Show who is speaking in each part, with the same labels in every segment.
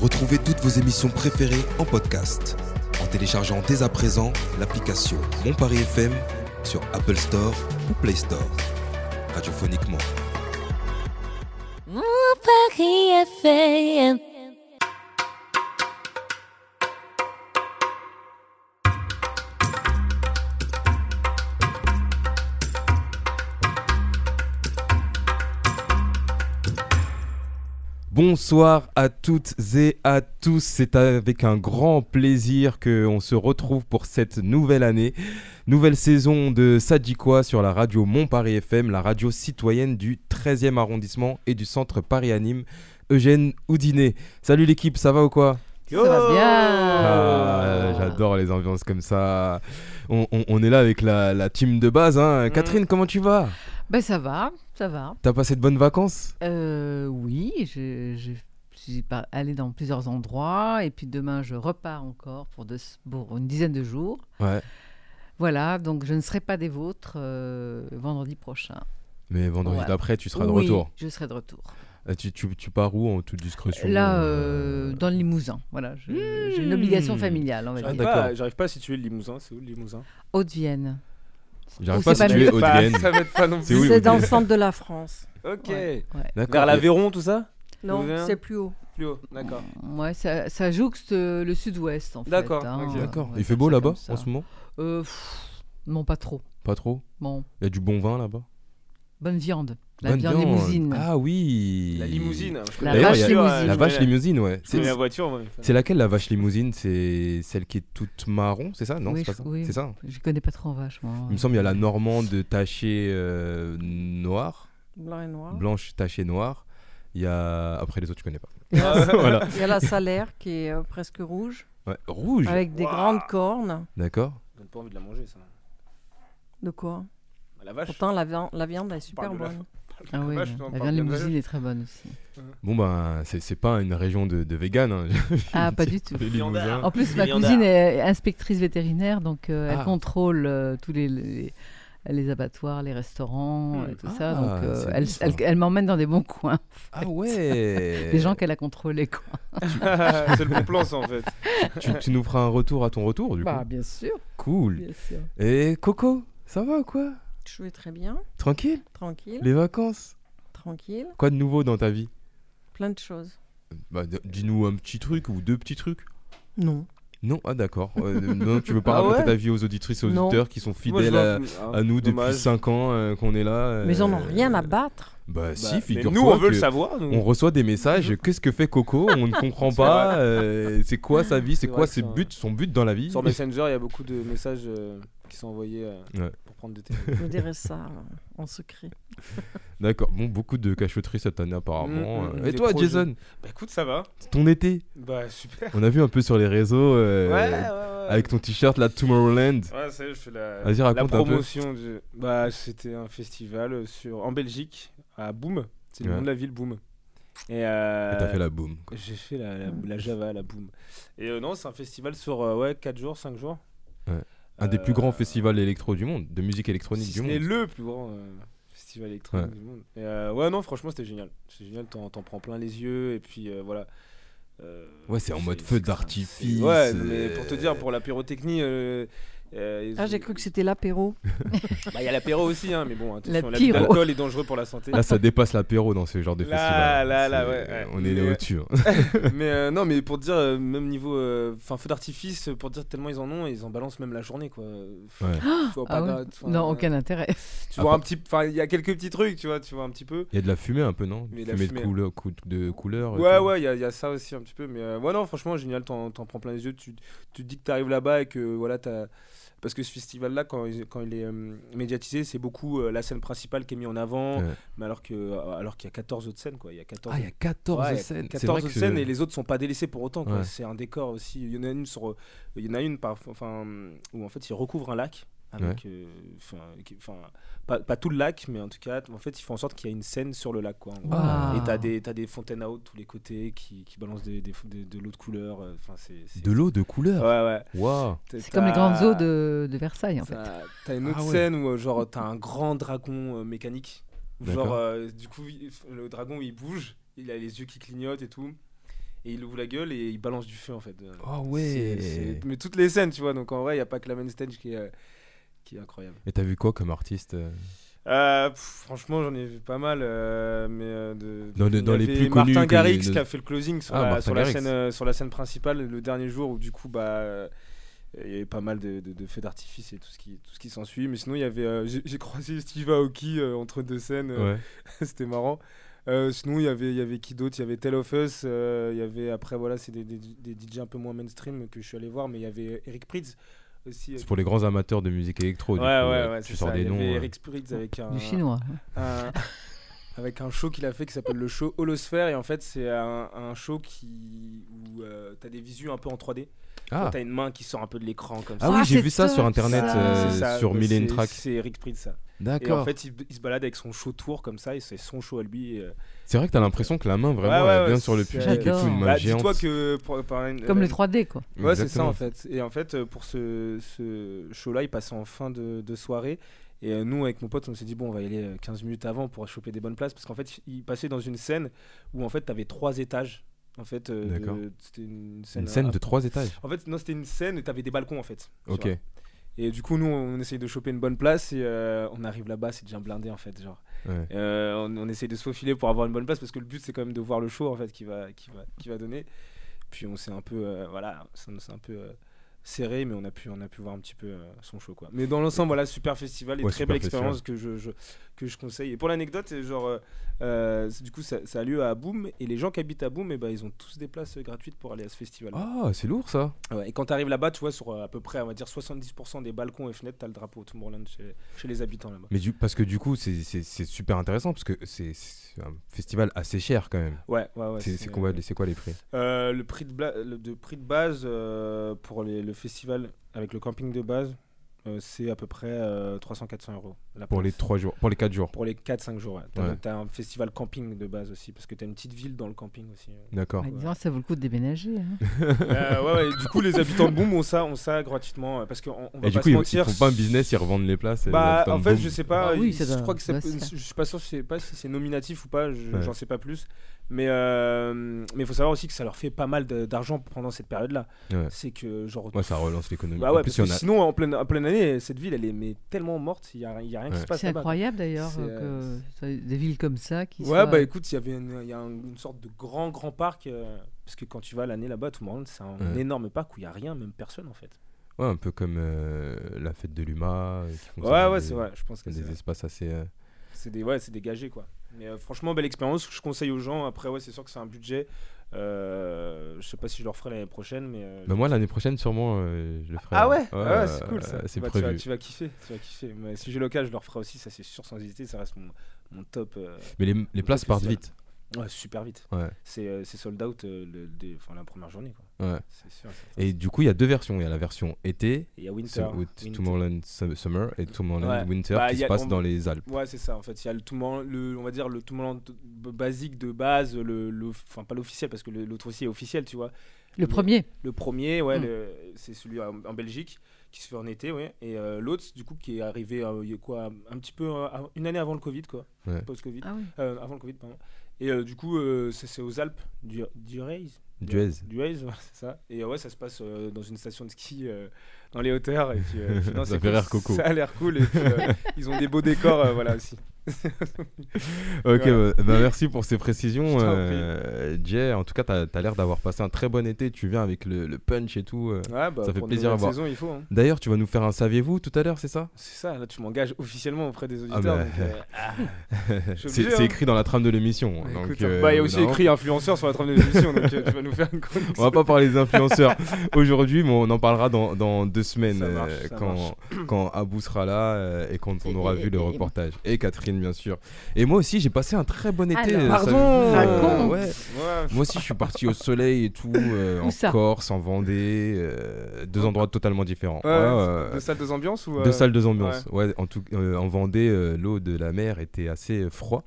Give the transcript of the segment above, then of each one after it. Speaker 1: Retrouvez toutes vos émissions préférées en podcast en téléchargeant dès à présent l'application Mon Paris FM sur Apple Store ou Play Store. Radiophoniquement.
Speaker 2: Mon Paris FM.
Speaker 3: Bonsoir à toutes et à tous. C'est avec un grand plaisir qu'on se retrouve pour cette nouvelle année. Nouvelle saison de Sadjiquois sur la radio Mont Paris FM, la radio citoyenne du 13e arrondissement et du centre Paris Anime, Eugène Houdinet. Salut l'équipe, ça va ou quoi
Speaker 4: Ça va
Speaker 3: Ah,
Speaker 4: bien.
Speaker 3: J'adore les ambiances comme ça. On, on- on est là avec la, la team de base.
Speaker 4: Mm.
Speaker 3: hein. Catherine, comment tu vas
Speaker 4: Ben ça va, ça va.
Speaker 3: T'as passé de bonnes vacances
Speaker 4: Euh, oui, je, je suis par- allée dans plusieurs endroits et puis demain je repars encore pour, deux s- pour une dizaine de jours.
Speaker 3: Ouais.
Speaker 4: Voilà, donc je ne serai pas des vôtres euh, vendredi prochain.
Speaker 3: Mais vendredi
Speaker 4: Ouais.
Speaker 3: d'après, tu seras de
Speaker 4: Oui,
Speaker 3: retour.
Speaker 4: Je serai de retour.
Speaker 3: Euh, Tu, tu- tu pars où en toute discrétion
Speaker 4: Là,
Speaker 3: euh,
Speaker 4: euh, dans le Limousin, voilà. je- J'ai
Speaker 3: Mmh.
Speaker 4: une obligation familiale, on va
Speaker 3: J'arrive
Speaker 5: J'arrive
Speaker 3: pas
Speaker 4: dire.
Speaker 5: pas,
Speaker 3: Ah, D'accord.
Speaker 5: à- j'arrive pas à situer le Limousin, c'est où le Limousin Ah,
Speaker 4: Haute-Vienne.
Speaker 3: J'arrive
Speaker 4: Ou
Speaker 3: pas à
Speaker 4: c'est pas
Speaker 3: situer
Speaker 4: mieux.
Speaker 3: Haute-Vienne.
Speaker 5: Ça m'aide pas non
Speaker 3: C'est
Speaker 5: plus.
Speaker 3: où
Speaker 6: C'est dans le
Speaker 3: Haute-Vienne
Speaker 6: centre de la France.
Speaker 5: Ok.
Speaker 4: Ouais, ouais.
Speaker 3: D'accord.
Speaker 5: Vers l'Aveyron, tout ça
Speaker 6: Non,
Speaker 5: Louvain.
Speaker 6: c'est plus haut.
Speaker 5: Plus haut, d'accord.
Speaker 4: Ouais, ça, ça jouxte euh, le sud-ouest en fait.
Speaker 5: D'accord,
Speaker 4: hein,
Speaker 5: ok.
Speaker 4: on va
Speaker 3: D'accord. Il
Speaker 4: dire
Speaker 3: fait beau
Speaker 4: ça
Speaker 3: là-bas
Speaker 4: comme ça.
Speaker 3: en ce moment
Speaker 4: Euh, pff, Non, pas trop.
Speaker 3: Pas trop
Speaker 4: Bon,
Speaker 3: Il y a du bon vin là-bas
Speaker 4: bonne viande. La
Speaker 3: Bonne
Speaker 4: viande, limousine.
Speaker 3: Ah oui
Speaker 5: La limousine. je connais euh,
Speaker 4: La
Speaker 3: D'ailleurs,
Speaker 4: vache
Speaker 3: il y a-
Speaker 4: limousine.
Speaker 3: La
Speaker 5: je
Speaker 3: vache
Speaker 5: connais-
Speaker 3: limousine, ouais.
Speaker 5: je
Speaker 3: C'est-
Speaker 5: connais la voiture, moi.
Speaker 3: C'est laquelle la vache limousine C'est celle qui est toute marron, c'est ça Non,
Speaker 4: Oui,
Speaker 3: c'est pas
Speaker 4: je-
Speaker 3: ça.
Speaker 4: oui.
Speaker 3: C'est ça. hein.
Speaker 4: Je connais pas trop en vache, moi.
Speaker 3: Il me semble qu'il y a la normande tachée euh, noire,
Speaker 6: Blanc et noir.
Speaker 3: blanche tachée noire. Il y a après les autres, je connais pas.
Speaker 6: Il y a la,
Speaker 3: voilà.
Speaker 6: il y a la salaire qui est euh, presque rouge,
Speaker 3: Ouais, Rouge.
Speaker 6: avec des
Speaker 5: Ouah.
Speaker 6: grandes cornes.
Speaker 3: D'accord.
Speaker 5: J'ai pas envie de la manger, ça. Bah,
Speaker 6: De quoi
Speaker 5: La vache.
Speaker 6: Pourtant, la, viande- la viande est super
Speaker 5: parle de la-
Speaker 6: bonne.
Speaker 4: Ah oui,
Speaker 5: vache,
Speaker 4: la
Speaker 5: on
Speaker 4: la
Speaker 5: parle
Speaker 4: viande
Speaker 5: de
Speaker 4: limousine est très bonne aussi.
Speaker 3: Bon ben, c'est c'est pas une région de, de vegan. hein.
Speaker 4: Ah, pas du tout.
Speaker 3: Les limousins.
Speaker 4: En plus,
Speaker 5: Les
Speaker 4: ma
Speaker 5: viandards.
Speaker 4: cousine est inspectrice vétérinaire, donc euh,
Speaker 3: Ah.
Speaker 4: elle contrôle euh, tous les, les, les abattoirs, les restaurants,
Speaker 5: Hmm.
Speaker 4: et tout
Speaker 3: Ah,
Speaker 4: ça. Donc, euh,
Speaker 3: c'est
Speaker 4: elle,
Speaker 3: bon, ça.
Speaker 4: elle- elle m'emmène dans des bons coins.
Speaker 3: Ah ouais.
Speaker 4: Des gens qu'elle a contrôlés, quoi.
Speaker 5: c'est le bon plan, ça, en fait.
Speaker 3: tu, tu nous feras un retour à ton retour du coup.
Speaker 5: Bah,
Speaker 4: bien sûr,
Speaker 3: Cool.
Speaker 4: bien sûr.
Speaker 3: Et Coco, ça va ou quoi
Speaker 6: Je vais très bien,
Speaker 3: Tranquille
Speaker 6: tranquille,
Speaker 3: Les vacances
Speaker 6: tranquille.
Speaker 3: Quoi de nouveau dans ta vie
Speaker 6: Plein de choses.
Speaker 3: Bah, d- dis-nous un petit truc ou deux petits trucs.
Speaker 6: Non.
Speaker 3: Non, ah d'accord. Euh, non, tu veux pas
Speaker 5: Ah
Speaker 3: raconter
Speaker 5: ouais
Speaker 3: ta vie aux auditrices et aux
Speaker 6: Non.
Speaker 3: auditeurs qui sont
Speaker 5: Moi, je
Speaker 3: fidèles
Speaker 5: vois
Speaker 3: à,
Speaker 5: un peu- ah,
Speaker 3: à nous depuis
Speaker 5: dommage.
Speaker 3: 5 ans euh, qu'on est là. euh,
Speaker 6: Mais ils en ont rien à battre.
Speaker 3: Bah
Speaker 5: Bah,
Speaker 3: si,
Speaker 5: mais
Speaker 3: figure-toi.
Speaker 5: Nous, on veut le
Speaker 3: que
Speaker 5: savoir,
Speaker 3: On
Speaker 5: nous.
Speaker 3: reçoit des messages, qu'est-ce que fait Coco On ne comprend
Speaker 5: C'est
Speaker 3: pas, euh, c'est quoi sa vie, c'est
Speaker 5: C'est
Speaker 3: quoi
Speaker 5: vrai que
Speaker 3: ses
Speaker 5: ça-
Speaker 3: buts, son but dans la vie.
Speaker 5: Sur Messenger, il y a beaucoup de messages euh, qui sont envoyés euh,
Speaker 3: Ouais.
Speaker 5: pour prendre des télés.
Speaker 6: Je dirais ça euh, en secret.
Speaker 3: D'accord, bon, beaucoup de cachotteries cette année apparemment.
Speaker 5: Mm, mm,
Speaker 3: euh. et
Speaker 5: des
Speaker 3: toi
Speaker 5: projets.
Speaker 3: Jason,
Speaker 5: Bah écoute, ça va.
Speaker 3: ton été,
Speaker 5: Bah super.
Speaker 3: on a vu un peu sur les réseaux euh,
Speaker 5: Ouais, ouais, Euh, ouais.
Speaker 3: avec ton t-shirt là Tomorrowland.
Speaker 5: Ouais, ça y est, je fais la,
Speaker 3: Vas-y,
Speaker 5: la
Speaker 3: raconte un peu.
Speaker 5: promotion. du- Bah, c'était un festival euh, sur... en Belgique, à Boom. C'est le
Speaker 3: Ouais.
Speaker 5: nom de la ville, Boom. Et, euh,
Speaker 3: Et t'as fait la boum. quoi.
Speaker 5: J'ai fait la, la, la Java, la Boom. Et euh, non, c'est un festival sur euh, ouais, 4 jours, 5 jours.
Speaker 3: Ouais. Un des plus
Speaker 5: Euh,
Speaker 3: grands festivals électro du monde, de musique électronique
Speaker 5: si ce
Speaker 3: du
Speaker 5: n'est
Speaker 3: monde.
Speaker 5: le plus grand euh, festival électronique
Speaker 3: Ouais.
Speaker 5: du monde. Et, euh, ouais, non, franchement, c'était génial. C'est génial, t'en t'en prends plein les yeux. Et puis euh, voilà. Euh,
Speaker 3: Ouais, c'est en mode feu
Speaker 5: extra-
Speaker 3: d'artifice,
Speaker 5: c'est- Ouais,
Speaker 3: euh,
Speaker 5: mais pour te dire, pour la pyrotechnie. euh, euh, ils
Speaker 6: Ah,
Speaker 5: ont-
Speaker 6: j'ai cru que c'était l'apéro.
Speaker 5: Bah, il y a l'apéro aussi, hein, mais bon, attention,
Speaker 4: La
Speaker 5: l'abus
Speaker 4: pyro.
Speaker 5: d'alcool est dangereux pour la santé.
Speaker 3: Là, ça dépasse l'apéro dans ce genre de
Speaker 5: Là,
Speaker 3: festival.
Speaker 5: là, là,
Speaker 3: C'est-
Speaker 5: ouais, ouais.
Speaker 3: On est
Speaker 5: Mais-
Speaker 3: au-dessus. hein.
Speaker 5: mais euh, non, mais pour dire, euh, même niveau. euh, Enfin, feu d'artifice, pour dire tellement ils en ont, ils en balancent même la journée, quoi. Faut-
Speaker 3: Ouais.
Speaker 5: faut
Speaker 4: Ah
Speaker 5: pas-
Speaker 4: ouais
Speaker 5: enfin,
Speaker 4: Non,
Speaker 5: euh,
Speaker 4: aucun intérêt.
Speaker 5: Tu vois un petit. Enfin, il y a quelques petits trucs, tu vois, tu vois un petit peu.
Speaker 3: Il y a de la fumée un peu, non
Speaker 5: Mais la
Speaker 3: Fumée de
Speaker 5: fumée.
Speaker 3: couleur, cou- de couleur. et
Speaker 5: Ouais,
Speaker 3: tout.
Speaker 5: ouais, il y, a- il y a ça aussi un petit peu. Mais euh, ouais, non, franchement, génial, t'en t'en prends plein les yeux. Tu, tu te dis que t'arrives là-bas et que voilà, t'as. Parce que ce festival-là, quand, il- quand il est euh, médiatisé, c'est beaucoup euh, la scène principale qui est mise en avant,
Speaker 3: Ouais.
Speaker 5: mais alors que alors qu'il y a 14 autres scènes, quoi. Il y a 14
Speaker 3: Ah, il y a 14
Speaker 5: Ouais,
Speaker 3: scènes. C'est
Speaker 5: 14
Speaker 3: vrai que-
Speaker 5: scènes et les autres sont pas délaissés pour autant. quoi.
Speaker 3: Ouais.
Speaker 5: C'est un décor aussi. Il y en a une sur, il y en a une par, enfin, où en fait ils recouvrent un lac. Avec, euh, enfin, qui- enfin, pas, pas tout le lac, mais en tout cas, en fait, ils font en sorte qu'il y a une scène sur le lac. Quoi, en gros.
Speaker 3: Ah.
Speaker 5: Et t'as des, t'as des fontaines à eau de tous les côtés qui, qui balancent des, des, fo- de, de l'eau de couleur. euh, Enfin, c'est, c'est-
Speaker 3: De l'eau de
Speaker 5: Ouais,
Speaker 3: couleur.
Speaker 5: ouais.
Speaker 3: Waouh.
Speaker 5: T'as-
Speaker 4: C'est comme les
Speaker 5: t'as-
Speaker 4: grandes eaux de, de Versailles, en fait.
Speaker 5: T'as t'as une
Speaker 3: Ah
Speaker 5: autre
Speaker 3: ouais.
Speaker 5: scène où euh, genre t'as un grand dragon euh, mécanique. Genre
Speaker 3: D'accord.
Speaker 5: euh, du coup il- le dragon il bouge, il a les yeux qui clignotent et tout. et il ouvre la gueule et il balance du feu en fait.
Speaker 3: Ah
Speaker 7: Oh
Speaker 5: C'est- c'est- Mais toutes les scènes, tu vois, donc en vrai, il n'y a pas que la main stage qui est, euh, qui est incroyable.
Speaker 7: Et t'as vu quoi comme artiste euh
Speaker 5: Euh, pff, franchement, j'en ai vu pas mal, euh, mais euh, de,
Speaker 7: Dans les-
Speaker 5: il y
Speaker 7: dans les
Speaker 5: avait
Speaker 7: plus
Speaker 5: Martin
Speaker 7: connus que
Speaker 5: Garrix
Speaker 7: les-
Speaker 5: qui a fait le closing sur,
Speaker 7: Ah,
Speaker 5: la,
Speaker 7: Martin
Speaker 5: sur la
Speaker 7: Garrix.
Speaker 5: scène, euh, sur la scène principale le dernier jour où du coup bah euh, il y avait pas mal de, de- de feux d'artifice et tout ce qui tout ce qui s'ensuit. Mais sinon, il y avait euh, j'ai j'ai croisé Steve Aoki euh, entre deux scènes, euh,
Speaker 7: Ouais.
Speaker 5: c'était marrant. Euh, sinon, il y avait il y avait qui d'autre Il y avait Tell of Us, euh, il y avait après voilà c'est des, des, des DJ un peu moins mainstream que je suis allé voir, mais il y avait Eric Prydz aussi. euh,
Speaker 7: C'est pour les grands amateurs de musique électro.
Speaker 5: Ouais,
Speaker 7: du
Speaker 5: ouais,
Speaker 7: coup, euh,
Speaker 5: ouais,
Speaker 7: tu
Speaker 5: c'est
Speaker 7: sors
Speaker 5: ça.
Speaker 7: des
Speaker 5: Il y
Speaker 7: noms.
Speaker 5: avait
Speaker 7: euh.
Speaker 5: Eric Prydz avec un,
Speaker 4: Du chinois. hein.
Speaker 5: un- Euh, avec un show qu'il a fait qui s'appelle le show Holosphère. Et en fait, c'est un, un show qui, où euh, t'as des visus un peu en 3D.
Speaker 7: Ah,
Speaker 5: T'as une main qui sort un peu de l'écran comme ça.
Speaker 7: Ah oui,
Speaker 4: Ah,
Speaker 7: j'ai
Speaker 4: c'est
Speaker 7: vu ça sur
Speaker 4: top,
Speaker 7: internet,
Speaker 4: ça.
Speaker 7: euh,
Speaker 5: C'est ça,
Speaker 7: sur
Speaker 5: bah,
Speaker 7: Million
Speaker 5: c'est-
Speaker 7: Tracks.
Speaker 5: C'est Eric Prydz, ça. Et en
Speaker 7: D'accord.
Speaker 5: fait, il, il se balade avec son show tour comme ça. Et c'est son show à lui. et, euh,
Speaker 7: C'est vrai que t'as l'impression que la main vraiment
Speaker 5: Ouais, ouais,
Speaker 7: elle vient
Speaker 5: ouais,
Speaker 7: sur le
Speaker 5: c'est-
Speaker 7: public et tout, une main
Speaker 5: bah,
Speaker 7: géante.
Speaker 5: dis-toi que. pour- par une-
Speaker 4: Comme
Speaker 5: la-
Speaker 4: le 3D, quoi.
Speaker 5: Ouais, c'est ça
Speaker 7: Exactement.
Speaker 5: en fait. Et en fait, euh, pour ce, ce show-là, il passait en fin de, de soirée. Et euh, nous, avec mon pote, on s'est dit, bon, on va y aller euh, 15 minutes avant pour choper des bonnes places. Parce qu'en fait, il passait dans une scène où en fait, t'avais trois étages. En fait, euh,
Speaker 7: D'accord.
Speaker 5: de- c'était une scène.
Speaker 7: Une scène
Speaker 5: à-
Speaker 7: de trois étages.
Speaker 5: En fait, non, c'était une scène et t'avais des balcons en fait. tu
Speaker 7: Ok.
Speaker 5: vois. Et du coup, nous, on essaye de choper une bonne place et euh, on arrive là-bas, c'est déjà blindé en fait. Genre.
Speaker 7: Ouais.
Speaker 5: Euh, on, on essaye de se faufiler pour avoir une bonne place parce que le but c'est quand même de voir le show en fait qui va qui va qui va donner. Puis on s'est un peu euh, voilà, ça nous s'est un peu euh, serré mais on a pu on a pu voir un petit peu euh, son show quoi. Mais dans l'ensemble voilà super festival et
Speaker 7: Ouais,
Speaker 5: très
Speaker 7: super
Speaker 5: belle expérience que je, je- que je conseille. Et pour l'anecdote c'est genre euh, euh, c'est- du coup ça, ça a lieu à Boom et les gens qui habitent à Boom et ben ils ont tous des places euh, gratuites pour aller à ce festival.
Speaker 7: Ah, c'est lourd ça.
Speaker 5: Ouais, et quand t'arrives là-bas tu vois sur euh, à peu près on va dire 70% des balcons et fenêtres t'as le drapeau Tomorrowland chez, chez les habitants là-bas.
Speaker 7: Mais du, parce que du coup, c'est- c'est c'est super intéressant parce que c'est c'est un festival assez cher quand même.
Speaker 5: Ouais ouais ouais.
Speaker 7: C'est- c'est quoi, les- c'est quoi les prix
Speaker 5: Euh, le prix de, bla- le de prix de base euh, pour les- le festival avec le camping de base, euh, c'est à peu près euh, 300-400 euros. la
Speaker 7: pour
Speaker 5: place.
Speaker 7: les trois jours, pour les quatre jours.
Speaker 5: Pour les 4-5 jours. ouais. T'as
Speaker 7: Ouais.
Speaker 5: t'as un festival camping de base aussi, parce que t'as une petite ville dans le camping aussi.
Speaker 7: D'accord.
Speaker 4: Bah, disons, ça vaut le coup de déménager. hein.
Speaker 5: Euh, ouais, ouais, et du coup, les habitants de Boom ont ça, ont ça gratuitement. euh, Parce qu'on on va
Speaker 7: Et du
Speaker 5: pas
Speaker 7: coup,
Speaker 5: se
Speaker 7: ils, ils
Speaker 5: mentir.
Speaker 7: font pas un business, ils revendent les places. et
Speaker 5: Bah,
Speaker 7: ils attendent,
Speaker 5: en fait,
Speaker 7: boum.
Speaker 5: je sais pas.
Speaker 4: Bah oui,
Speaker 5: il-
Speaker 4: ça
Speaker 5: je
Speaker 4: doit-
Speaker 5: crois que ça
Speaker 4: ça doit
Speaker 5: peut-
Speaker 4: se
Speaker 5: je suis pas sûr, je sais pas si c'est nominatif ou pas. je-
Speaker 7: Ouais.
Speaker 5: J'en sais pas plus. Mais euh, mais faut savoir aussi que ça leur fait pas mal de- d'argent pendant cette période-là.
Speaker 7: Ouais.
Speaker 5: C'est que genre
Speaker 7: Ouais, ça relance l'économie.
Speaker 5: Bah ouais,
Speaker 7: en plus,
Speaker 5: parce
Speaker 7: il y
Speaker 5: que
Speaker 7: en a-
Speaker 5: sinon, en pleine, en pleine année, cette ville, elle est mais tellement morte, il n'y a, il y a rien qui
Speaker 7: Ouais.
Speaker 5: se passe
Speaker 4: C'est
Speaker 5: là-bas.
Speaker 4: incroyable d'ailleurs
Speaker 5: C'est,
Speaker 4: que
Speaker 5: euh,
Speaker 4: ça- des villes comme ça qui
Speaker 5: Ouais,
Speaker 4: soient-
Speaker 5: bah écoute, il y avait une, il y a un- une sorte de grand, grand parc. euh, parce que quand tu vas l'année là-bas, tout le monde, c'est un
Speaker 7: Ouais.
Speaker 5: énorme parc où il n'y a rien, même personne en fait.
Speaker 7: Ouais, un peu comme euh, la fête de l'UMA. euh, qui font
Speaker 5: Ouais,
Speaker 7: ça,
Speaker 5: ouais,
Speaker 7: des-
Speaker 5: c'est vrai. Je pense que
Speaker 7: Des
Speaker 5: c'est vrai.
Speaker 7: espaces assez. euh,
Speaker 5: c'est des, ouais, c'est dégagé quoi. Mais euh, franchement, belle expérience. Je conseille aux gens. Après, ouais, c'est sûr que c'est un budget. Euh, je sais pas si je le referai l'année prochaine, mais. euh,
Speaker 7: Bah, moi, l'année prochaine, sûrement, euh, je le ferai.
Speaker 5: Ah ouais, Ah ouais,
Speaker 7: euh,
Speaker 5: c'est cool ça.
Speaker 7: C'est
Speaker 5: Bah, tu vas-
Speaker 7: prévu.
Speaker 5: Tu, vas kiffer, tu vas kiffer. Mais si j'ai l'occasion, je le referai aussi, ça c'est sûr sans hésiter, ça reste mon, mon top. euh,
Speaker 7: Mais les, les places partent
Speaker 5: festival.
Speaker 7: vite.
Speaker 5: Ouais, super vite.
Speaker 7: Ouais.
Speaker 5: C'est euh, c'est sold out euh, le- des- enfin, la première journée. quoi.
Speaker 7: Ouais.
Speaker 5: C'est sûr. c'est-
Speaker 7: Et du coup, il y a deux versions. Il y a la version été,
Speaker 5: Et Il y a Winter. hein.
Speaker 7: sum- with
Speaker 5: Winter.
Speaker 7: Tomorrowland Sum- Summer, et Tomorrowland
Speaker 5: Ouais.
Speaker 7: Winter
Speaker 5: Bah,
Speaker 7: qui
Speaker 5: il
Speaker 7: se
Speaker 5: y a-
Speaker 7: passe
Speaker 5: on-
Speaker 7: dans les Alpes.
Speaker 5: Ouais, c'est ça. En fait, il y a le Tomorrow- le, on va dire le Tomorrowland b- basique de base, le, le- enfin pas l'officiel parce que le- l'autre aussi est officiel, tu vois.
Speaker 4: Le premier,
Speaker 5: Le premier, ouais,
Speaker 4: Mm.
Speaker 7: Hmm.
Speaker 5: le- c'est celui en, en Belgique qui se fait en été, ouais. Et euh, l'autre, du coup, qui est arrivé, euh, il y a quoi, un petit peu, euh, av- une année avant le Covid, quoi.
Speaker 7: Ouais.
Speaker 5: Post-Covid.
Speaker 4: ah oui.
Speaker 5: Euh, avant le Covid, pardon. Et euh, du coup, euh, c'est c'est aux Alpes, du, du
Speaker 7: Duez.
Speaker 5: Du Haze, ouais, c'est ça. Et euh, ouais, ça se passe euh, dans une station de ski euh, dans les hauteurs. Et puis, euh, puis non,
Speaker 7: Ça
Speaker 5: c'est
Speaker 7: fait
Speaker 5: cool,
Speaker 7: rire Coco.
Speaker 5: Ça a l'air cool. Et puis, euh, ils ont des beaux décors, euh, voilà aussi. Voilà.
Speaker 7: Ok, bah, bah, merci pour ces précisions,
Speaker 5: Je t'en
Speaker 7: euh, Jay. En tout cas, t'as as, l'air d'avoir passé un très bon été. Tu viens avec le, le punch et tout. euh.
Speaker 5: Ouais, bah,
Speaker 7: Ça fait
Speaker 5: pour une
Speaker 7: plaisir à
Speaker 5: nouvelle
Speaker 7: voir.
Speaker 5: saison, il faut. hein.
Speaker 7: D'ailleurs, tu vas nous faire un saviez-vous tout à l'heure, c'est ça
Speaker 5: C'est ça, là, tu m'engages officiellement auprès des auditeurs.
Speaker 7: bah,
Speaker 5: donc, euh, ah,
Speaker 7: C'est
Speaker 5: suis obligé,
Speaker 7: c'est
Speaker 5: hein.
Speaker 7: écrit dans la trame de l'émission.
Speaker 5: bah,
Speaker 7: donc,
Speaker 5: écoute, hein.
Speaker 7: euh,
Speaker 5: Bah, il y a
Speaker 7: au
Speaker 5: aussi
Speaker 7: bout d'un
Speaker 5: écrit influenceur sur la trame de l'émission. donc euh, tu vas nous faire une chronique.
Speaker 7: On va pas parler des influenceurs aujourd'hui, mais on en parlera dans, dans deux semaines
Speaker 5: Ça marche,
Speaker 7: euh,
Speaker 5: ça
Speaker 7: quand, quand Abou sera là euh, et quand on
Speaker 6: Et-
Speaker 7: aura
Speaker 6: et-
Speaker 7: vu le
Speaker 6: et-
Speaker 7: reportage. Et Catherine, bien sûr. Et moi aussi, j'ai passé un très bon été.
Speaker 6: Alors.
Speaker 7: euh,
Speaker 5: Pardon,
Speaker 7: savez-vous,
Speaker 4: raconte.
Speaker 7: ouais.
Speaker 5: Ouais.
Speaker 7: Moi aussi, je suis parti au soleil et tout, euh,
Speaker 4: Où
Speaker 7: en
Speaker 4: ça
Speaker 7: Corse, en Vendée, euh, deux endroits totalement différents.
Speaker 5: Ouais,
Speaker 7: Ouais, euh,
Speaker 5: Deux salles, deux ambiances ou. euh,
Speaker 7: deux salles, deux ambiances. Ouais. en, tout, euh, en Vendée, euh, l'eau de la mer était assez euh, froid.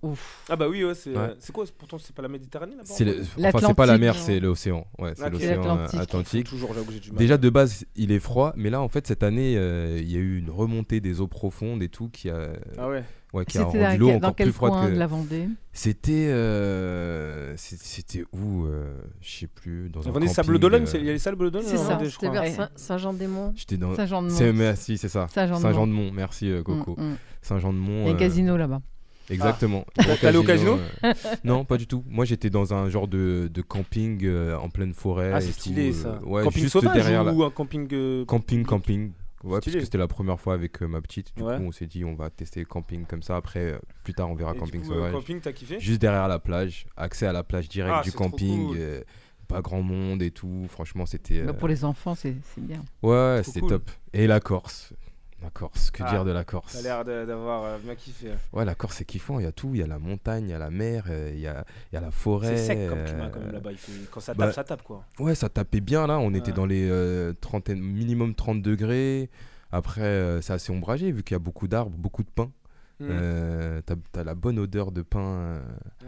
Speaker 5: Ah, bah oui, ouais, c'est
Speaker 7: Ouais.
Speaker 5: c'est quoi c'est- Pourtant, c'est pas la Méditerranée là-bas
Speaker 7: C'est le- enfin, c'est
Speaker 4: L'Atlantique,
Speaker 7: pas la mer,
Speaker 4: non.
Speaker 7: c'est l'océan. Ouais, c'est
Speaker 5: Ok.
Speaker 7: l'océan euh,
Speaker 4: L'Atlantique.
Speaker 7: Atlantique.
Speaker 5: Toujours, j'avoue que j'ai du mal.
Speaker 7: Déjà de base, il est froid, mais là en fait cette année, euh, il y a eu une remontée des eaux profondes et tout qui a,
Speaker 5: Ah ouais.
Speaker 7: ouais, qui a
Speaker 4: C'était
Speaker 7: rendu
Speaker 4: dans,
Speaker 7: l'eau
Speaker 4: quel- dans
Speaker 7: encore
Speaker 4: quel
Speaker 7: plus froide
Speaker 4: coin
Speaker 7: que.
Speaker 4: de la Vendée
Speaker 7: C'était, euh, c'est- c'était où euh, Je sais plus. Dans un
Speaker 5: Vendée
Speaker 7: camping,
Speaker 5: Sables d'Olonne,
Speaker 7: euh,
Speaker 5: c'est- il y a les Sables d'Olonne
Speaker 6: C'est
Speaker 5: en
Speaker 6: ça,
Speaker 5: Vendée, je
Speaker 6: c'était
Speaker 5: crois.
Speaker 6: vers
Speaker 4: Ouais.
Speaker 6: Saint- Saint-Jean-des-Monts.
Speaker 7: J'étais dans.
Speaker 4: Saint-Jean-de-Mont.
Speaker 7: C'est merci, c'est ça.
Speaker 4: Saint-Jean-de-Mont.
Speaker 7: Saint-Jean-de-Mont, merci euh, Coco.
Speaker 4: Mm, mm. Il
Speaker 7: Saint-Jean-de-Mont.
Speaker 4: y a un
Speaker 7: euh,
Speaker 4: casino là-bas.
Speaker 7: Exactement.
Speaker 4: Ah.
Speaker 5: T'es allé au
Speaker 7: euh, Non, pas du tout. Moi, j'étais dans un genre de, de camping euh, en pleine forêt.
Speaker 5: Ah,
Speaker 7: et
Speaker 5: c'est
Speaker 7: tout,
Speaker 5: stylé
Speaker 7: euh,
Speaker 5: ça.
Speaker 7: ouais,
Speaker 5: camping
Speaker 7: juste
Speaker 5: sauvage
Speaker 7: derrière la-
Speaker 5: ou un camping. euh,
Speaker 7: Camping, camping. Ouais, parce
Speaker 5: Stylé.
Speaker 7: que c'était la première fois avec euh, ma petite. Du
Speaker 5: Ouais.
Speaker 7: coup, on s'est dit, on va tester camping comme ça. Après, euh, plus tard, on verra
Speaker 5: et du
Speaker 7: camping
Speaker 5: coup, euh,
Speaker 7: sauvage.
Speaker 5: Camping, t'as kiffé
Speaker 7: Juste derrière la plage, accès à la plage direct
Speaker 5: Ah,
Speaker 7: du
Speaker 5: c'est trop
Speaker 7: camping.
Speaker 5: cool.
Speaker 7: euh, pas grand monde et tout. Franchement, c'était.
Speaker 4: Bah,
Speaker 7: euh,
Speaker 4: Pour les enfants, c'est c'est bien.
Speaker 7: Ouais,
Speaker 5: Trop
Speaker 7: c'était
Speaker 5: cool.
Speaker 7: top. Et la Corse. La Corse, que
Speaker 5: Ah,
Speaker 7: dire de la Corse
Speaker 5: T'as l'air de- d'avoir euh, bien kiffé.
Speaker 7: Ouais, la Corse, c'est kiffant. Il y a tout. Il y a la montagne, il y a la mer, euh, il y a, il y a la forêt.
Speaker 5: C'est sec comme climat
Speaker 7: euh,
Speaker 5: quand même là-bas. il fait- Quand ça tape,
Speaker 7: bah,
Speaker 5: ça tape quoi.
Speaker 7: Ouais, ça tapait bien là. On était
Speaker 5: Ouais.
Speaker 7: dans les euh, trentaines, minimum 30 degrés. Après, euh, c'est assez ombragé vu qu'il y a beaucoup d'arbres, beaucoup de pins.
Speaker 5: Hmm.
Speaker 7: Euh, T'as t'as la bonne odeur de pin euh,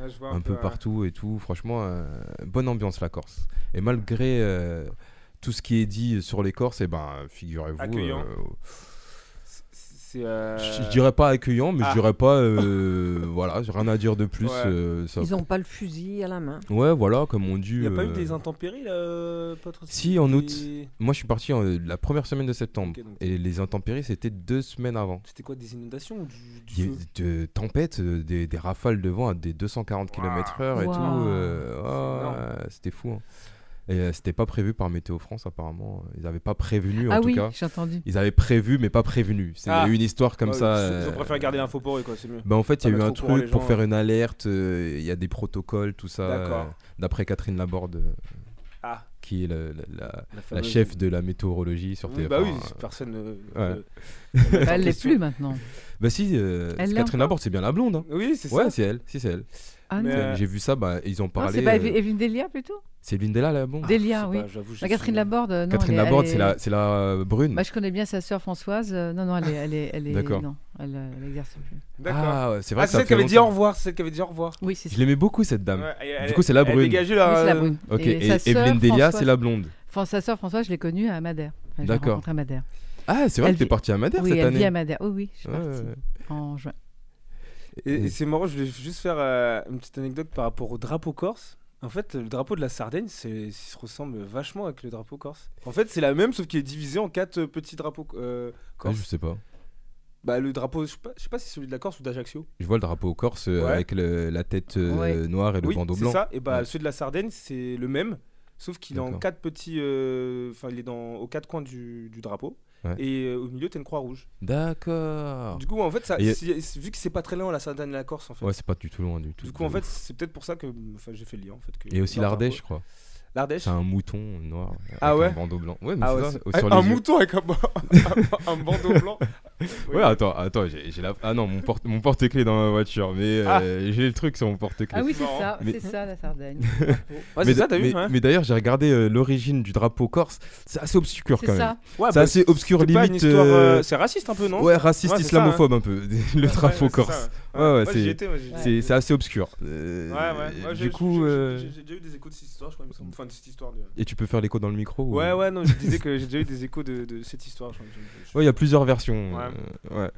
Speaker 5: Ouais, je vois hein.
Speaker 7: un, peu,
Speaker 5: ouais.
Speaker 7: partout et tout. Franchement, euh, bonne ambiance la Corse. Et malgré euh, tout ce qui est dit sur les Corses, eh ben, figurez-vous.
Speaker 5: Accueillant.
Speaker 7: euh,
Speaker 5: C'est- C'est. euh,
Speaker 7: je je dirais pas accueillant, mais
Speaker 5: Ah.
Speaker 7: je dirais pas. euh, voilà, j'ai rien à dire de plus.
Speaker 5: Ouais.
Speaker 7: euh, ça-
Speaker 6: Ils n'ont pas le fusil à la main.
Speaker 7: Ouais, voilà, comme on dit.
Speaker 5: Il n'y a pas eu
Speaker 7: euh,
Speaker 5: des intempéries là euh, pas trop-
Speaker 7: Si, en août.
Speaker 5: des-
Speaker 7: Moi, je suis parti en- la première semaine de septembre.
Speaker 5: Ok, donc-
Speaker 7: Et les intempéries, c'était deux semaines avant.
Speaker 5: C'était quoi des inondations ou du, du
Speaker 7: Il y a
Speaker 5: feu
Speaker 7: eu de tempêtes, euh, des, des rafales de vent à des 240 km/h et
Speaker 4: Waouh.
Speaker 7: tout. euh,
Speaker 5: Waouh.
Speaker 7: ouais, c'était fou. hein. Et euh, c'était pas prévu par Météo France, apparemment. Ils avaient pas prévenu, en
Speaker 4: Ah
Speaker 7: tout
Speaker 4: oui,
Speaker 7: cas.
Speaker 4: j'ai entendu.
Speaker 7: Ils avaient prévu, mais pas prévenu. C'est il y a
Speaker 5: Ah.
Speaker 7: eu une histoire comme
Speaker 5: Ouais,
Speaker 7: ça.
Speaker 5: Ils ils ont
Speaker 7: euh,
Speaker 5: préféré garder l'info pour eux quoi, c'est mieux.
Speaker 7: bah, en fait, il y
Speaker 5: Pas
Speaker 7: a eu un
Speaker 5: mettre au courant
Speaker 7: truc
Speaker 5: les
Speaker 7: pour
Speaker 5: gens, hein.
Speaker 7: faire une alerte. euh, Il y a des protocoles, tout ça.
Speaker 5: D'accord.
Speaker 7: euh, D'après Catherine Laborde, euh,
Speaker 5: Ah,
Speaker 7: qui est la, la- la-
Speaker 5: la,
Speaker 7: la
Speaker 5: fameuse-
Speaker 7: chef de la météorologie sur
Speaker 5: Oui,
Speaker 7: TF1.
Speaker 5: bah oui,
Speaker 7: euh,
Speaker 5: personne. euh,
Speaker 7: ouais.
Speaker 5: euh,
Speaker 4: Bah, elle l'est
Speaker 5: question.
Speaker 4: plus maintenant.
Speaker 7: Bah si, euh,
Speaker 4: Elle
Speaker 7: c'est
Speaker 4: l'a
Speaker 7: Catherine Laborde, c'est bien la blonde. hein.
Speaker 5: Oui, c'est
Speaker 7: Ouais,
Speaker 5: ça.
Speaker 7: c'est elle, si c'est elle.
Speaker 4: Ah
Speaker 5: Mais,
Speaker 4: non.
Speaker 5: euh,
Speaker 7: J'ai vu ça, bah, ils ont
Speaker 4: Non,
Speaker 7: parlé.
Speaker 4: c'est pas
Speaker 7: euh,
Speaker 4: Evi- Evelyne Delia plutôt
Speaker 7: Evelyne Della, la bon.
Speaker 4: Ah, Delia,
Speaker 5: Je sais
Speaker 4: oui.
Speaker 5: pas, j'avoue, j'ai
Speaker 4: La Catherine
Speaker 5: ce-
Speaker 4: Laborde, euh, non.
Speaker 7: Catherine
Speaker 4: elle est-
Speaker 7: Laborde,
Speaker 4: elle
Speaker 7: c'est
Speaker 4: est-
Speaker 7: la, c'est la euh, brune.
Speaker 4: Bah, je connais bien sa sœur Françoise. euh, Non, non, elle est, elle est, elle est-
Speaker 7: D'accord.
Speaker 4: non, elle, euh, elle exerce plus.
Speaker 5: D'accord.
Speaker 7: ah, ouais, c'est vrai
Speaker 5: Ah,
Speaker 7: que
Speaker 5: c'est
Speaker 7: ça
Speaker 5: celle qui
Speaker 7: fait
Speaker 5: avait dit au
Speaker 7: longtemps.
Speaker 5: revoir. C'est celle qui avait dit au revoir.
Speaker 4: Oui, c'est ça.
Speaker 7: Je l'aimais beaucoup cette dame.
Speaker 5: Ouais, elle-
Speaker 7: Du
Speaker 5: elle-
Speaker 7: coup, c'est la
Speaker 5: elle
Speaker 7: brune.
Speaker 5: dégageait euh, la-
Speaker 4: Oui, c'est la brune.
Speaker 7: Ah, Ok,
Speaker 4: Et
Speaker 7: et,
Speaker 4: sa sœur,
Speaker 7: Evelyne Delia,
Speaker 4: Françoise-
Speaker 7: c'est la blonde.
Speaker 4: Enfin, sa sœur Françoise, je l'ai connue à Madère. Enfin, je l'ai
Speaker 7: D'accord.
Speaker 4: rencontrée à Madère.
Speaker 7: Ah, c'est vrai
Speaker 4: Elle
Speaker 7: que t'es
Speaker 4: vit-
Speaker 7: partie à Madère
Speaker 4: oui,
Speaker 7: cette
Speaker 4: elle
Speaker 7: année.
Speaker 4: vit à Madère. Oui, oui, je suis
Speaker 7: Ouais,
Speaker 4: partie
Speaker 7: ouais.
Speaker 4: en juin.
Speaker 5: Et,
Speaker 7: Mm.
Speaker 5: et c'est marrant, je voulais juste faire euh, une petite anecdote par rapport au drapeau corse. En fait, le drapeau de la Sardaigne, c'est, il se ressemble vachement avec le drapeau corse. En fait, c'est la même, sauf qu'il est divisé en quatre euh, petits drapeaux euh,
Speaker 7: Ah,
Speaker 5: corse.
Speaker 7: je sais pas.
Speaker 5: Bah, le drapeau, je sais pas, je sais pas si c'est celui de la Corse ou d'Ajaccio.
Speaker 7: Je vois le drapeau corse euh,
Speaker 5: Ouais.
Speaker 7: avec le- la tête euh,
Speaker 4: Ouais.
Speaker 7: noire et le
Speaker 5: oui,
Speaker 7: bandeau
Speaker 5: c'est
Speaker 7: blanc.
Speaker 5: ça. Et bah,
Speaker 7: Ouais.
Speaker 5: celui de la Sardaigne, c'est le même, sauf qu'il est en
Speaker 7: D'accord.
Speaker 5: quatre petits. euh, Enfin, il est dans, aux quatre coins du, du drapeau.
Speaker 7: Ouais.
Speaker 5: Et euh, au milieu, t'as une croix rouge.
Speaker 7: D'accord.
Speaker 5: Du coup, en fait, ça,
Speaker 7: Et-
Speaker 5: si- si- vu que c'est pas très loin, la Sardaigne et la Corse, en fait.
Speaker 7: Ouais, c'est pas du tout loin du tout.
Speaker 5: du coup, en fait, c'est peut-être pour ça que enfin, j'ai fait le lien. En fait, que
Speaker 7: Et aussi
Speaker 5: leur drapeau-
Speaker 7: l'Ardèche, je crois.
Speaker 5: L'Ardèche.
Speaker 7: C'est un mouton noir
Speaker 5: Ah
Speaker 7: avec
Speaker 5: ouais
Speaker 7: un bandeau blanc. Ouais, mais
Speaker 5: Ah
Speaker 7: c'est
Speaker 5: ouais,
Speaker 7: ça, euh,
Speaker 5: c'est-
Speaker 7: sur
Speaker 5: un
Speaker 7: les yeux.
Speaker 5: mouton avec un, ban- un- un bandeau blanc. Oui.
Speaker 7: Ouais, attends, attends, j'ai j'ai la. Ah non, mon, porte mon porte-clés dans ma voiture, mais euh,
Speaker 5: Ah.
Speaker 7: j'ai le truc sur mon porte-clés.
Speaker 4: Ah oui,
Speaker 5: c'est
Speaker 4: c'est
Speaker 5: marrant.
Speaker 4: ça,
Speaker 7: Mais-
Speaker 4: c'est ça la Sardaigne.
Speaker 5: Ouais,
Speaker 7: mais
Speaker 5: bah, c'est ça,
Speaker 7: d'a-
Speaker 5: t'as vu hein.
Speaker 7: mais-
Speaker 5: ouais.
Speaker 7: mais d'ailleurs, j'ai regardé euh, l'origine du drapeau corse. C'est assez obscur
Speaker 4: C'est
Speaker 7: quand même.
Speaker 4: ça.
Speaker 5: Ouais,
Speaker 7: c'est
Speaker 5: bah,
Speaker 7: assez obscur,
Speaker 5: c'était pas une
Speaker 7: limite.
Speaker 5: histoire,
Speaker 7: euh,
Speaker 5: euh, C'est raciste un peu, non
Speaker 7: ouais, raciste,
Speaker 5: Ouais, c'est ça, hein.
Speaker 7: islamophobe un peu, le
Speaker 5: Ouais,
Speaker 7: drapeau
Speaker 5: ouais, c'est
Speaker 7: corse.
Speaker 5: ça,
Speaker 7: Ouais, ouais,
Speaker 5: Moi,
Speaker 7: c'est-
Speaker 5: j'y étais, moi, j'y étais.
Speaker 7: C'est c'est assez obscur. Euh,
Speaker 5: Ouais, ouais. Moi, j'ai-
Speaker 7: du coup.
Speaker 5: j'ai-
Speaker 7: euh,
Speaker 5: j'ai j'ai déjà eu des échos de cette histoire, je crois, il me semble. Enfin, de cette histoire de.
Speaker 7: Et tu peux faire l'écho dans le micro ou-
Speaker 5: Ouais, ouais, non, je disais que j'ai déjà eu des échos de, de cette histoire. je crois, il me semble.
Speaker 7: Ouais, il y a plusieurs versions.
Speaker 5: Ouais.
Speaker 7: euh, ouais.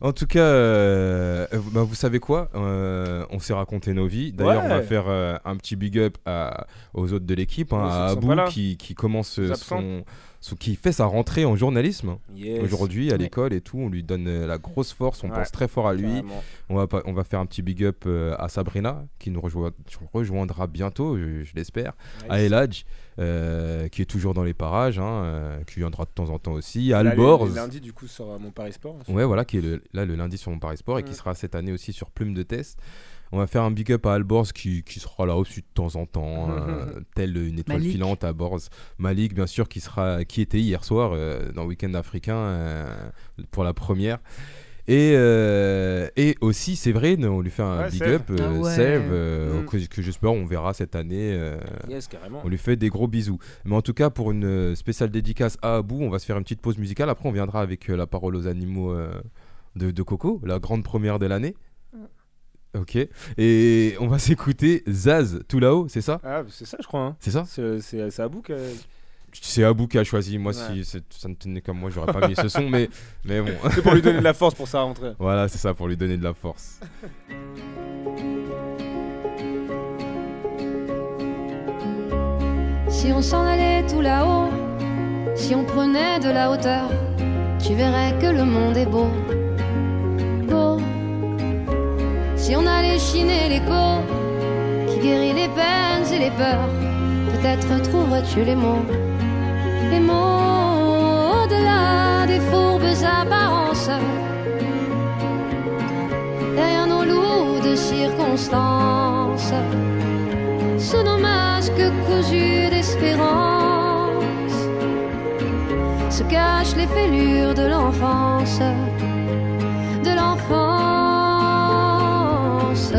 Speaker 7: En tout cas, euh, euh, bah, vous savez quoi Euh, On s'est raconté nos vies. D'ailleurs,
Speaker 5: Ouais.
Speaker 7: on va faire euh, un petit big up à- aux autres de l'équipe, hein,
Speaker 5: Ouais, ceux
Speaker 7: à
Speaker 5: qui sont
Speaker 7: Abou
Speaker 5: pas là.
Speaker 7: qui, qui commence euh,
Speaker 5: Les absents.
Speaker 7: son, son- qui fait sa rentrée en journalisme hein.
Speaker 5: Yes,
Speaker 7: aujourd'hui à
Speaker 4: Ouais.
Speaker 7: l'école et tout. On lui donne euh, la grosse force, on
Speaker 5: Ouais.
Speaker 7: pense très fort à lui.
Speaker 5: carrément.
Speaker 7: On va, pas- on va faire un petit big up euh, à Sabrina qui nous rejoint- rejoindra bientôt, je, je l'espère. À
Speaker 5: Nice.
Speaker 7: Eladj euh, qui est toujours dans les parages, hein, euh, qui viendra de temps en temps aussi. À
Speaker 5: Là, le-
Speaker 7: Alborz.
Speaker 5: le Lundi, du coup, sort euh, mon Paris Sport.
Speaker 7: Ouais, voilà, qui est le- là le lundi sur mon Paris Sport et qui
Speaker 5: Mm.
Speaker 7: sera cette année aussi sur Plume de Test. On va faire un big up à Alborz qui, qui sera là au-dessus de temps en temps, euh, telle une étoile
Speaker 4: Malik.
Speaker 7: filante à Borz. Malik, bien sûr, qui, sera, qui était hier soir euh, dans Week-end africain euh, pour la première. Et, euh, et aussi, c'est vrai, on lui fait un
Speaker 5: Ouais,
Speaker 7: big
Speaker 5: Sèvres.
Speaker 7: up, euh,
Speaker 4: Ah ouais.
Speaker 7: Sèvres, euh,
Speaker 5: Mm.
Speaker 7: que, que j'espère on verra cette année. euh,
Speaker 5: Yes, carrément.
Speaker 7: on lui fait des gros bisous. Mais en tout cas, pour une euh, spéciale dédicace à Abou, on va se faire une petite pause musicale. Après, on viendra avec euh, la parole aux animaux euh, de, de Coco, la grande première de l'année. Ok. Et on va s'écouter Zaz, tout là-haut, c'est ça
Speaker 5: Ah, c'est ça, je crois. hein.
Speaker 7: C'est ça
Speaker 5: C'est c'est- c'est à bout que.
Speaker 7: C'est Abou qui a choisi. Moi,
Speaker 5: Ouais.
Speaker 7: si c'est- ça ne tenait comme moi, j'aurais pas mis ce son, mais, mais bon.
Speaker 5: C'est pour lui donner de la force pour sa rentrée.
Speaker 7: voilà, c'est ça, pour lui donner de la force.
Speaker 8: Si on s'en allait tout là-haut, si on prenait de la hauteur, tu verrais que le monde est beau. Beau. Si on allait chiner l'écho qui guérit les peines et les peurs, peut-être trouverais-tu les mots. Les mots au-delà des fourbes apparences, derrière nos lourdes circonstances ce nos masques cousus d'espérance se cachent les fêlures de l'enfance, de l'enfance.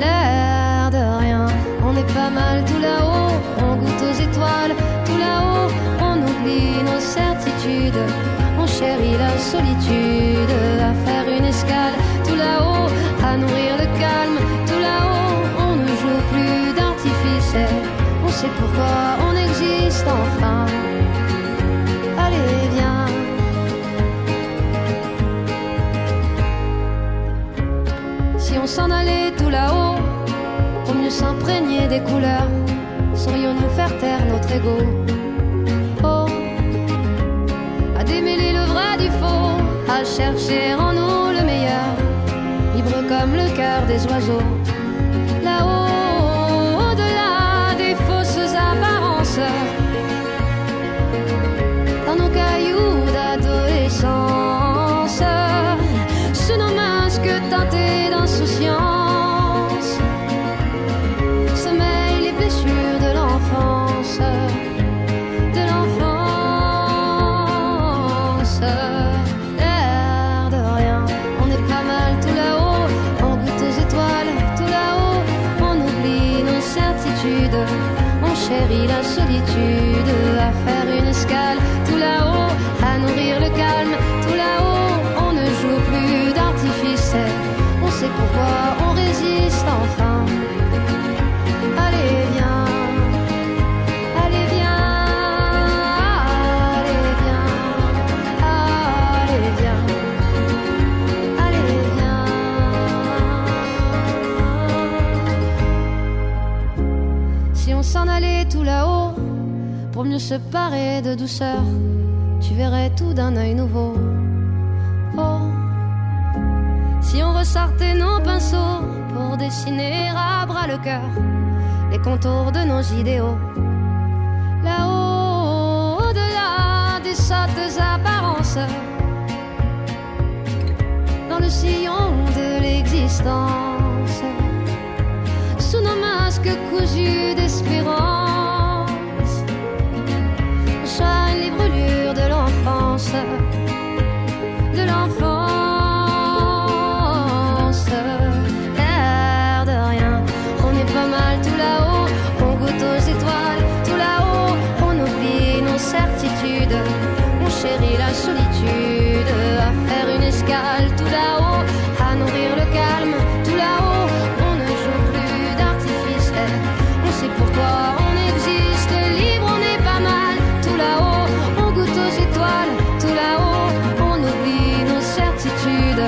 Speaker 8: L'air de rien, on est pas mal tout là-haut, on goûte aux étoiles tout là-haut, on oublie nos certitudes, on chérit la solitude, à faire une escale tout là-haut, à nourrir le calme tout là-haut, on ne joue plus d'artifice, on sait pourquoi on existe enfin. Allez, viens. Si on s'en allait tout là-haut, pour mieux s'imprégner des couleurs, saurions-nous faire taire notre ego Oh, à démêler le vrai du faux, à chercher en nous le meilleur, libre comme le cœur des oiseaux. Là-haut, au-delà des fausses apparences, dans nos cailloux d'adolescence, sous nos masques teintés d'insouciance, sommeillent les blessures de l'enfance, de l'enfance. L'air de rien, on est pas mal tout là-haut, on goûte aux étoiles tout là-haut, on oublie nos certitudes, on chérit la solitude, à faire une escale tout là-haut, à nourrir le calme tout là-haut, on ne joue plus d'artifice, on sait pourquoi on résiste enfin. Allez, viens. Allez viens, allez viens, allez viens, allez viens. Si on s'en allait tout là-haut, pour mieux se parer de douceur, tu verrais tout d'un œil nouveau. Oh, si on ressortait nos pinceaux pour dessiner à bras le cœur les contours de nos idéaux là-haut, au-delà des sottes apparences, dans le sillon de l'existence, sous nos masques cousus d'espérance, on soigne les brûlures de l'enfance, de l'enfance, l'air de rien. On est pas mal tout là-haut, on goûte aux étoiles tout là-haut, on oublie nos certitudes, on chérit la solitude, à faire une escale tout là-haut, à nourrir le calme tout là-haut, on ne joue plus d'artifice, on sait pourquoi on existe, libre on est pas mal tout là-haut, on goûte aux étoiles tout là-haut, on oublie nos certitudes,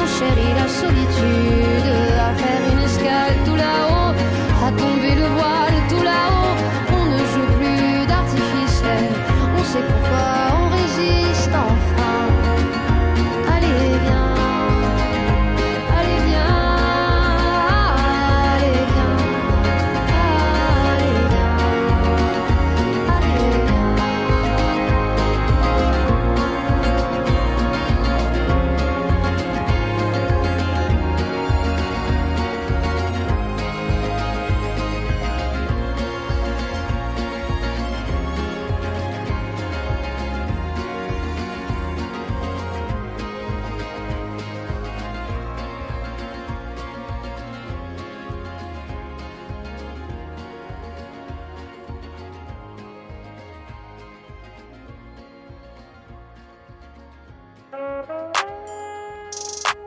Speaker 8: on chérit la solitude, à faire une escale tout là-haut, à tomber le voile tout là-haut, on ne joue plus d'artifice, on sait pourquoi on résiste enfin. Allez viens, allez viens, allez viens, allez viens, allez viens.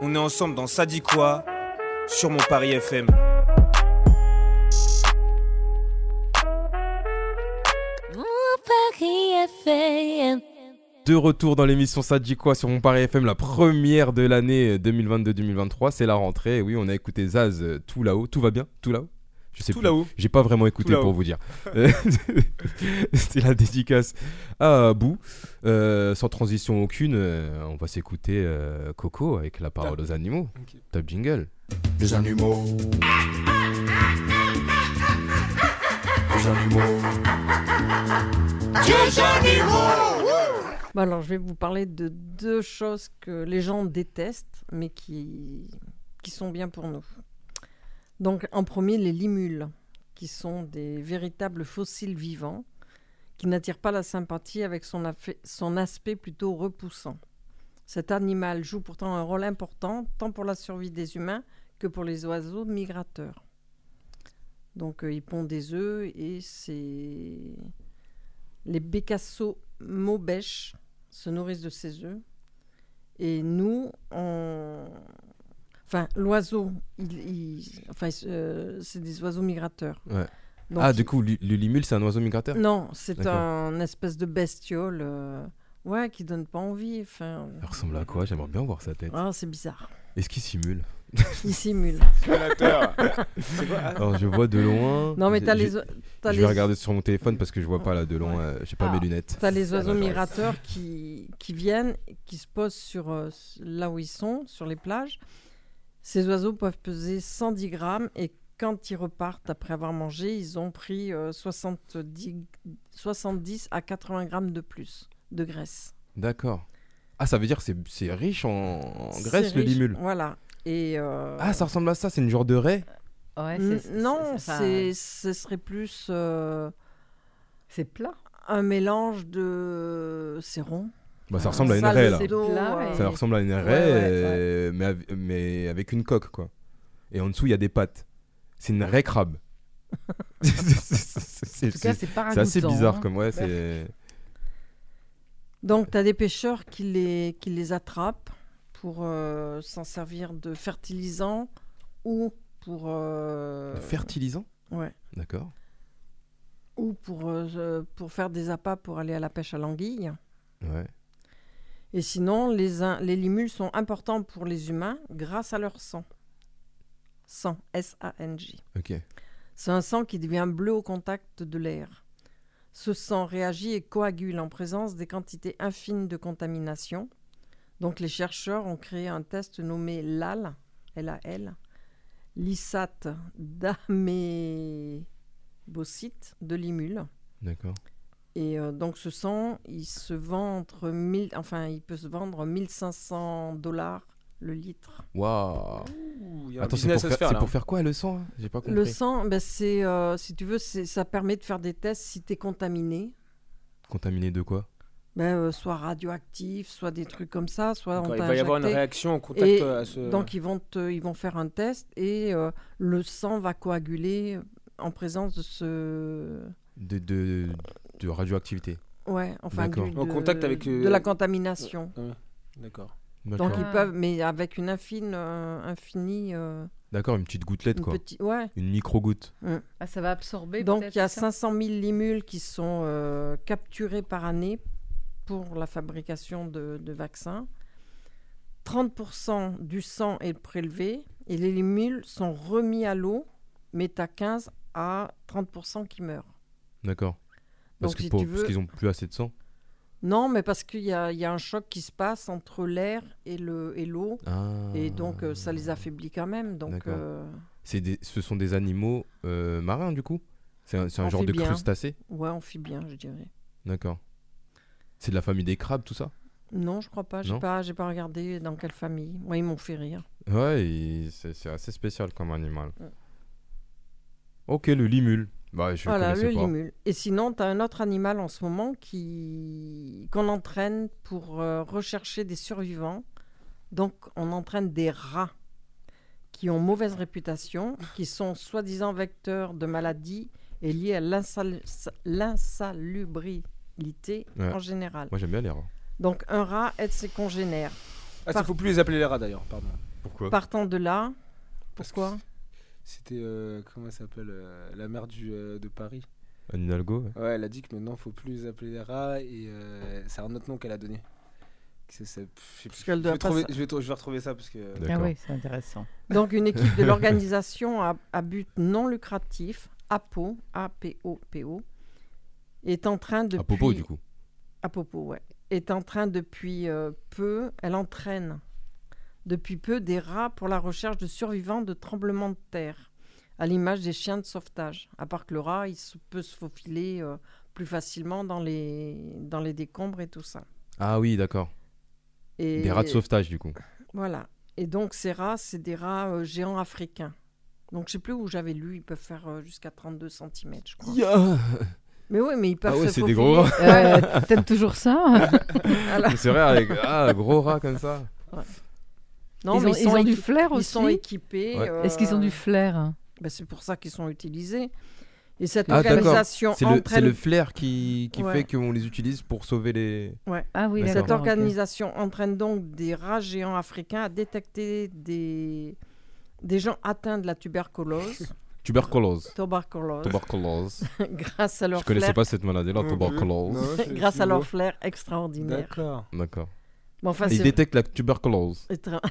Speaker 5: On est ensemble dans Ça dit quoi sur mon Paris FM.
Speaker 2: Mon Paris FM.
Speaker 3: De retour dans l'émission Ça dit quoi sur mon Paris FM, la première de
Speaker 7: euh,
Speaker 3: l'année 2022-2023. C'est la rentrée. Et oui, on a écouté Zaz euh, tout là-haut. Tout va bien Tout là-haut Je sais
Speaker 5: Tout
Speaker 3: plus.
Speaker 5: là-haut.
Speaker 3: J'ai pas vraiment écouté
Speaker 5: Tout là-haut.
Speaker 3: pour vous dire. Euh, C'était la dédicace à Bou. Euh, sans transition aucune, euh, on va s'écouter euh, Coco avec la parole aux animaux.
Speaker 5: Ok.
Speaker 3: Top jingle.
Speaker 9: Les animaux. Les animaux.
Speaker 6: Bah alors, je vais vous parler de deux choses que les gens détestent, mais qui, qui sont bien pour nous. Donc, en premier, les limules, qui sont des véritables fossiles vivants, qui n'attirent pas la sympathie avec son, affa- son aspect plutôt repoussant. Cet animal joue pourtant un rôle important, tant pour la survie des humains que pour les oiseaux migrateurs. Donc, euh, il pond des œufs et c'est. Les bécassos maubèches se nourrissent de ces œufs. Et nous, on... Enfin, l'oiseau, il, il- enfin, il se- euh, c'est des oiseaux migrateurs.
Speaker 3: Ouais.
Speaker 6: Donc,
Speaker 3: ah,
Speaker 6: il-
Speaker 3: du coup, lu- le limule, c'est un oiseau migrateur
Speaker 6: Non, c'est
Speaker 3: D'accord.
Speaker 6: un espèce de bestiole euh, ouais, qui donne pas envie. Enfin,
Speaker 3: Elle ressemble à quoi J'aimerais bien voir sa tête.
Speaker 6: ah, c'est bizarre.
Speaker 3: Est-ce qu'il simule
Speaker 6: Il simule.
Speaker 5: Sénateur. C'est quoi Ah,
Speaker 3: Alors, je vois de loin.
Speaker 6: Non, mais
Speaker 3: Je-
Speaker 6: t'as
Speaker 3: je-
Speaker 6: les, oi-
Speaker 3: Je
Speaker 6: t'as
Speaker 3: vais
Speaker 6: les-
Speaker 3: regarder sur mon téléphone parce que je vois pas là de loin.
Speaker 6: Ouais.
Speaker 3: euh, J'ai pas
Speaker 4: Ah.
Speaker 3: mes lunettes.
Speaker 6: T'as les oiseaux
Speaker 3: Ah, d'accord.
Speaker 6: migrateurs qui, qui viennent, qui se posent sur, euh, s- là où ils sont, sur les plages. Ces oiseaux peuvent peser 110 grammes et quand ils repartent après avoir mangé, ils ont pris euh, 70, 70 à 80 grammes de plus de graisse.
Speaker 3: D'accord. Ah, ça veut dire que c'est- c'est riche en, en
Speaker 6: C'est
Speaker 3: graisse le
Speaker 6: riche.
Speaker 3: limule.
Speaker 6: Voilà. Et euh,
Speaker 3: Ah, ça ressemble à ça, c'est une genre de raie
Speaker 4: Ouais,
Speaker 6: n-
Speaker 4: c'est-
Speaker 6: non,
Speaker 4: enfin,
Speaker 6: c'est ce serait plus euh,
Speaker 4: C'est plat.
Speaker 6: un mélange de c'est rond.
Speaker 3: Bah, ça ressemble à une
Speaker 6: Ah, Ça,
Speaker 3: raie
Speaker 6: le
Speaker 3: là.
Speaker 6: dos, euh.
Speaker 4: plat et-
Speaker 3: Ça ressemble à une raie,
Speaker 6: ouais,
Speaker 3: euh, Mais, av- mais avec une coque quoi. Et en dessous, il y a des pattes. C'est une raie crabe. C'est- c'est-
Speaker 4: En
Speaker 3: c'est
Speaker 4: tout
Speaker 3: c'est-
Speaker 4: cas, c'est pas
Speaker 3: c'est assez
Speaker 4: ragoûtant,
Speaker 3: bizarre
Speaker 4: hein.
Speaker 3: comme ouais, c'est.
Speaker 6: Donc, tu as des pêcheurs qui les, qui les attrapent pour euh, s'en servir de fertilisant ou pour, euh,
Speaker 3: Fertilisant
Speaker 6: ouais,
Speaker 3: D'accord.
Speaker 6: ou pour, euh, pour faire des appâts pour aller à la pêche à l'anguille.
Speaker 3: Ouais.
Speaker 6: Et sinon, les, in- les limules sont importants pour les humains grâce à leur sang. Sang, S-A-N-J.
Speaker 3: Ok.
Speaker 6: C'est un sang qui devient bleu au contact de l'air. Ce sang réagit et coagule en présence des quantités infimes de contamination. Donc les chercheurs ont créé un test nommé LAL, L-A-L, lysate d'amébocite de limule.
Speaker 3: D'accord.
Speaker 6: Et euh, donc ce sang, il se vend entre 1000, enfin il peut se vendre 1500 dollars le litre.
Speaker 3: Waouh.
Speaker 5: ouh, il y a un
Speaker 3: Attends, c'est pour,
Speaker 5: business à se
Speaker 3: faire,
Speaker 5: faire,
Speaker 3: c'est
Speaker 5: là.
Speaker 3: pour faire quoi le sang hein J'ai pas compris.
Speaker 6: Le sang, ben, c'est, euh, si tu veux, c'est- ça permet de faire des tests si tu es contaminé.
Speaker 3: Contaminé de quoi
Speaker 6: Ben, euh, soit radioactif, soit des trucs comme ça, soit
Speaker 5: D'accord,
Speaker 6: on
Speaker 5: il
Speaker 6: t'a
Speaker 5: va y avoir une
Speaker 6: injecté.
Speaker 5: réaction en contact
Speaker 6: Et
Speaker 5: euh, à ce.
Speaker 6: Donc ils vont, te- ils vont faire un test et euh, le sang va coaguler en présence de ce...
Speaker 3: de, de, de radioactivité.
Speaker 6: Ouais, enfin
Speaker 3: D'accord.
Speaker 6: du-
Speaker 5: En
Speaker 6: de-
Speaker 5: contact avec, euh,
Speaker 6: de la contamination.
Speaker 5: D'accord.
Speaker 3: D'accord.
Speaker 6: Donc
Speaker 4: D'accord.
Speaker 6: ils peuvent, mais avec une infine, euh, infinie, euh,
Speaker 3: D'accord, une petite gouttelette
Speaker 6: une
Speaker 3: quoi.
Speaker 6: petite, ouais.
Speaker 3: Une micro-goutte.
Speaker 4: Ah, ça va absorber.
Speaker 6: Donc
Speaker 4: peut-être,
Speaker 6: il y a
Speaker 4: c'est ça
Speaker 6: 500 000 limules qui sont euh, capturées par année pour la fabrication de, de vaccins. 30% du sang est prélevé et les limules sont remis à l'eau, mais tu 15 à 30% qui meurent.
Speaker 3: D'accord. Parce
Speaker 6: Donc,
Speaker 3: que
Speaker 6: si
Speaker 3: pour-
Speaker 6: tu
Speaker 3: parce
Speaker 6: veux-
Speaker 3: qu'ils ont plus assez de sang.
Speaker 6: Non, mais parce qu'il y a, il y a un choc qui se passe entre l'air et le- et l'eau.
Speaker 3: Ah.
Speaker 6: Et, donc, euh, ça les affaiblit quand même. Donc,
Speaker 3: D'accord.
Speaker 6: euh,
Speaker 3: C'est des- ce sont des animaux euh, marins du coup C'est un, c'est
Speaker 5: Ah,
Speaker 3: un genre de
Speaker 6: Amphibiens.
Speaker 3: crustacé
Speaker 6: ouais, on fit bien, je dirais.
Speaker 3: D'accord. C'est de la famille des crabes tout ça
Speaker 6: Non, je crois pas. J'ai
Speaker 3: Non.
Speaker 6: pas, j'ai pas regardé dans quelle famille. Moi, ils m'ont fait rire.
Speaker 3: Ouais, et c'est c'est assez spécial comme animal.
Speaker 6: Ouais.
Speaker 3: Ok, le limule. Bah, je
Speaker 6: Voilà, le
Speaker 3: connaissais pas.
Speaker 6: limule. Et sinon, tu as un autre animal en ce moment qui qu'on entraîne pour euh, rechercher des survivants. Donc, on entraîne des rats qui ont mauvaise réputation, qui sont soi-disant vecteurs de maladies et liés à l'insal- l'insalubrité
Speaker 3: Ouais.
Speaker 6: en général.
Speaker 3: Moi j'aime bien les rats.
Speaker 6: Donc, un rat aide ses congénères.
Speaker 5: Ah, ça,
Speaker 6: Par-
Speaker 5: faut plus les appeler les rats d'ailleurs, pardon.
Speaker 3: Pourquoi
Speaker 6: Partant de là,
Speaker 5: Parce que
Speaker 6: pourquoi
Speaker 5: C'était. euh, comment elle s'appelle euh, La mère du, euh, de Paris.
Speaker 3: Anne Hidalgo ouais.
Speaker 5: Ouais, elle a dit que maintenant, faut plus les appeler les rats et euh, c'est un autre nom qu'elle a donné. c'est- c'est- pff, je sais plus.
Speaker 6: Parce qu'elle
Speaker 5: Je
Speaker 6: doit
Speaker 5: vais,
Speaker 6: pas
Speaker 5: trouver,
Speaker 6: sa-
Speaker 5: je, vais, trou- je vais retrouver ça parce que.
Speaker 4: Ah
Speaker 3: D'accord.
Speaker 4: oui, c'est intéressant.
Speaker 6: Donc une équipe de l'organisation à, à but non lucratif, APO, A-P-O-P-O, est en train de
Speaker 3: À propos, du coup.
Speaker 6: à propos, ouais, est en train depuis euh, peu, elle entraîne depuis peu des rats pour la recherche de survivants de tremblements de terre, à l'image des chiens de sauvetage. À part que le rat, il se- peut se faufiler euh, plus facilement dans les, dans les décombres et tout ça.
Speaker 3: Ah oui, d'accord.
Speaker 6: Et,
Speaker 3: Des rats de sauvetage, du coup.
Speaker 6: Voilà. Et donc ces rats, c'est des rats euh, géants africains. Donc je sais plus où j'avais lu, ils peuvent faire euh, jusqu'à 32 cm, je crois. Mais oui, mais ils peuvent
Speaker 3: Ah ouais,
Speaker 6: se
Speaker 3: c'est des gros
Speaker 6: faufiler.
Speaker 4: Euh, T'aimes toujours ça
Speaker 6: Voilà.
Speaker 3: C'est vrai, avec ah, gros rat comme ça.
Speaker 6: Non,
Speaker 4: Ils
Speaker 6: mais
Speaker 4: ont, ils ont du
Speaker 6: équip-
Speaker 4: flair
Speaker 6: Ils
Speaker 4: aussi
Speaker 6: sont équipés.
Speaker 3: Ouais.
Speaker 4: Est-ce qu'ils ont
Speaker 6: euh,
Speaker 4: du flair
Speaker 6: Ben, c'est pour ça qu'ils sont utilisés. Et cette
Speaker 3: Ah, d'accord.
Speaker 6: organisation
Speaker 3: C'est le, c'est
Speaker 6: entraîne,
Speaker 3: le flair qui, qui
Speaker 6: Ouais.
Speaker 3: fait qu'on les utilise pour sauver les.
Speaker 4: Ah oui,
Speaker 3: Cette
Speaker 6: cette
Speaker 4: d'accord, ok.
Speaker 6: organisation entraîne donc des rats géants africains à détecter des, des gens atteints de la tuberculose,
Speaker 3: Tuberculose.
Speaker 6: tuberculose
Speaker 3: Tuberculose.
Speaker 6: grâce à
Speaker 3: Je
Speaker 6: leur
Speaker 3: connaissais
Speaker 6: flair,
Speaker 3: pas cette
Speaker 6: Mm-hmm.
Speaker 3: maladie-là,
Speaker 5: Mm,
Speaker 3: tuberculose.
Speaker 6: grâce à leur flair extraordinaire.
Speaker 5: D'accord.
Speaker 3: D'accord.
Speaker 6: Bon, enfin,
Speaker 3: Ils
Speaker 6: c'est-
Speaker 3: détectent la tuberculose.
Speaker 6: et tra-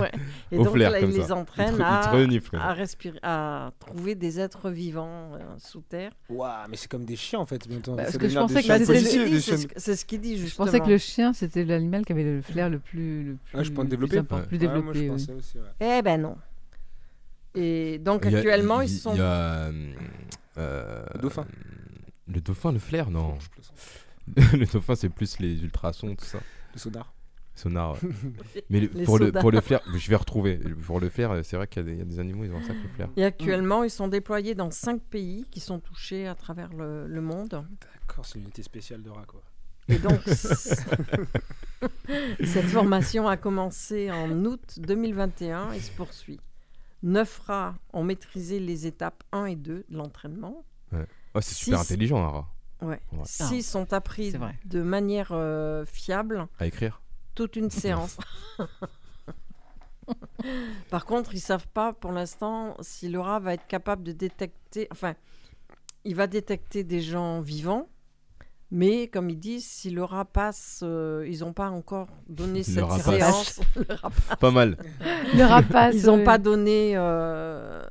Speaker 6: Ouais. Et
Speaker 3: Au
Speaker 6: donc
Speaker 3: flair,
Speaker 6: là,
Speaker 3: comme
Speaker 6: ils les
Speaker 3: ça.
Speaker 6: entraînent
Speaker 3: Ils te- ils te
Speaker 6: à,
Speaker 3: reniflent.
Speaker 6: à respirer, à trouver des êtres vivants euh, sous terre.
Speaker 5: Waouh, mais c'est comme des chiens en fait. mais attends,
Speaker 4: Bah,
Speaker 5: ça
Speaker 4: parce que je
Speaker 5: devient
Speaker 4: pensais
Speaker 5: des
Speaker 4: que
Speaker 5: chiens
Speaker 6: Bah, c'est
Speaker 5: policiers,
Speaker 6: ce qu'il
Speaker 5: des
Speaker 6: dit, c'est
Speaker 5: chiens-
Speaker 6: ce que- c'est ce qu'il dit
Speaker 4: Je
Speaker 6: justement.
Speaker 4: pensais que le chien, c'était l'animal qui avait le flair le plus, le plus,
Speaker 5: Ah, je pense
Speaker 4: le plus
Speaker 5: développé.
Speaker 4: important, plus
Speaker 5: Ouais, moi,
Speaker 4: développé.
Speaker 5: je
Speaker 4: oui.
Speaker 5: pensais aussi, ouais.
Speaker 6: Eh ben non. Et donc
Speaker 3: Il y a-
Speaker 6: actuellement,
Speaker 3: il-
Speaker 6: ils sont.
Speaker 3: il y a, euh, euh,
Speaker 5: Le dauphin.
Speaker 3: Le dauphin, le flair, non.
Speaker 5: Je plaisante.
Speaker 3: le dauphin, c'est plus les ultrasons, tout ça.
Speaker 5: Le sonar.
Speaker 3: Sonar. ouais. Mais le-
Speaker 6: Les
Speaker 3: pour, le,
Speaker 6: sodas.
Speaker 3: pour le flair, je vais retrouver. Pour le flair, c'est vrai qu'il y, a des- il y a des animaux, ils ont un sacré flair.
Speaker 6: Et actuellement, ils sont déployés dans cinq pays qui sont touchés à travers le, le monde.
Speaker 5: D'accord, c'est une unité spéciale de rats quoi.
Speaker 6: Et donc, cette formation a commencé en août 2021 et se poursuit. Neuf rats ont maîtrisé les étapes 1 et 2 de l'entraînement.
Speaker 3: Oh, c'est super
Speaker 6: Six.
Speaker 3: intelligent, un rat,
Speaker 6: Ouais.
Speaker 3: Ouais.
Speaker 6: Six sont appris
Speaker 4: Ah, c'est vrai.
Speaker 6: de manière euh, fiable
Speaker 3: à écrire.
Speaker 6: toute une séance. Par contre, ils savent pas pour l'instant si le rat va être capable de détecter. Enfin, il va détecter des gens vivants, mais comme ils disent, si le rat passe, euh, ils n'ont pas encore donné cette
Speaker 3: rat passe.
Speaker 6: séance.
Speaker 3: Pas mal.
Speaker 4: Le rapace.
Speaker 6: Ils n'ont
Speaker 4: oui.
Speaker 6: pas donné euh,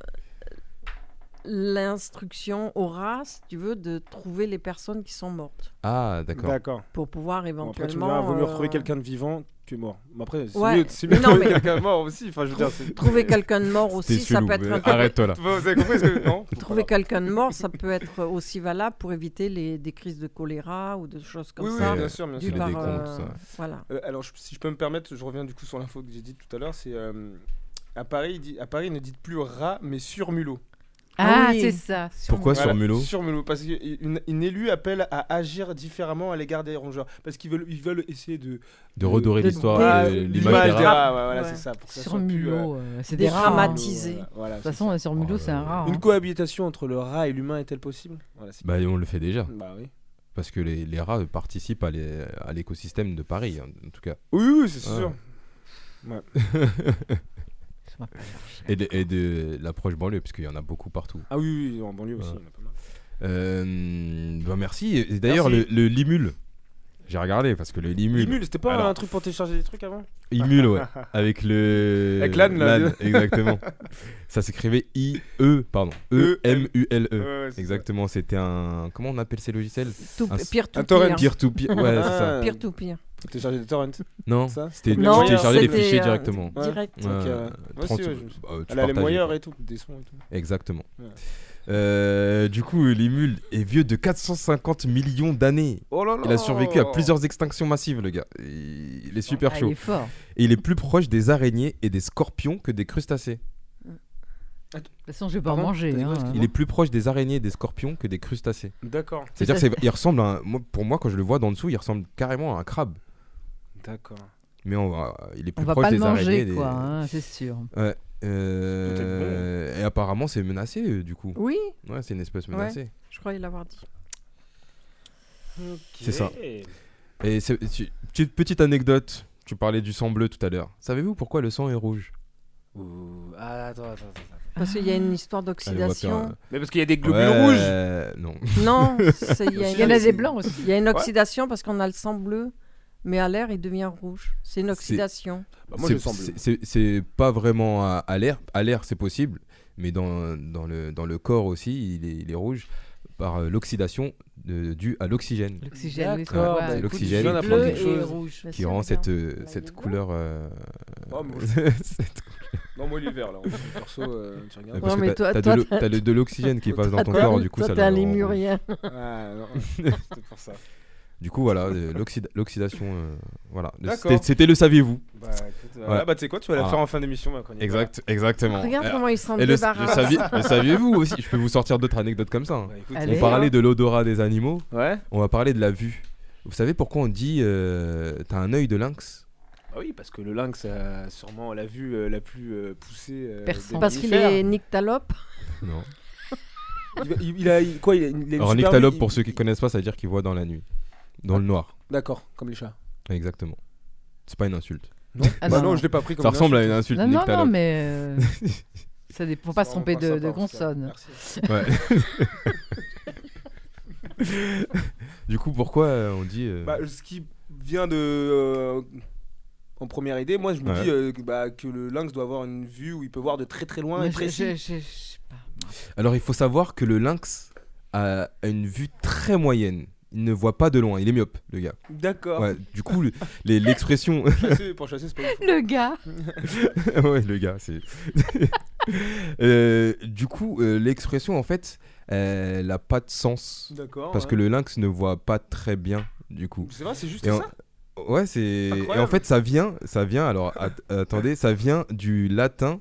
Speaker 6: l'instruction au rat, si tu veux, de trouver les personnes qui sont mortes
Speaker 3: Ah, d'accord.
Speaker 5: D'accord.
Speaker 6: pour pouvoir
Speaker 5: Bon, après, tu
Speaker 6: éventuellement.
Speaker 5: me diras, vaut mieux
Speaker 6: euh,
Speaker 5: retrouver quelqu'un de vivant que mort. Mais après, c'est
Speaker 6: Ouais.
Speaker 5: mieux, c'est mieux de
Speaker 6: Non,
Speaker 5: trouver
Speaker 6: mais-
Speaker 5: quelqu'un de mort aussi. Enfin, je veux dire, c'est.
Speaker 6: Trouver quelqu'un de mort
Speaker 3: T'es
Speaker 6: aussi, ça
Speaker 3: chelou,
Speaker 6: peut être
Speaker 3: mais
Speaker 6: un peu-
Speaker 3: Arrête-toi là.
Speaker 5: Vous avez compris ce que. Non
Speaker 6: Trouver quelqu'un de mort, ça peut être aussi valable pour éviter les, des crises de choléra ou de choses comme
Speaker 5: Oui, oui,
Speaker 6: ça.
Speaker 5: bien sûr, bien
Speaker 6: dues
Speaker 5: sûr.
Speaker 3: les
Speaker 6: par,
Speaker 3: décombres,
Speaker 6: euh,
Speaker 3: tout ça.
Speaker 6: Voilà.
Speaker 5: Euh, Alors, je- si je peux me permettre, je reviens du coup sur l'info que j'ai dit tout à l'heure. C'est euh, à Paris, il dit- à Paris, ne dites plus rat, mais surmulot.
Speaker 4: Ah,
Speaker 6: Ah oui.
Speaker 4: c'est ça.
Speaker 3: Pourquoi
Speaker 5: Voilà,
Speaker 3: surmulot
Speaker 5: Surmulot, parce qu'une une élue appelle à agir différemment à l'égard des rongeurs, parce qu'ils veulent, ils veulent essayer de
Speaker 3: De redorer
Speaker 6: de-
Speaker 3: l'histoire,
Speaker 5: de-
Speaker 3: et
Speaker 5: l'image des
Speaker 3: rats.
Speaker 5: rats. ouais, voilà,
Speaker 6: Ouais.
Speaker 5: c'est ça. Pour que ça
Speaker 4: Sur
Speaker 5: soit plus, euh,
Speaker 4: mulot, euh, c'est
Speaker 6: des
Speaker 4: des rats. hein. De
Speaker 6: ramatis- Dramatisé.
Speaker 5: Voilà, voilà,
Speaker 4: toute
Speaker 5: c'est
Speaker 4: façon,
Speaker 5: ça.
Speaker 4: euh, sur mulot, c'est un rat. hein.
Speaker 5: une cohabitation entre le rat et l'humain est-elle possible Voilà, c'est-
Speaker 3: Bah, on le fait déjà.
Speaker 5: Bah oui.
Speaker 3: Parce que les, les rats participent à les- à l'écosystème de Paris, hein, en tout cas.
Speaker 5: Oui, oui, c'est
Speaker 3: Ah.
Speaker 5: sûr.
Speaker 3: Et de, et de l'approche banlieue, parce qu'il y en a beaucoup partout.
Speaker 5: Ah oui, oui, en banlieue aussi,
Speaker 3: Ouais.
Speaker 5: il y en a pas mal.
Speaker 3: Euh, bah, merci. Et d'ailleurs, le,
Speaker 5: Merci.
Speaker 3: le limule. J'ai regardé parce que le limule.
Speaker 5: Imule, c'était pas
Speaker 3: Alors.
Speaker 5: un truc pour télécharger des trucs avant
Speaker 3: Imule, ouais. Avec le.
Speaker 5: Avec l'âne, là.
Speaker 3: exactement. ça s'écrivait I-E, pardon. E-M-U-L-E.
Speaker 5: Ouais, ouais, c'est ça.
Speaker 3: Exactement, c'était un. Comment on appelle ces logiciels
Speaker 6: Tout,
Speaker 3: Un-
Speaker 6: pire tout
Speaker 5: un torrent,
Speaker 6: pire.
Speaker 3: Peer to peer. Ouais, c'est ça.
Speaker 5: Ah,
Speaker 6: Pire tout pire.
Speaker 5: Pour télécharger des torrents.
Speaker 3: Non,
Speaker 5: Ça
Speaker 3: c'était
Speaker 5: Comme les
Speaker 3: tu
Speaker 5: moyeurs.
Speaker 3: téléchargeais les
Speaker 5: C'était,
Speaker 3: fichiers
Speaker 6: euh,
Speaker 3: directement.
Speaker 5: Ouais.
Speaker 6: Direct.
Speaker 3: Ouais,
Speaker 5: Donc, euh, moi aussi,
Speaker 3: 30,
Speaker 5: ouais, je me suis-
Speaker 3: bah, tu
Speaker 5: Elle a les
Speaker 3: partageais,
Speaker 5: moyeurs
Speaker 3: quoi.
Speaker 5: et tout, des sons et tout.
Speaker 3: Exactement.
Speaker 5: Ouais.
Speaker 3: Euh, du coup, l'Imule est vieux de 450 millions d'années.
Speaker 5: Oh là là
Speaker 3: Il a survécu à plusieurs extinctions massives, le gars. Il il est super
Speaker 4: Ah,
Speaker 3: chaud.
Speaker 4: Il est fort. De
Speaker 3: Et il est plus proche des araignées et des scorpions que des crustacés.
Speaker 4: toute façon, je vais pas en
Speaker 5: Pardon
Speaker 4: manger.
Speaker 5: T'as dit quoi,
Speaker 4: hein.
Speaker 3: Il est plus proche des araignées et des scorpions que des crustacés.
Speaker 5: D'accord.
Speaker 3: C'est-à-dire que c'est- il ressemble à un- moi, pour moi, quand je le vois d'en dessous, il ressemble carrément à un crabe.
Speaker 5: D'accord.
Speaker 3: Mais on va- il est
Speaker 4: On
Speaker 3: plus
Speaker 4: va
Speaker 3: proche
Speaker 4: pas le
Speaker 3: des araignées.
Speaker 4: manger,
Speaker 3: et des-
Speaker 4: quoi. hein, C'est sûr.
Speaker 3: Euh,
Speaker 5: Peut-être
Speaker 3: Et apparemment, c'est menacé, euh, du coup.
Speaker 6: Oui,
Speaker 3: Ouais, c'est une espèce menacée.
Speaker 6: je croyais l'avoir dit.
Speaker 3: C'est ça. Euh, Et c'est- tu- tu- petite anecdote, tu parlais du sang bleu tout à l'heure. Savez-vous pourquoi le sang est rouge
Speaker 5: Ouh. Ah, attends, attends, attends. attends.
Speaker 6: Parce qu'il y a une histoire
Speaker 3: Allez, on va faire
Speaker 6: d'oxydation.
Speaker 3: un-
Speaker 5: Mais parce qu'il y a des globules rouges
Speaker 3: Ouais, Non.
Speaker 6: Non, c'est- il y, a
Speaker 4: Il y en a
Speaker 6: une-
Speaker 4: des blancs aussi.
Speaker 6: il y a une oxydation parce qu'on a le sang bleu mais à l'air, il devient rouge. C'est une oxydation.
Speaker 5: Bah, moi,
Speaker 3: C'est-
Speaker 5: je sens bleu.
Speaker 3: c'est- c'est- C'est pas vraiment à, à l'air. À l'air, c'est possible, mais dans, dans, le, dans le corps aussi, il est, il est rouge par euh, l'oxydation de- due à l'oxygène
Speaker 4: L'oxygène, oui,
Speaker 5: D'accord,
Speaker 4: c'est
Speaker 5: bah,
Speaker 4: vrai.
Speaker 5: écoute,
Speaker 3: l'oxygène
Speaker 5: je viens
Speaker 3: qui-
Speaker 5: d'apprendre
Speaker 3: Bleu
Speaker 5: quelque chose.
Speaker 4: rouge.
Speaker 6: Mais
Speaker 3: qui
Speaker 6: c'est
Speaker 3: rend
Speaker 6: bien.
Speaker 3: cette, euh,
Speaker 6: Bah,
Speaker 3: cette
Speaker 6: dis donc.
Speaker 3: couleur. euh,
Speaker 5: Oh, moi,
Speaker 3: cette-
Speaker 5: Non, moi, il est vert, là. Perso, euh, tu regardes.
Speaker 3: parce que
Speaker 6: mais
Speaker 3: t'as-
Speaker 6: toi-
Speaker 3: t'as de
Speaker 6: toi,
Speaker 3: l'o-
Speaker 6: t'as-
Speaker 3: t'as le- de l'oxygène qui
Speaker 5: toi,
Speaker 3: passe dans ton
Speaker 6: Toi,
Speaker 3: corps, du coup,
Speaker 6: toi,
Speaker 3: ça
Speaker 6: t'es un
Speaker 3: le rend rouge.
Speaker 6: lémurien.
Speaker 5: Ah, non, c'était pour ça.
Speaker 3: Du coup, voilà, euh, l'oxyd- l'oxydation. euh, voilà.
Speaker 5: D'accord.
Speaker 3: C'était- C'était le saviez-vous.
Speaker 5: Bah, écoute, euh,
Speaker 3: Ouais.
Speaker 5: ah, bah, tu sais quoi, tu vas la
Speaker 3: Voilà.
Speaker 5: faire en fin d'émission, ma chronique.
Speaker 4: Ah.
Speaker 3: exactement.
Speaker 6: Regarde
Speaker 3: Alors,
Speaker 6: comment il s'en
Speaker 3: Et le, le
Speaker 6: débarrasse.
Speaker 3: saviez- le saviez-vous aussi Je peux vous sortir d'autres anecdotes comme ça. hein.
Speaker 5: Bah, écoute,
Speaker 4: Allez.
Speaker 3: On parlait de l'odorat des animaux,
Speaker 5: Ouais.
Speaker 3: on va parler de la vue. Vous savez pourquoi on dit euh, t'as un œil de lynx
Speaker 5: Ah oui, parce que le lynx a sûrement la vue euh, la plus euh, poussée. euh,
Speaker 4: Perçant.
Speaker 5: des
Speaker 6: Parce qu'il
Speaker 5: mammifères.
Speaker 6: est nyctalope.
Speaker 3: Non.
Speaker 5: Il, il- il a il- quoi il a une, il a une
Speaker 3: Alors,
Speaker 5: super
Speaker 3: nyctalope,
Speaker 5: vue,
Speaker 3: pour
Speaker 5: il-
Speaker 3: ceux qui connaissent pas, ça veut dire qu'il voit dans la nuit, dans le noir.
Speaker 5: D'accord, comme les chats.
Speaker 3: Exactement. C'est pas une insulte.
Speaker 5: bah
Speaker 4: Ah non,
Speaker 5: non,
Speaker 4: non.
Speaker 5: je l'ai pas pris comme.
Speaker 3: Ça
Speaker 5: une
Speaker 3: ressemble à une
Speaker 5: insulte.
Speaker 3: insulte,
Speaker 4: Non, non, non,
Speaker 3: nyctalope.
Speaker 4: mais euh, ça ne faut pas se
Speaker 5: C'est vraiment
Speaker 4: tromper de,
Speaker 5: sympa,
Speaker 4: de
Speaker 5: en tout cas.
Speaker 4: consonne.
Speaker 5: Merci.
Speaker 3: Ouais. du coup, pourquoi euh, on dit. euh,
Speaker 5: Bah, ce qui vient de. euh, en première idée, moi je me
Speaker 3: Ouais.
Speaker 5: dis euh, que- bah, que le lynx doit avoir une vue où il peut voir de très très loin
Speaker 4: Mais
Speaker 5: et
Speaker 4: je- je-
Speaker 5: précis.
Speaker 4: je- je sais pas.
Speaker 3: Alors, il faut savoir que le lynx a a une vue très moyenne. Il ne voit pas de loin, il est myope, le gars.
Speaker 5: D'accord.
Speaker 3: Ouais, du coup, le- les- l'expression.
Speaker 5: Chasser, pour chasser, c'est pas ouf.
Speaker 4: Le gars,
Speaker 3: ouais, le gars, c'est. Euh, du coup, euh, l'expression, en fait, euh, elle n'a pas de sens.
Speaker 5: D'accord.
Speaker 3: Parce que le lynx ne voit pas très bien, du coup.
Speaker 5: C'est vrai, c'est juste
Speaker 3: Et
Speaker 5: ça.
Speaker 3: en- Ouais, c'est. Et en
Speaker 5: Incroyable. Ah
Speaker 3: fait, ça vient, ça vient, alors at- attendez, ça vient du latin.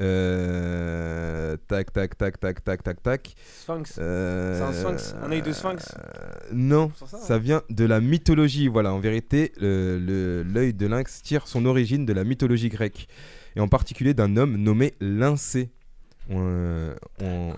Speaker 3: euh, Tac, tac, tac, tac, tac, tac, tac.
Speaker 5: Sphinx.
Speaker 3: euh,
Speaker 5: C'est un sphinx, un œil de sphinx.
Speaker 3: euh, Non,
Speaker 5: C'est pour ça,
Speaker 3: ça vient de la mythologie. Voilà, en vérité, le- le- l'œil de lynx tire son origine de la mythologie grecque, et en particulier d'un homme nommé Lyncée. On- on-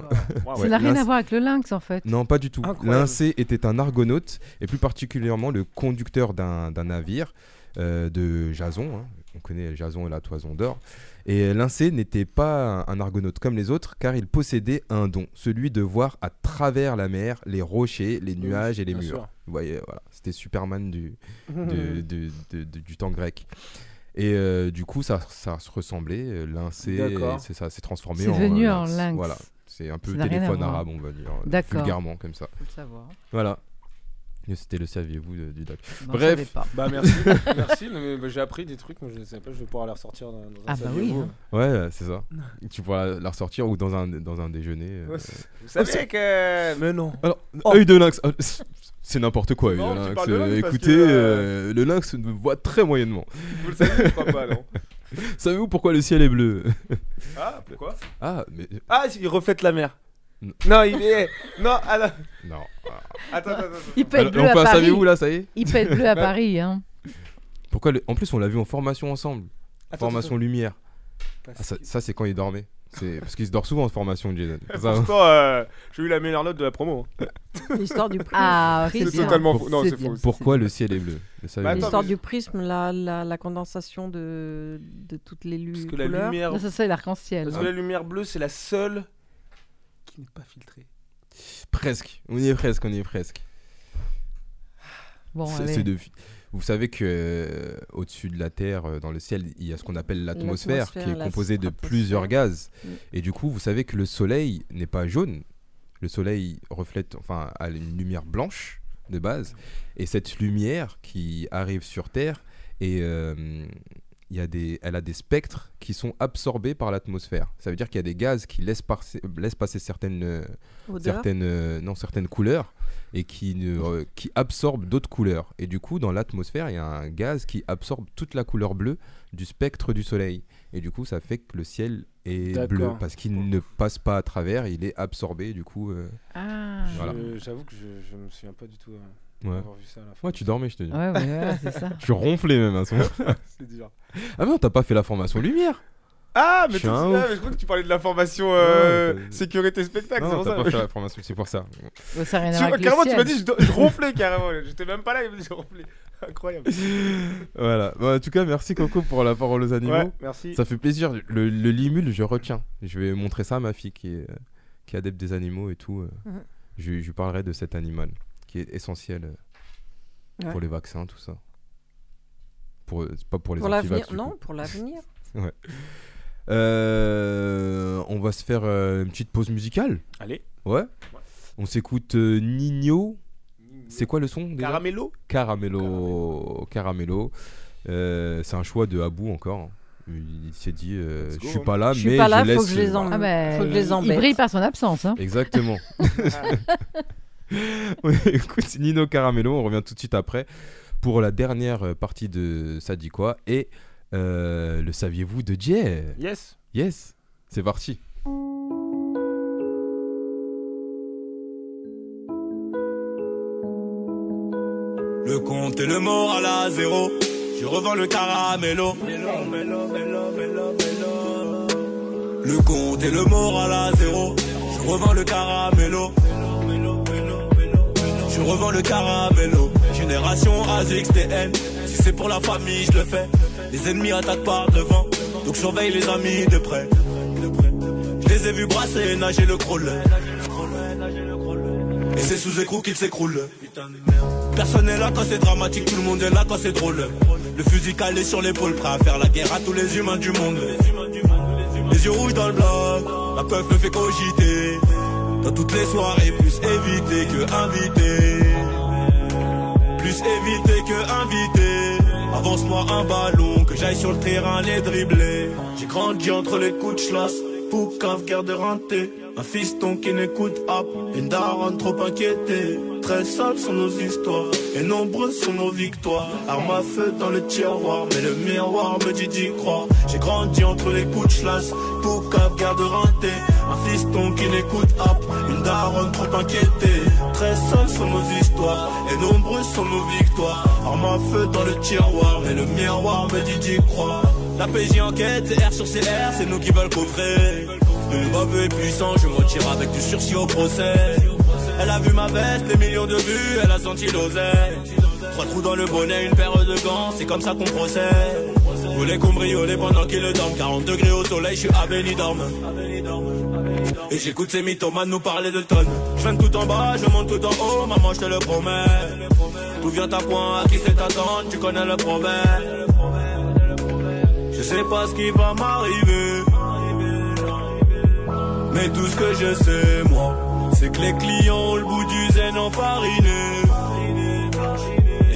Speaker 5: Waouh.
Speaker 4: ça n'a rien
Speaker 3: lynx.
Speaker 4: à voir avec le lynx en fait.
Speaker 3: non, pas du tout.
Speaker 5: Incroyable.
Speaker 3: Lyncée était un argonaute, et plus particulièrement le conducteur d'un d'un navire euh, de Jason. hein. On connaît Jason et la toison d'or. Et Lyncée n'était pas un argonaute comme les autres, car il possédait un don, celui de voir à travers la mer les rochers, les nuages et les
Speaker 5: Bien
Speaker 3: murs.
Speaker 5: sûr. Mmh.
Speaker 3: Vous voyez, voilà, c'était Superman du, de- de- de- de- du temps grec. Et euh, du coup, ça, ça se ressemblait. euh, Lyncée,
Speaker 5: D'accord.
Speaker 3: et c'est ça s'est transformé
Speaker 4: C'est
Speaker 3: en.
Speaker 4: devenu
Speaker 3: euh,
Speaker 4: un lynx.
Speaker 3: Voilà. C'est un peu
Speaker 4: Ça n'a rien à
Speaker 3: téléphone
Speaker 4: voir.
Speaker 3: arabe, on va dire. euh,
Speaker 4: D'accord.
Speaker 3: Vulgairement, comme ça.
Speaker 4: Faut le savoir.
Speaker 3: Voilà. Et C'était le saviez-vous de- du doc.
Speaker 4: Bon,
Speaker 3: Bref.
Speaker 4: je savais pas.
Speaker 5: Bah merci, merci. non, mais, bah, j'ai appris des trucs, mais je ne savais pas, je vais pouvoir les ressortir dans, dans un
Speaker 4: Ah bah
Speaker 5: saviez-vous.
Speaker 4: oui. hein.
Speaker 3: Ouais, euh, c'est ça. tu pourras la- la ressortir ou dans un, dans un déjeuner. euh.
Speaker 5: Ouais, Oh, c'est- Vous savez que. Mais non.
Speaker 3: Alors,
Speaker 5: Oh.
Speaker 3: œil de lynx. ah, c'est- C'est n'importe quoi, œil
Speaker 5: Non,
Speaker 3: de
Speaker 5: tu
Speaker 3: lynx.
Speaker 5: parles de lynx
Speaker 3: Euh,
Speaker 5: parce que,
Speaker 3: Écoutez,
Speaker 5: euh,
Speaker 3: euh, le lynx ne voit très moyennement.
Speaker 5: Vous le savez, je crois pas, non.
Speaker 3: Savez-vous pourquoi le ciel est bleu
Speaker 5: Ah, pourquoi
Speaker 3: Ah, mais.
Speaker 5: Ah, il reflète la mer.
Speaker 3: Non.
Speaker 5: Non, il est. Non, ah, non.
Speaker 3: Non. Ah.
Speaker 5: attends, attends, attends.
Speaker 4: Il peut être
Speaker 3: Alors,
Speaker 4: bleu à
Speaker 3: enfin,
Speaker 4: Paris.
Speaker 3: savez-vous là, ça y est
Speaker 4: Il peut être bleu à Paris. Hein.
Speaker 3: Pourquoi le- En plus, on l'a vu en formation ensemble.
Speaker 5: Attends,
Speaker 3: formation lumière.
Speaker 5: attends, attends.
Speaker 3: Ah, ça, ça, c'est quand il dormait. C'est parce qu'il se dort souvent en formation, Jason.
Speaker 5: Eh,
Speaker 3: Ça-
Speaker 5: Pourtant, euh, j'ai eu la meilleure note de la promo. hein.
Speaker 6: L'histoire du prisme.
Speaker 4: Ah, c'est
Speaker 5: C'est
Speaker 4: bien.
Speaker 5: totalement faux. Non,
Speaker 4: C'est
Speaker 5: c'est
Speaker 4: bien.
Speaker 5: faux.
Speaker 3: Pourquoi le ciel est bleu Le
Speaker 7: Ah,
Speaker 3: savez-vous
Speaker 5: Bah, attends,
Speaker 6: L'histoire
Speaker 5: mais-
Speaker 6: du prisme, la, la, la condensation de, de toutes les
Speaker 5: Parce
Speaker 6: lu-
Speaker 5: que la
Speaker 6: couleurs.
Speaker 5: lumière.
Speaker 4: Non, ça c'est l'arc-en-ciel.
Speaker 5: Parce que la lumière bleue, c'est la seule qui n'est pas filtrée.
Speaker 3: Presque. On y est presque, on y est presque.
Speaker 4: Bon,
Speaker 3: C'est-
Speaker 4: allez.
Speaker 3: c'est de- Vous savez que euh, au-dessus de la Terre, euh, dans le ciel, il y a ce qu'on appelle l'atmosphère, qui est
Speaker 6: L'atmosphère, la
Speaker 3: composée de
Speaker 6: stratosphère.
Speaker 3: plusieurs gaz.
Speaker 6: Mm.
Speaker 3: Et du coup, vous savez que le Soleil n'est pas jaune. Le Soleil reflète, enfin, a une lumière blanche de base. Et cette lumière qui arrive sur Terre, et euh, il y a des, elle a des spectres qui sont absorbés par l'atmosphère. Ça veut dire qu'il y a des gaz qui laissent, passer- laissent passer certaines euh,
Speaker 6: Odeur.
Speaker 3: certaines, euh, non, certaines couleurs et qui, ne, euh, qui absorbe d'autres couleurs. Et du coup, dans l'atmosphère, il y a un gaz qui absorbe toute la couleur bleue du spectre du soleil. Et du coup, ça fait que le ciel est
Speaker 5: D'accord.
Speaker 3: bleu parce qu'il ne passe pas à travers, il est absorbé. Du coup, euh,
Speaker 4: Ah.
Speaker 3: Voilà.
Speaker 5: Je- J'avoue que je, je me souviens pas du tout euh,
Speaker 3: ouais.
Speaker 5: avoir vu ça à la fin.
Speaker 3: Ouais, tu dormais, je te dis.
Speaker 4: Ouais, ouais, ouais, c'est ça.
Speaker 3: Je ronflais même à son.
Speaker 5: C'est dur.
Speaker 3: ah non, t'as pas fait la formation lumière.
Speaker 5: Ah, mais,
Speaker 3: Je suis
Speaker 5: t'as dit-
Speaker 3: un
Speaker 5: ah,
Speaker 3: ouf.
Speaker 5: mais je crois que tu parlais de la formation euh,
Speaker 3: Ouais, t'as-
Speaker 5: sécurité spectacle. c'est
Speaker 3: non,
Speaker 5: pour
Speaker 3: t'as
Speaker 5: ça.
Speaker 3: pas fait la formation, c'est pour ça.
Speaker 4: Ouais, Ça n'a rien à
Speaker 5: Tu-
Speaker 4: voir avec le
Speaker 5: carrément, tu m'as
Speaker 4: ciel.
Speaker 5: dit, je, do- je ronflais carrément. J'étais même pas là, il m'a dit, je ronflais. Incroyable.
Speaker 3: voilà. Bah, en tout cas, merci Coco pour la parole aux animaux.
Speaker 5: Ouais, merci.
Speaker 3: Ça fait plaisir. Le, le limule, je retiens. Je vais montrer ça à ma fille qui est, euh, qui est adepte des animaux et tout. euh.
Speaker 6: Mhm.
Speaker 3: Je, je lui parlerai de cet animal qui est essentiel euh,
Speaker 6: Ouais.
Speaker 3: pour les vaccins, tout ça. pour, c'est pas pour les
Speaker 6: Pour
Speaker 3: antivax.
Speaker 6: l'avenir
Speaker 3: du coup.
Speaker 6: Non, pour l'avenir.
Speaker 3: Euh, on va se faire euh, une petite pause musicale.
Speaker 5: Allez.
Speaker 3: Ouais. On s'écoute euh, Nino. C'est quoi le son déjà
Speaker 5: Caramello
Speaker 3: Caramello. Caramello. Euh, c'est un choix de Abou encore. hein. Il s'est dit, euh,
Speaker 5: Let's go,
Speaker 3: je suis
Speaker 5: hein.
Speaker 3: pas là,
Speaker 6: Je
Speaker 3: mais
Speaker 6: suis pas là,
Speaker 3: je laisse.
Speaker 6: faut que je les
Speaker 3: euh,
Speaker 6: emmène.
Speaker 4: Ah ben,
Speaker 6: faut que je les
Speaker 4: il
Speaker 6: embête.
Speaker 4: brille par son absence. Hein.
Speaker 3: Exactement. on écoute Nino Caramello, on revient tout de suite après pour la dernière partie de Ça dit quoi et euh, le saviez-vous de Jay
Speaker 5: Yes.
Speaker 3: Yes, c'est parti.
Speaker 10: Le compte et le moral à zéro. Je revends le caramello. Le compte et le moral à zéro. Je revends le caramello. Je revends le caramello. Génération AZXTN. Si c'est pour la famille, je le fais. Les ennemis attaquent par devant. Donc surveille les amis de près. Je les ai vus brasser et nager le crawler. Et c'est sous écrou qu'il s'écroule. Personne n'est là quand c'est dramatique, tout le monde est là quand c'est drôle. Le fusil calé sur l'épaule, prêt à faire la guerre à tous les humains du monde. Les yeux rouges dans le bloc, la peur me fait cogiter. Dans toutes les soirées, plus éviter que invité. Plus éviter que invité. Avance-moi un ballon, que j'aille sur le terrain les dribbler. J'ai grandi entre les coups de schlass, pour cave guerre de renté. Un fiston qui n'écoute hop, une daronne trop inquiétée. Très sales sont nos histoires, et nombreuses sont nos victoires. Arme à feu dans le tiroir, mais le miroir me dit d'y croire. J'ai grandi entre les coups de schlass, pour cave guerre de renté. Un fiston qui n'écoute hop, une daronne trop inquiétée. Très sales sont nos histoires, et nombreuses sont nos victoires. Arme à feu dans le tiroir, mais le miroir me dit d'y croire. La PJ enquête, c'est R sur CR, c'est nous qui veulent coffrer. Le baveux est puissant, je me retire avec du sursis au procès. Elle a vu ma veste, des millions de vues, elle a senti l'oseille. Trois trous dans le bonnet, une paire de gants, c'est comme ça qu'on procède. Voulez cambrioler pendant qu'il dorme, 40 degrés au soleil, je suis à Benidorm. Et j'écoute ces mythomanes nous parler de tonnes. Je viens de tout en bas, je monte tout en haut, maman, je te le promets. Tout vient à point, à qui c'est attendre, tu connais le problème. Je sais pas ce qui va m'arriver. Mais tout ce que je sais, moi, c'est que les clients ont le bout du zen enfariné.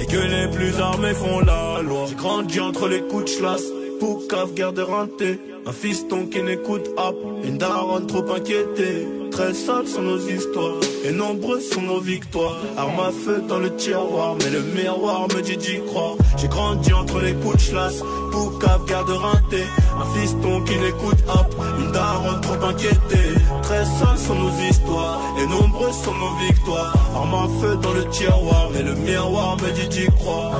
Speaker 10: Et que les plus armés font la loi. J'ai grandi entre les coups de schlass, pour cave guerre de renté. Un fiston qui n'écoute hop, une daronne trop inquiétée. Très sales sont nos histoires, et nombreuses sont nos victoires. Arme à feu dans le tiroir, mais le miroir me dit d'y croire. J'ai grandi entre les coups de schlass, pour cave garde renté. Un fiston qui n'écoute hop, une daronne trop inquiétée. Très sales sont nos histoires, et nombreuses sont nos victoires. Arme à feu dans le tiroir, mais le miroir me dit d'y croire.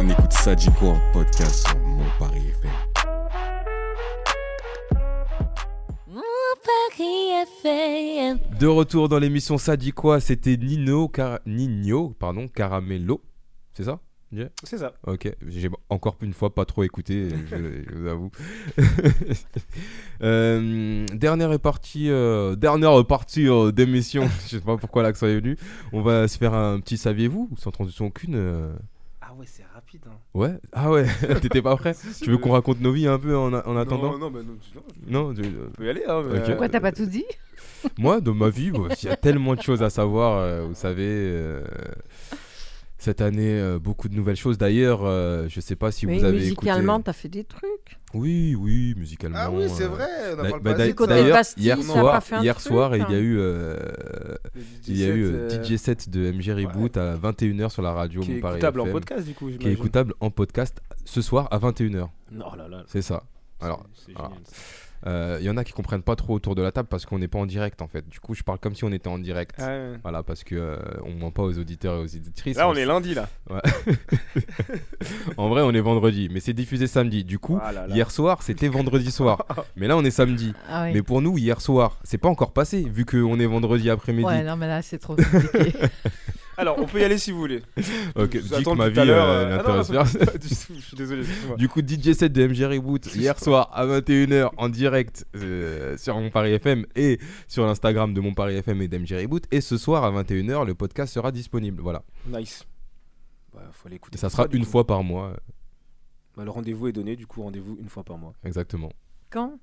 Speaker 11: On écoute ça, Jiko, en podcast sur Mon Paris FM.
Speaker 2: Mon Paris FM.
Speaker 3: De retour dans l'émission Ça dit quoi C'était Nino, Car- Nino pardon, Caramello. C'est ça
Speaker 5: C'est ça.
Speaker 3: Ok, j'ai encore une fois pas trop écouté, je, je vous avoue. Euh, dernière partie, euh, dernière partie euh, d'émission, je sais pas pourquoi l'accent est venu. On va se faire un petit saviez-vous, sans transition aucune. euh,
Speaker 5: Ah ouais, c'est rapide. Hein.
Speaker 3: Ouais, ah ouais, t'étais pas prêt Tu veux qu'on raconte nos vies un peu en, a- en attendant
Speaker 5: Non, non, bah, non, tu- non, tu
Speaker 3: Non, tu- euh,
Speaker 5: peux y aller. Hein, mais,
Speaker 3: Ok.
Speaker 5: euh,
Speaker 4: Pourquoi t'as pas tout dit
Speaker 3: Moi, dans ma vie, bah, il y a tellement de choses à savoir, euh, vous savez. euh, Cette année, euh, beaucoup de nouvelles choses. D'ailleurs, euh, je sais pas si
Speaker 6: Mais
Speaker 3: vous avez
Speaker 6: musicalement,
Speaker 3: écouté.
Speaker 6: t'as fait des trucs.
Speaker 3: Oui, oui, musicalement.
Speaker 5: Ah oui, c'est
Speaker 3: euh,
Speaker 5: vrai. On en
Speaker 3: D'a-
Speaker 5: parle
Speaker 3: bah,
Speaker 5: pas
Speaker 3: d'a-
Speaker 5: assez,
Speaker 6: Du côté
Speaker 3: D'ailleurs,
Speaker 6: pastille,
Speaker 3: hier
Speaker 6: ça a
Speaker 3: soir,
Speaker 6: pas fait un
Speaker 3: hier
Speaker 6: truc,
Speaker 3: soir, il y a
Speaker 6: hein.
Speaker 3: eu, euh,
Speaker 5: Le DJ
Speaker 3: il y a eu euh,
Speaker 5: set, euh,
Speaker 3: DJ set de MG Reboot à 21h sur la radio
Speaker 5: Qui est
Speaker 3: Mon Paris
Speaker 5: écoutable en
Speaker 3: FM,
Speaker 5: podcast, du coup.
Speaker 3: qui est
Speaker 5: j'imagine.
Speaker 3: écoutable en podcast ce soir à 21h.
Speaker 5: Non, oh là, là.
Speaker 3: C'est ça. Alors, ah.
Speaker 5: c'est- c'est
Speaker 3: alors.
Speaker 5: génial, ça.
Speaker 3: euh, il y en a qui comprennent pas trop autour de la table parce qu'on n'est pas en direct en fait. Du coup, je parle comme si on était en direct.
Speaker 5: Ah ouais.
Speaker 3: Voilà, parce que euh, on ment pas aux auditeurs et aux auditrices.
Speaker 5: Là,
Speaker 3: On
Speaker 5: on est
Speaker 3: s-
Speaker 5: lundi, là.
Speaker 3: En vrai, on est vendredi, mais c'est diffusé samedi. Du coup,
Speaker 5: Ah là là.
Speaker 3: hier soir, c'était vendredi soir, mais là, on est samedi.
Speaker 4: ah, oui.
Speaker 3: Mais pour nous, hier soir, c'est pas encore passé vu qu'on est vendredi après-midi.
Speaker 4: Ouais, non, mais là, c'est trop compliqué.
Speaker 5: Ah, Alors, on peut y aller si vous voulez.
Speaker 3: Ok,
Speaker 5: Je vous
Speaker 3: dis
Speaker 5: attends
Speaker 3: que ma
Speaker 5: depuis tout à
Speaker 3: vie,
Speaker 5: l'heure,
Speaker 3: euh,
Speaker 5: euh, ah non,
Speaker 3: n'intéresse
Speaker 5: non, pas
Speaker 3: personne.
Speaker 5: du tout, Je suis désolé. excuse-moi.
Speaker 3: Du coup, DJ set de MJ Reboot hier soir à 21h en direct euh, sur Mon Paris FM et sur l'Instagram de Mon Paris FM et d'MJ Reboot. Et ce soir à 21h, le podcast sera disponible. Voilà.
Speaker 5: Nice. Bah, faut aller écouter.
Speaker 3: Et ça
Speaker 5: tout
Speaker 3: sera
Speaker 5: du
Speaker 3: une
Speaker 5: coup.
Speaker 3: fois par mois. euh,
Speaker 5: Bah, le rendez-vous est donné, du coup, rendez-vous une fois par mois.
Speaker 3: Exactement.
Speaker 6: Quand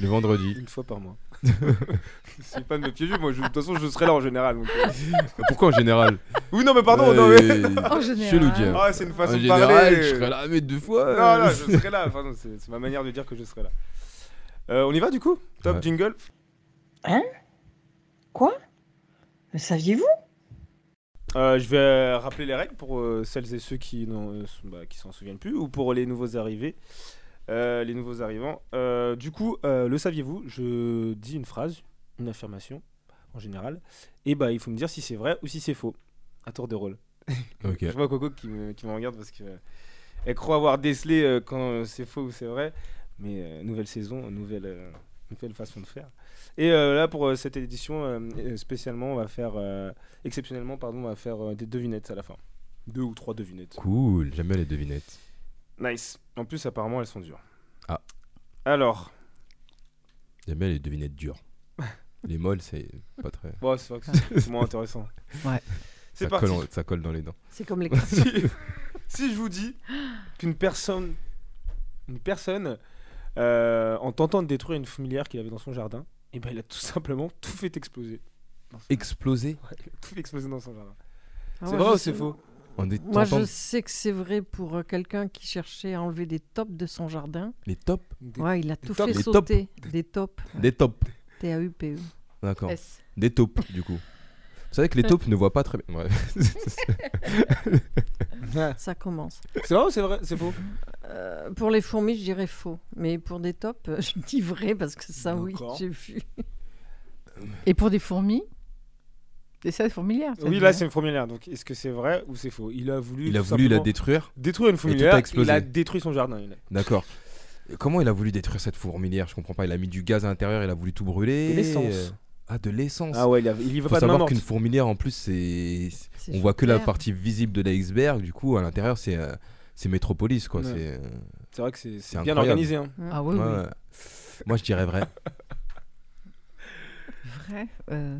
Speaker 3: Le vendredi.
Speaker 5: Une fois par mois. C'est pas de mes pieds vus, moi, je- de toute façon, je serai là en général. donc, euh.
Speaker 3: Pourquoi en général
Speaker 5: Oui, non, mais pardon, non, mais.
Speaker 3: mais.
Speaker 4: En
Speaker 3: Je le dis.
Speaker 4: général.
Speaker 5: Ah, c'est une façon
Speaker 3: En
Speaker 5: de
Speaker 3: général,
Speaker 5: parler.
Speaker 3: je serai là, mais deux fois.
Speaker 5: Non,
Speaker 3: euh,
Speaker 5: non, je serai là. Enfin, non, c'est c'est ma manière de dire que je serai là. Euh, on y va du coup Top
Speaker 3: Ouais.
Speaker 5: jingle
Speaker 12: Quoi Le saviez-vous
Speaker 5: Euh, Je vais euh, rappeler les règles pour euh, celles et ceux qui n'en- euh, sont- bah, qui s'en souviennent plus ou pour les nouveaux arrivés. Euh, les nouveaux arrivants. Euh, du coup, euh, le saviez-vous Je dis une phrase, une affirmation en général. Et bah, il faut me dire si c'est vrai ou si c'est faux. À tour de rôle.
Speaker 3: Ok.
Speaker 5: Je vois Coco qui me, qui me regarde parce que euh, elle croit avoir décelé euh, quand euh, c'est faux ou c'est vrai. Mais euh, nouvelle saison, nouvelle, euh, nouvelle façon de faire. Et euh, là, pour euh, cette édition, euh, euh, spécialement, on va faire, euh, exceptionnellement, pardon, on va faire euh, des devinettes à la fin. Deux ou trois devinettes.
Speaker 3: Cool, j'aime bien les devinettes.
Speaker 5: Nice. En plus, apparemment, elles sont dures.
Speaker 3: Ah.
Speaker 5: Alors,
Speaker 3: J'aime bien les devinettes dures. Les molles, c'est pas très.
Speaker 5: bon, c'est vrai que c'est c'est moins intéressant.
Speaker 4: Ouais.
Speaker 5: C'est
Speaker 3: ça,
Speaker 5: parti.
Speaker 3: colle, en- ça colle dans les dents.
Speaker 6: C'est comme les
Speaker 5: si, si je vous dis qu'une personne, une personne, euh, en tentant de détruire une fourmilière qu'il avait dans son jardin, et ben il a tout simplement tout fait exploser. Dans son-
Speaker 3: Exploser
Speaker 5: Ouais, il a tout fait exploser dans son jardin.
Speaker 6: Ah,
Speaker 5: c'est
Speaker 6: moi,
Speaker 5: vrai
Speaker 6: je
Speaker 5: ou c'est
Speaker 6: sais-
Speaker 5: faux
Speaker 3: en est
Speaker 6: Moi, je
Speaker 3: tentant
Speaker 6: sais que c'est vrai pour euh, quelqu'un qui cherchait à enlever des tops de son jardin.
Speaker 3: les tops
Speaker 5: Des-
Speaker 6: ouais, il a tout
Speaker 5: tops.
Speaker 6: fait
Speaker 3: Des tops.
Speaker 6: sauter. Des tops.
Speaker 3: Des tops.
Speaker 6: T-A-U-P-E.
Speaker 3: D'accord.
Speaker 4: S.
Speaker 3: Des taupes, du coup. Vous savez que les taupes ne voient pas très bien. Bref.
Speaker 6: Ça commence.
Speaker 5: C'est vrai ou c'est vrai C'est faux
Speaker 6: Euh, pour les fourmis, je dirais faux. Mais pour des tops, euh, je dis vrai parce que ça, oui,
Speaker 5: D'accord.
Speaker 6: j'ai vu.
Speaker 4: Et pour des fourmis Des salles fourmilières ça
Speaker 5: Oui,
Speaker 4: dit,
Speaker 5: là
Speaker 4: hein.
Speaker 5: c'est une fourmilière. Donc est-ce que c'est vrai ou c'est faux Il a voulu.
Speaker 3: Il a
Speaker 5: tout
Speaker 3: voulu la
Speaker 5: simplement
Speaker 3: détruire.
Speaker 5: détruire une
Speaker 3: tout
Speaker 5: fourmilière.
Speaker 3: a
Speaker 5: Il
Speaker 3: explosé.
Speaker 5: a détruit son jardin. il a-
Speaker 3: D'accord. Et Comment il a voulu détruire cette fourmilière Je comprends pas. Il a mis du gaz à l'intérieur, il a voulu tout brûler.
Speaker 5: De l'essence.
Speaker 3: Euh, Ah, de l'essence.
Speaker 5: Ah ouais, il, a... il y va
Speaker 3: Faut
Speaker 5: pas de main
Speaker 3: savoir
Speaker 5: morte.
Speaker 3: qu'une fourmilière, en plus, c'est.
Speaker 6: C'est
Speaker 3: On voit que la
Speaker 6: super.
Speaker 3: partie visible de l'iceberg. Du coup, à l'intérieur, c'est. euh, C'est métropolis, quoi.
Speaker 5: Ouais.
Speaker 3: C'est. euh,
Speaker 5: C'est vrai que c'est c'est
Speaker 3: C'est
Speaker 5: bien
Speaker 3: incroyable.
Speaker 5: organisé. hein.
Speaker 4: Ah oui,
Speaker 3: ouais,
Speaker 4: oui.
Speaker 3: ouais. Moi, je dirais vrai.
Speaker 4: Vrai. euh,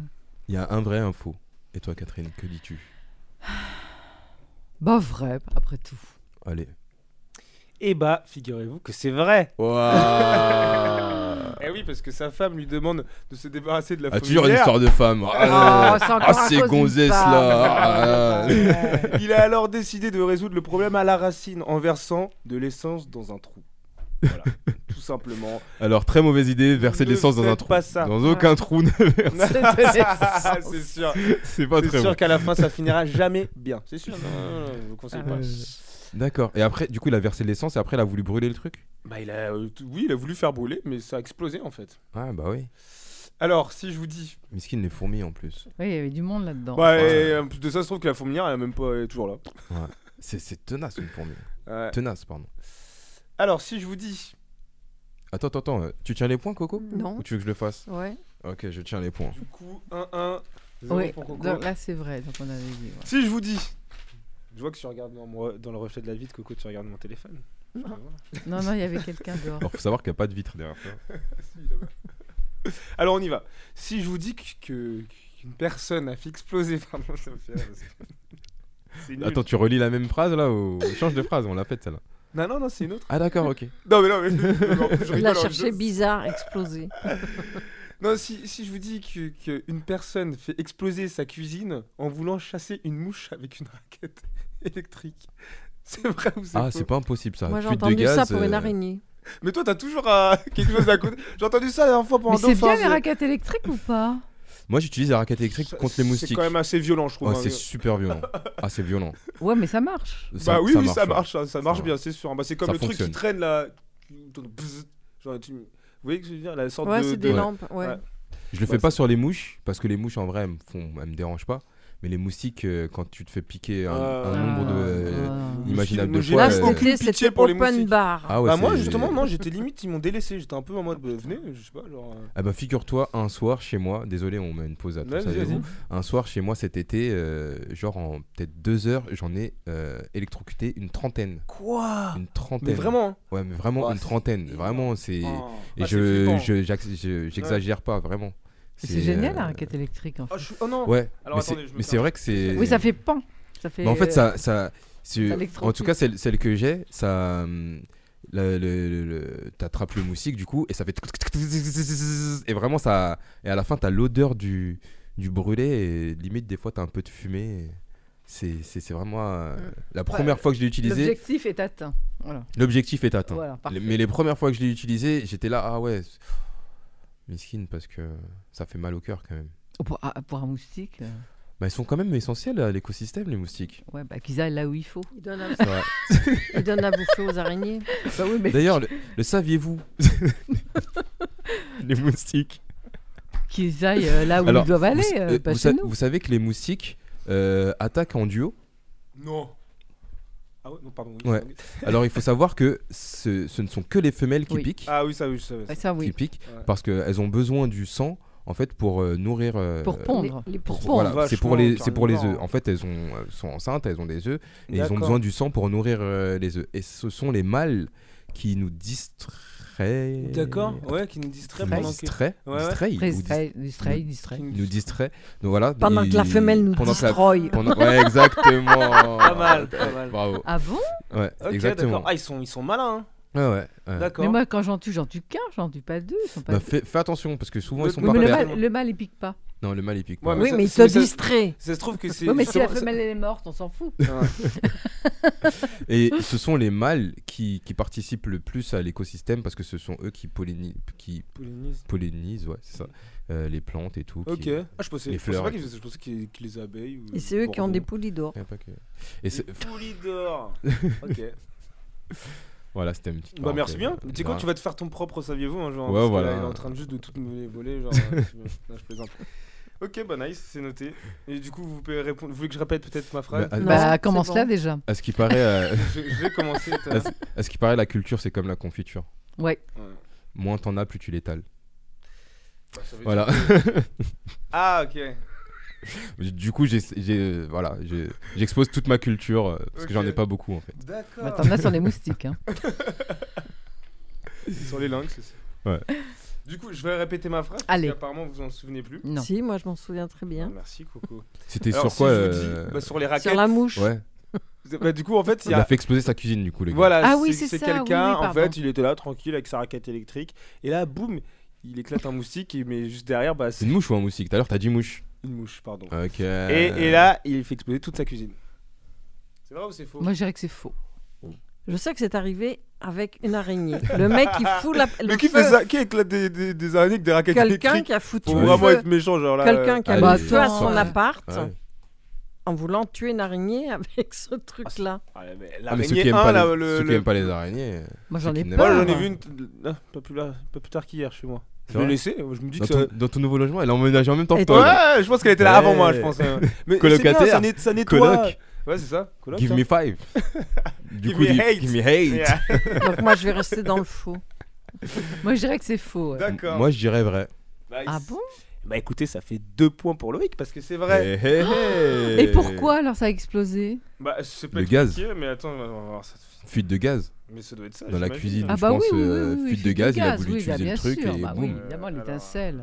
Speaker 3: Il y a un vrai, un faux. Et toi, Catherine, que dis-tu
Speaker 4: Bah, vrai, après tout.
Speaker 3: Allez.
Speaker 5: Eh bah, figurez-vous que c'est vrai.
Speaker 3: Waouh
Speaker 5: Eh oui, parce que sa femme lui demande de se débarrasser de la
Speaker 3: Ah, toujours une
Speaker 5: fourmilière.
Speaker 3: histoire de femme.
Speaker 7: Euh,
Speaker 3: Ah,
Speaker 4: Ah, c'est encore
Speaker 3: ah,
Speaker 4: à
Speaker 3: ces
Speaker 4: cause d'une
Speaker 3: gonzesses
Speaker 4: femme.
Speaker 3: là. Ah,
Speaker 4: Ouais.
Speaker 5: Il a alors décidé de résoudre le problème à la racine en versant de l'essence dans un trou. Voilà, tout simplement.
Speaker 3: Alors, très mauvaise idée, verser de
Speaker 5: Ne
Speaker 3: l'essence dans un
Speaker 5: faites
Speaker 3: trou.
Speaker 5: pas ça.
Speaker 3: Dans aucun trou, ne verse-
Speaker 5: c'est sûr.
Speaker 3: c'est pas
Speaker 5: C'est
Speaker 3: très
Speaker 5: sûr
Speaker 3: bon.
Speaker 5: qu'à la fin, ça finira jamais bien. C'est sûr. Non, non, non, je vous conseille pas.
Speaker 3: Ah. D'accord. Et après, du coup, il a versé de l'essence et après, il a voulu brûler le truc
Speaker 5: Bah, il a, euh, tout- oui, il a voulu faire brûler, mais ça a explosé en fait.
Speaker 3: Ah, bah oui.
Speaker 5: Alors, si je vous dis.
Speaker 3: Miskin, les fourmis en plus.
Speaker 4: Oui, il y avait du monde là-dedans.
Speaker 5: Bah,
Speaker 3: ouais.
Speaker 5: et en plus de ça, se trouve que la fourmilière, elle est même pas elle est toujours là.
Speaker 3: C'est- C'est tenace, une fourmi.
Speaker 5: Ouais.
Speaker 3: Tenace, pardon.
Speaker 5: Alors, si je vous dis.
Speaker 3: Attends, attends, attends. euh, Tu tiens les points, Coco
Speaker 6: Non.
Speaker 3: Ou tu veux que je le fasse
Speaker 6: Ouais.
Speaker 3: Ok, je tiens les points.
Speaker 5: Du coup, 1-1. 0
Speaker 4: Oui,
Speaker 5: pour Coco.
Speaker 4: donc là c'est vrai, donc on avait dit. ouais.
Speaker 5: Si je vous dis. Je vois que tu regardes dans, mon- dans le reflet de la vitre, Coco, tu regardes mon téléphone. Je peux voir.
Speaker 4: Non, non, il y avait quelqu'un dehors.
Speaker 3: Alors, faut savoir qu'il n'y a pas de vitre derrière toi.
Speaker 5: Alors on y va. Si je vous dis que, que- qu'une personne a fait exploser, pardon, ça me fait rire parce que- C'est nul.
Speaker 3: Attends, tu relis la même phrase là ou change de phrase On l'a faite celle-là.
Speaker 5: Non, non, non, c'est une autre.
Speaker 3: Ah, d'accord, ok.
Speaker 5: Non, mais non, mais. mais en plus, je
Speaker 6: Il a
Speaker 5: rigole,
Speaker 6: cherché
Speaker 5: je-
Speaker 6: bizarre, explosé.
Speaker 5: Non, si, si je vous dis que- qu'une personne fait exploser sa cuisine en voulant chasser une mouche avec une raquette électrique. C'est vrai ou c'est
Speaker 3: Ah,
Speaker 5: faux
Speaker 3: c'est pas impossible ça.
Speaker 6: Moi, j'ai
Speaker 3: Fuite de
Speaker 6: entendu ça
Speaker 3: gaz,
Speaker 6: pour une
Speaker 3: euh,
Speaker 6: araignée.
Speaker 5: Mais toi, t'as toujours euh, quelque chose à côté. J'ai entendu ça la dernière fois pour
Speaker 4: Mais
Speaker 5: un
Speaker 4: c'est
Speaker 5: dauphin.
Speaker 4: bien les raquettes électriques ou pas
Speaker 3: Moi, j'utilise la raquette électrique
Speaker 5: Ça-
Speaker 3: contre les
Speaker 5: C'est
Speaker 3: moustiques.
Speaker 5: quand même assez violent, je trouve.
Speaker 3: Ouais,
Speaker 5: hein.
Speaker 3: c'est super violent. Ah, c'est violent.
Speaker 4: Ouais, mais ça marche.
Speaker 5: bah oui, oui, ça
Speaker 3: ouais.
Speaker 5: marche, ça, ça marche
Speaker 3: marche. hein.
Speaker 5: bien, c'est sûr. Bah, c'est comme
Speaker 3: Ça
Speaker 5: le truc
Speaker 3: fonctionne.
Speaker 5: qui traîne là. qui tourne, bzzz, genre, tu- Vous voyez ce que je veux dire La sorte
Speaker 6: Ouais,
Speaker 5: de.
Speaker 6: c'est
Speaker 5: de-
Speaker 6: des lampes. Ouais.
Speaker 5: Ouais.
Speaker 3: Je le fais
Speaker 5: Ouais,
Speaker 3: pas sur les mouches parce que les mouches en vrai, elles me, font... elles me dérangent pas. Mais les moustiques, euh, quand tu te fais piquer un,
Speaker 5: Ah.
Speaker 3: un nombre de, euh,
Speaker 5: Ah.
Speaker 3: imaginable de
Speaker 5: Moi, j'ai
Speaker 3: fois.
Speaker 5: la
Speaker 3: euh,
Speaker 5: aucune
Speaker 6: C'était-
Speaker 5: pitié
Speaker 6: c'était
Speaker 5: pour les
Speaker 6: open
Speaker 5: moustiques.
Speaker 6: bar.
Speaker 3: Ah ouais,
Speaker 5: bah moi
Speaker 3: c'est-
Speaker 5: justement non j'étais limite ils m'ont délaissé j'étais un peu en mode bah, venez je sais pas genre euh,
Speaker 3: Ah bah figure-toi, un soir chez moi, désolé on met une pause à tout,
Speaker 5: Ouais, vas-y,
Speaker 3: savez-vous.
Speaker 5: vas-y.
Speaker 3: Un soir chez moi cet été, euh, genre en peut-être deux heures, j'en ai euh, électrocuté une trentaine.
Speaker 5: Quoi
Speaker 3: Une trentaine.
Speaker 5: Ah, mais vraiment hein.
Speaker 3: Ouais mais vraiment
Speaker 5: Ouah,
Speaker 3: une
Speaker 5: c'est
Speaker 3: trentaine, vraiment c'est...
Speaker 5: Oh.
Speaker 3: Et
Speaker 5: Ah, c'est
Speaker 3: je
Speaker 5: flippant.
Speaker 3: je- j'acc- je- j'exagère pas, vraiment.
Speaker 4: Mais C'est génial
Speaker 3: euh,
Speaker 4: la raquette électrique en fait.
Speaker 5: Ah, je suis- oh non
Speaker 3: Ouais,
Speaker 5: Alors,
Speaker 3: mais c'est-
Speaker 5: attendez, je me
Speaker 3: mais
Speaker 5: fais
Speaker 3: c'est
Speaker 5: un-
Speaker 3: vrai que c'est...
Speaker 4: Oui, ça fait pan. Ça fait.
Speaker 3: Mais en fait,
Speaker 4: euh,
Speaker 3: ça, ça, c'est- en tout
Speaker 4: électrocute.
Speaker 3: cas, celle, celle que j'ai, ça, hum, le, le- le- le- t'attrapes le moustique du coup et ça fait tic, tic, tic, tic, tic, tic, tic, tic, et vraiment ça, et à la fin t'as l'odeur du du brûlé et limite des fois t'as un peu de fumée. et C'est, c'est, c'est vraiment euh,
Speaker 4: Mm.
Speaker 3: la première fois que je l'ai utilisé.
Speaker 4: L'objectif est atteint. Voilà.
Speaker 3: L'objectif est atteint.
Speaker 4: Voilà, parfait.
Speaker 3: Les- Mais les premières fois que je l'ai utilisé, j'étais là ah ouais, c'est- miskine parce que ça fait mal au cœur quand même.
Speaker 4: Oh, Pour, ah, pour un moustique, euh,
Speaker 3: Bah, ils sont quand même essentiels à l'écosystème les moustiques.
Speaker 4: ouais, bah, qu'ils aillent là où il faut.
Speaker 6: Il donne, à,
Speaker 3: C'est vrai.
Speaker 6: il donne à bouffer aux araignées.
Speaker 4: Bah oui, mais
Speaker 3: D'ailleurs, le, le saviez-vous Les moustiques.
Speaker 4: qu'ils aillent euh, là où ils doivent aller,
Speaker 3: vous,
Speaker 4: euh,
Speaker 3: euh,
Speaker 4: pas
Speaker 3: vous
Speaker 4: chez
Speaker 3: sa-
Speaker 4: nous.
Speaker 3: vous savez que les moustiques euh, attaquent en duo.
Speaker 5: non ah ouais non pardon oui,
Speaker 3: Ouais.
Speaker 5: oui.
Speaker 3: Alors, il faut savoir que ce, ce ne sont que les femelles qui
Speaker 4: Oui.
Speaker 3: piquent,
Speaker 5: ah oui ça oui je savais ça.
Speaker 4: Ouais, ça
Speaker 3: qui
Speaker 4: oui.
Speaker 3: piquent
Speaker 5: Ouais.
Speaker 3: parce qu'elles ont besoin du sang en fait pour euh, nourrir. euh,
Speaker 4: Pour pondre.
Speaker 6: Les, les
Speaker 3: pour-
Speaker 6: pourpons.
Speaker 3: voilà,
Speaker 5: Vachement
Speaker 3: c'est pour les, c'est pour les œufs.
Speaker 5: carnivore.
Speaker 3: En fait, elles ont, euh, sont enceintes, elles ont des œufs et ils ont
Speaker 5: D'accord.
Speaker 3: besoin du sang pour nourrir euh, les œufs. Et ce sont les mâles qui nous distraient.
Speaker 5: d'accord ouais qui nous distraient
Speaker 3: Nous
Speaker 5: pendant que
Speaker 3: distraient,
Speaker 5: Ouais, ouais.
Speaker 3: distraient, ils nous
Speaker 4: Distrait, distrait, distrait.
Speaker 5: Qui
Speaker 3: nous distrait. Donc voilà.
Speaker 6: Pendant
Speaker 3: il-
Speaker 6: que la femelle nous
Speaker 3: pendant que la- Ah.
Speaker 6: destroy.
Speaker 3: pendant- Ouais, exactement.
Speaker 5: pas mal pas mal
Speaker 3: Bravo.
Speaker 4: Ah bon
Speaker 3: Ouais,
Speaker 5: ok
Speaker 3: exactement.
Speaker 5: d'accord ah ils sont ils sont malins hein.
Speaker 3: Ouais, ouais, ouais.
Speaker 4: Mais
Speaker 5: d'accord
Speaker 4: moi, quand j'en tue, j'en tue qu'un, j'en tue pas deux. ils sont pas
Speaker 3: Bah,
Speaker 4: deux.
Speaker 3: fais, fais attention parce que souvent
Speaker 5: Le-
Speaker 3: ils sont
Speaker 5: le-
Speaker 3: pas
Speaker 4: Mais le
Speaker 5: père.
Speaker 4: mâle, le mâle, il pique pas.
Speaker 3: Non, le mâle il pique.
Speaker 5: Ouais,
Speaker 3: pas.
Speaker 5: mais
Speaker 6: Oui,
Speaker 5: ça-
Speaker 6: mais il
Speaker 5: mais
Speaker 6: te
Speaker 5: ça-
Speaker 6: distrait.
Speaker 5: ça se trouve que c'est
Speaker 4: Oui, mais si la
Speaker 5: justement-
Speaker 4: femelle elle est morte, on s'en fout.
Speaker 5: Ouais.
Speaker 3: Et ce sont les mâles qui, qui participent le plus à l'écosystème parce que ce sont eux qui, pollini- qui
Speaker 5: Pollinise.
Speaker 3: pollinisent, ouais, c'est ça, euh, les plantes et tout. qui-
Speaker 5: Ok. Ah, je pensais,
Speaker 3: Les
Speaker 5: je pensais
Speaker 3: fleurs
Speaker 5: pas
Speaker 3: et
Speaker 5: qu'ils faisaient- je pensais qu'ils- que les abeilles. Ou
Speaker 6: Et c'est eux qui ont
Speaker 5: Bordeaux.
Speaker 6: des poulies d'or.
Speaker 3: Y a pas que- Et c'est-
Speaker 5: Les Polydor. ok.
Speaker 3: Voilà, c'était une petite
Speaker 5: Bah merci bien.
Speaker 3: parenthèse.
Speaker 5: Tu sais quoi,
Speaker 3: Bah,
Speaker 5: tu vas te faire ton propre, saviez-vous, hein, genre.
Speaker 3: Ouais,
Speaker 5: parce que
Speaker 3: voilà.
Speaker 5: là, il est en train de juste de tout me voler, genre. euh, je- non, je plaisante. Ok, bah nice, c'est noté. Et du coup, vous pouvez répondre. Vous voulez que je répète peut-être ma phrase
Speaker 3: Bah, à-
Speaker 6: Non,
Speaker 4: bah,
Speaker 6: c'est
Speaker 4: commence là
Speaker 6: bon.
Speaker 4: déjà.
Speaker 3: à ce qui paraît, euh,
Speaker 5: je, je vais commencer. t'as-
Speaker 3: à ce- à ce qui paraît, la culture c'est comme la confiture.
Speaker 4: Ouais.
Speaker 5: Ouais.
Speaker 3: Moins t'en as, plus tu l'étales.
Speaker 5: Bah, ça veut dire-
Speaker 3: Voilà.
Speaker 5: Ah, ok.
Speaker 3: du coup, j'ai, j'ai, euh, voilà, j'ai- j'expose toute ma culture euh, parce que j'en ai
Speaker 5: Ok.
Speaker 3: pas beaucoup en fait.
Speaker 4: Bah,
Speaker 5: D'accord.
Speaker 4: T'en as sur les moustiques. Hein.
Speaker 5: Sur les langues, c'est ça.
Speaker 3: Ouais.
Speaker 5: Du coup, je vais répéter ma phrase.
Speaker 4: Allez.
Speaker 5: Parce qu'apparemment, vous en souvenez plus.
Speaker 4: Non.
Speaker 6: Si, moi je m'en souviens très
Speaker 5: Ah,
Speaker 6: bien.
Speaker 5: merci, Coco.
Speaker 3: C'était
Speaker 5: Alors,
Speaker 3: sur
Speaker 5: si
Speaker 3: quoi
Speaker 5: je vous dis-
Speaker 3: euh,
Speaker 5: bah, Sur les
Speaker 6: Sur
Speaker 5: raquettes.
Speaker 6: la mouche.
Speaker 3: Ouais.
Speaker 5: Bah, du coup, en fait, il y
Speaker 3: Il
Speaker 5: a
Speaker 3: a fait exploser sa cuisine du coup les gars.
Speaker 5: Voilà,
Speaker 4: Ah oui,
Speaker 5: c'est
Speaker 4: c'est
Speaker 5: c'est
Speaker 4: ça, oui,
Speaker 5: quelqu'un,
Speaker 4: oui,
Speaker 5: en
Speaker 4: pardon.
Speaker 5: fait, il était là tranquille avec sa raquette électrique, et là, boum, il éclate un moustique, et- mais juste derrière, bah,
Speaker 3: C'est
Speaker 5: c'est
Speaker 3: une mouche ou un moustique Tout à l'heure t'as dit mouche.
Speaker 5: une mouche, pardon.
Speaker 3: Ok.
Speaker 5: Et, et là, il fait exploser toute sa cuisine. C'est vrai ou c'est faux
Speaker 4: Moi, je dirais que c'est faux.
Speaker 6: Je sais que c'est arrivé avec une araignée. Le mec qui fout la.
Speaker 5: Mais
Speaker 6: le
Speaker 5: qui
Speaker 6: feu.
Speaker 5: fait ça Qui éclate des, des, des araignées avec des raquettes
Speaker 6: Quelqu'un
Speaker 5: électriques
Speaker 6: qui a foutu
Speaker 5: Faut
Speaker 3: Ouais.
Speaker 6: le
Speaker 5: vraiment
Speaker 6: feu.
Speaker 5: être méchant, genre là.
Speaker 6: Quelqu'un
Speaker 5: euh,
Speaker 6: qui a
Speaker 3: Allez,
Speaker 6: mis feu à son
Speaker 4: attends.
Speaker 6: appart
Speaker 3: Ouais.
Speaker 6: en voulant tuer une araignée avec ce truc-là.
Speaker 5: ah, mais
Speaker 3: Ah, mais
Speaker 5: l'araignée
Speaker 3: ceux qui aiment
Speaker 5: 1,
Speaker 3: pas,
Speaker 5: là,
Speaker 3: les...
Speaker 5: le-
Speaker 3: ceux qui
Speaker 5: le-
Speaker 3: aiment pas les araignées. euh.
Speaker 4: Moi,
Speaker 3: Ceux
Speaker 4: j'en
Speaker 3: qui
Speaker 4: ai
Speaker 3: n'aiment
Speaker 4: peur.
Speaker 5: Moi,
Speaker 3: pas.
Speaker 5: j'en ai vu une. ah, pas, plus là- pas plus tard qu'hier chez moi.
Speaker 3: C'est
Speaker 5: Je l'ai
Speaker 3: vrai
Speaker 5: laissée, je me dis
Speaker 3: Dans
Speaker 5: que
Speaker 3: ton,
Speaker 5: ça.
Speaker 3: dans ton nouveau logement, elle a emménagé en même temps que
Speaker 6: Et
Speaker 3: toi. genre.
Speaker 5: Ouais, je pense qu'elle était là avant moi, je
Speaker 3: Ouais.
Speaker 5: pense. hein. Mais
Speaker 3: Colocataire.
Speaker 5: c'est bien, ça, net- ça nettoie.
Speaker 3: Coloc.
Speaker 5: Ouais, c'est ça. Coloc,
Speaker 3: Give
Speaker 5: hein.
Speaker 3: me five. du
Speaker 5: Give
Speaker 3: coup,
Speaker 5: me
Speaker 3: il-
Speaker 5: hate.
Speaker 3: give me hate.
Speaker 5: Yeah.
Speaker 6: Donc moi je vais rester dans le faux.
Speaker 4: Moi, je dirais que c'est faux. ouais.
Speaker 5: D'accord.
Speaker 3: Moi je dirais vrai.
Speaker 5: Nice.
Speaker 4: Ah bon
Speaker 5: Bah écoutez, ça fait deux points pour Loïc parce que c'est vrai.
Speaker 3: Eh, eh, eh.
Speaker 4: Ah. Et pourquoi alors ça a explosé
Speaker 5: Bah, je sais
Speaker 3: Le
Speaker 5: pas
Speaker 3: gaz.
Speaker 5: expliquer, mais attends, on va voir ça.
Speaker 3: Fuite de gaz
Speaker 5: Mais ça doit être ça.
Speaker 3: dans la
Speaker 5: j'imagine.
Speaker 3: cuisine.
Speaker 4: Ah
Speaker 3: je
Speaker 4: bah oui,
Speaker 3: pense
Speaker 4: oui,
Speaker 3: euh,
Speaker 4: oui, oui,
Speaker 3: fuite de gaz, il a
Speaker 4: gaz,
Speaker 3: voulu
Speaker 4: oui, bah,
Speaker 3: utiliser
Speaker 4: bien
Speaker 3: le truc
Speaker 4: sûr,
Speaker 3: et
Speaker 4: bah oui,
Speaker 3: boum.
Speaker 4: évidemment,
Speaker 5: Alors-
Speaker 4: l'étincelle.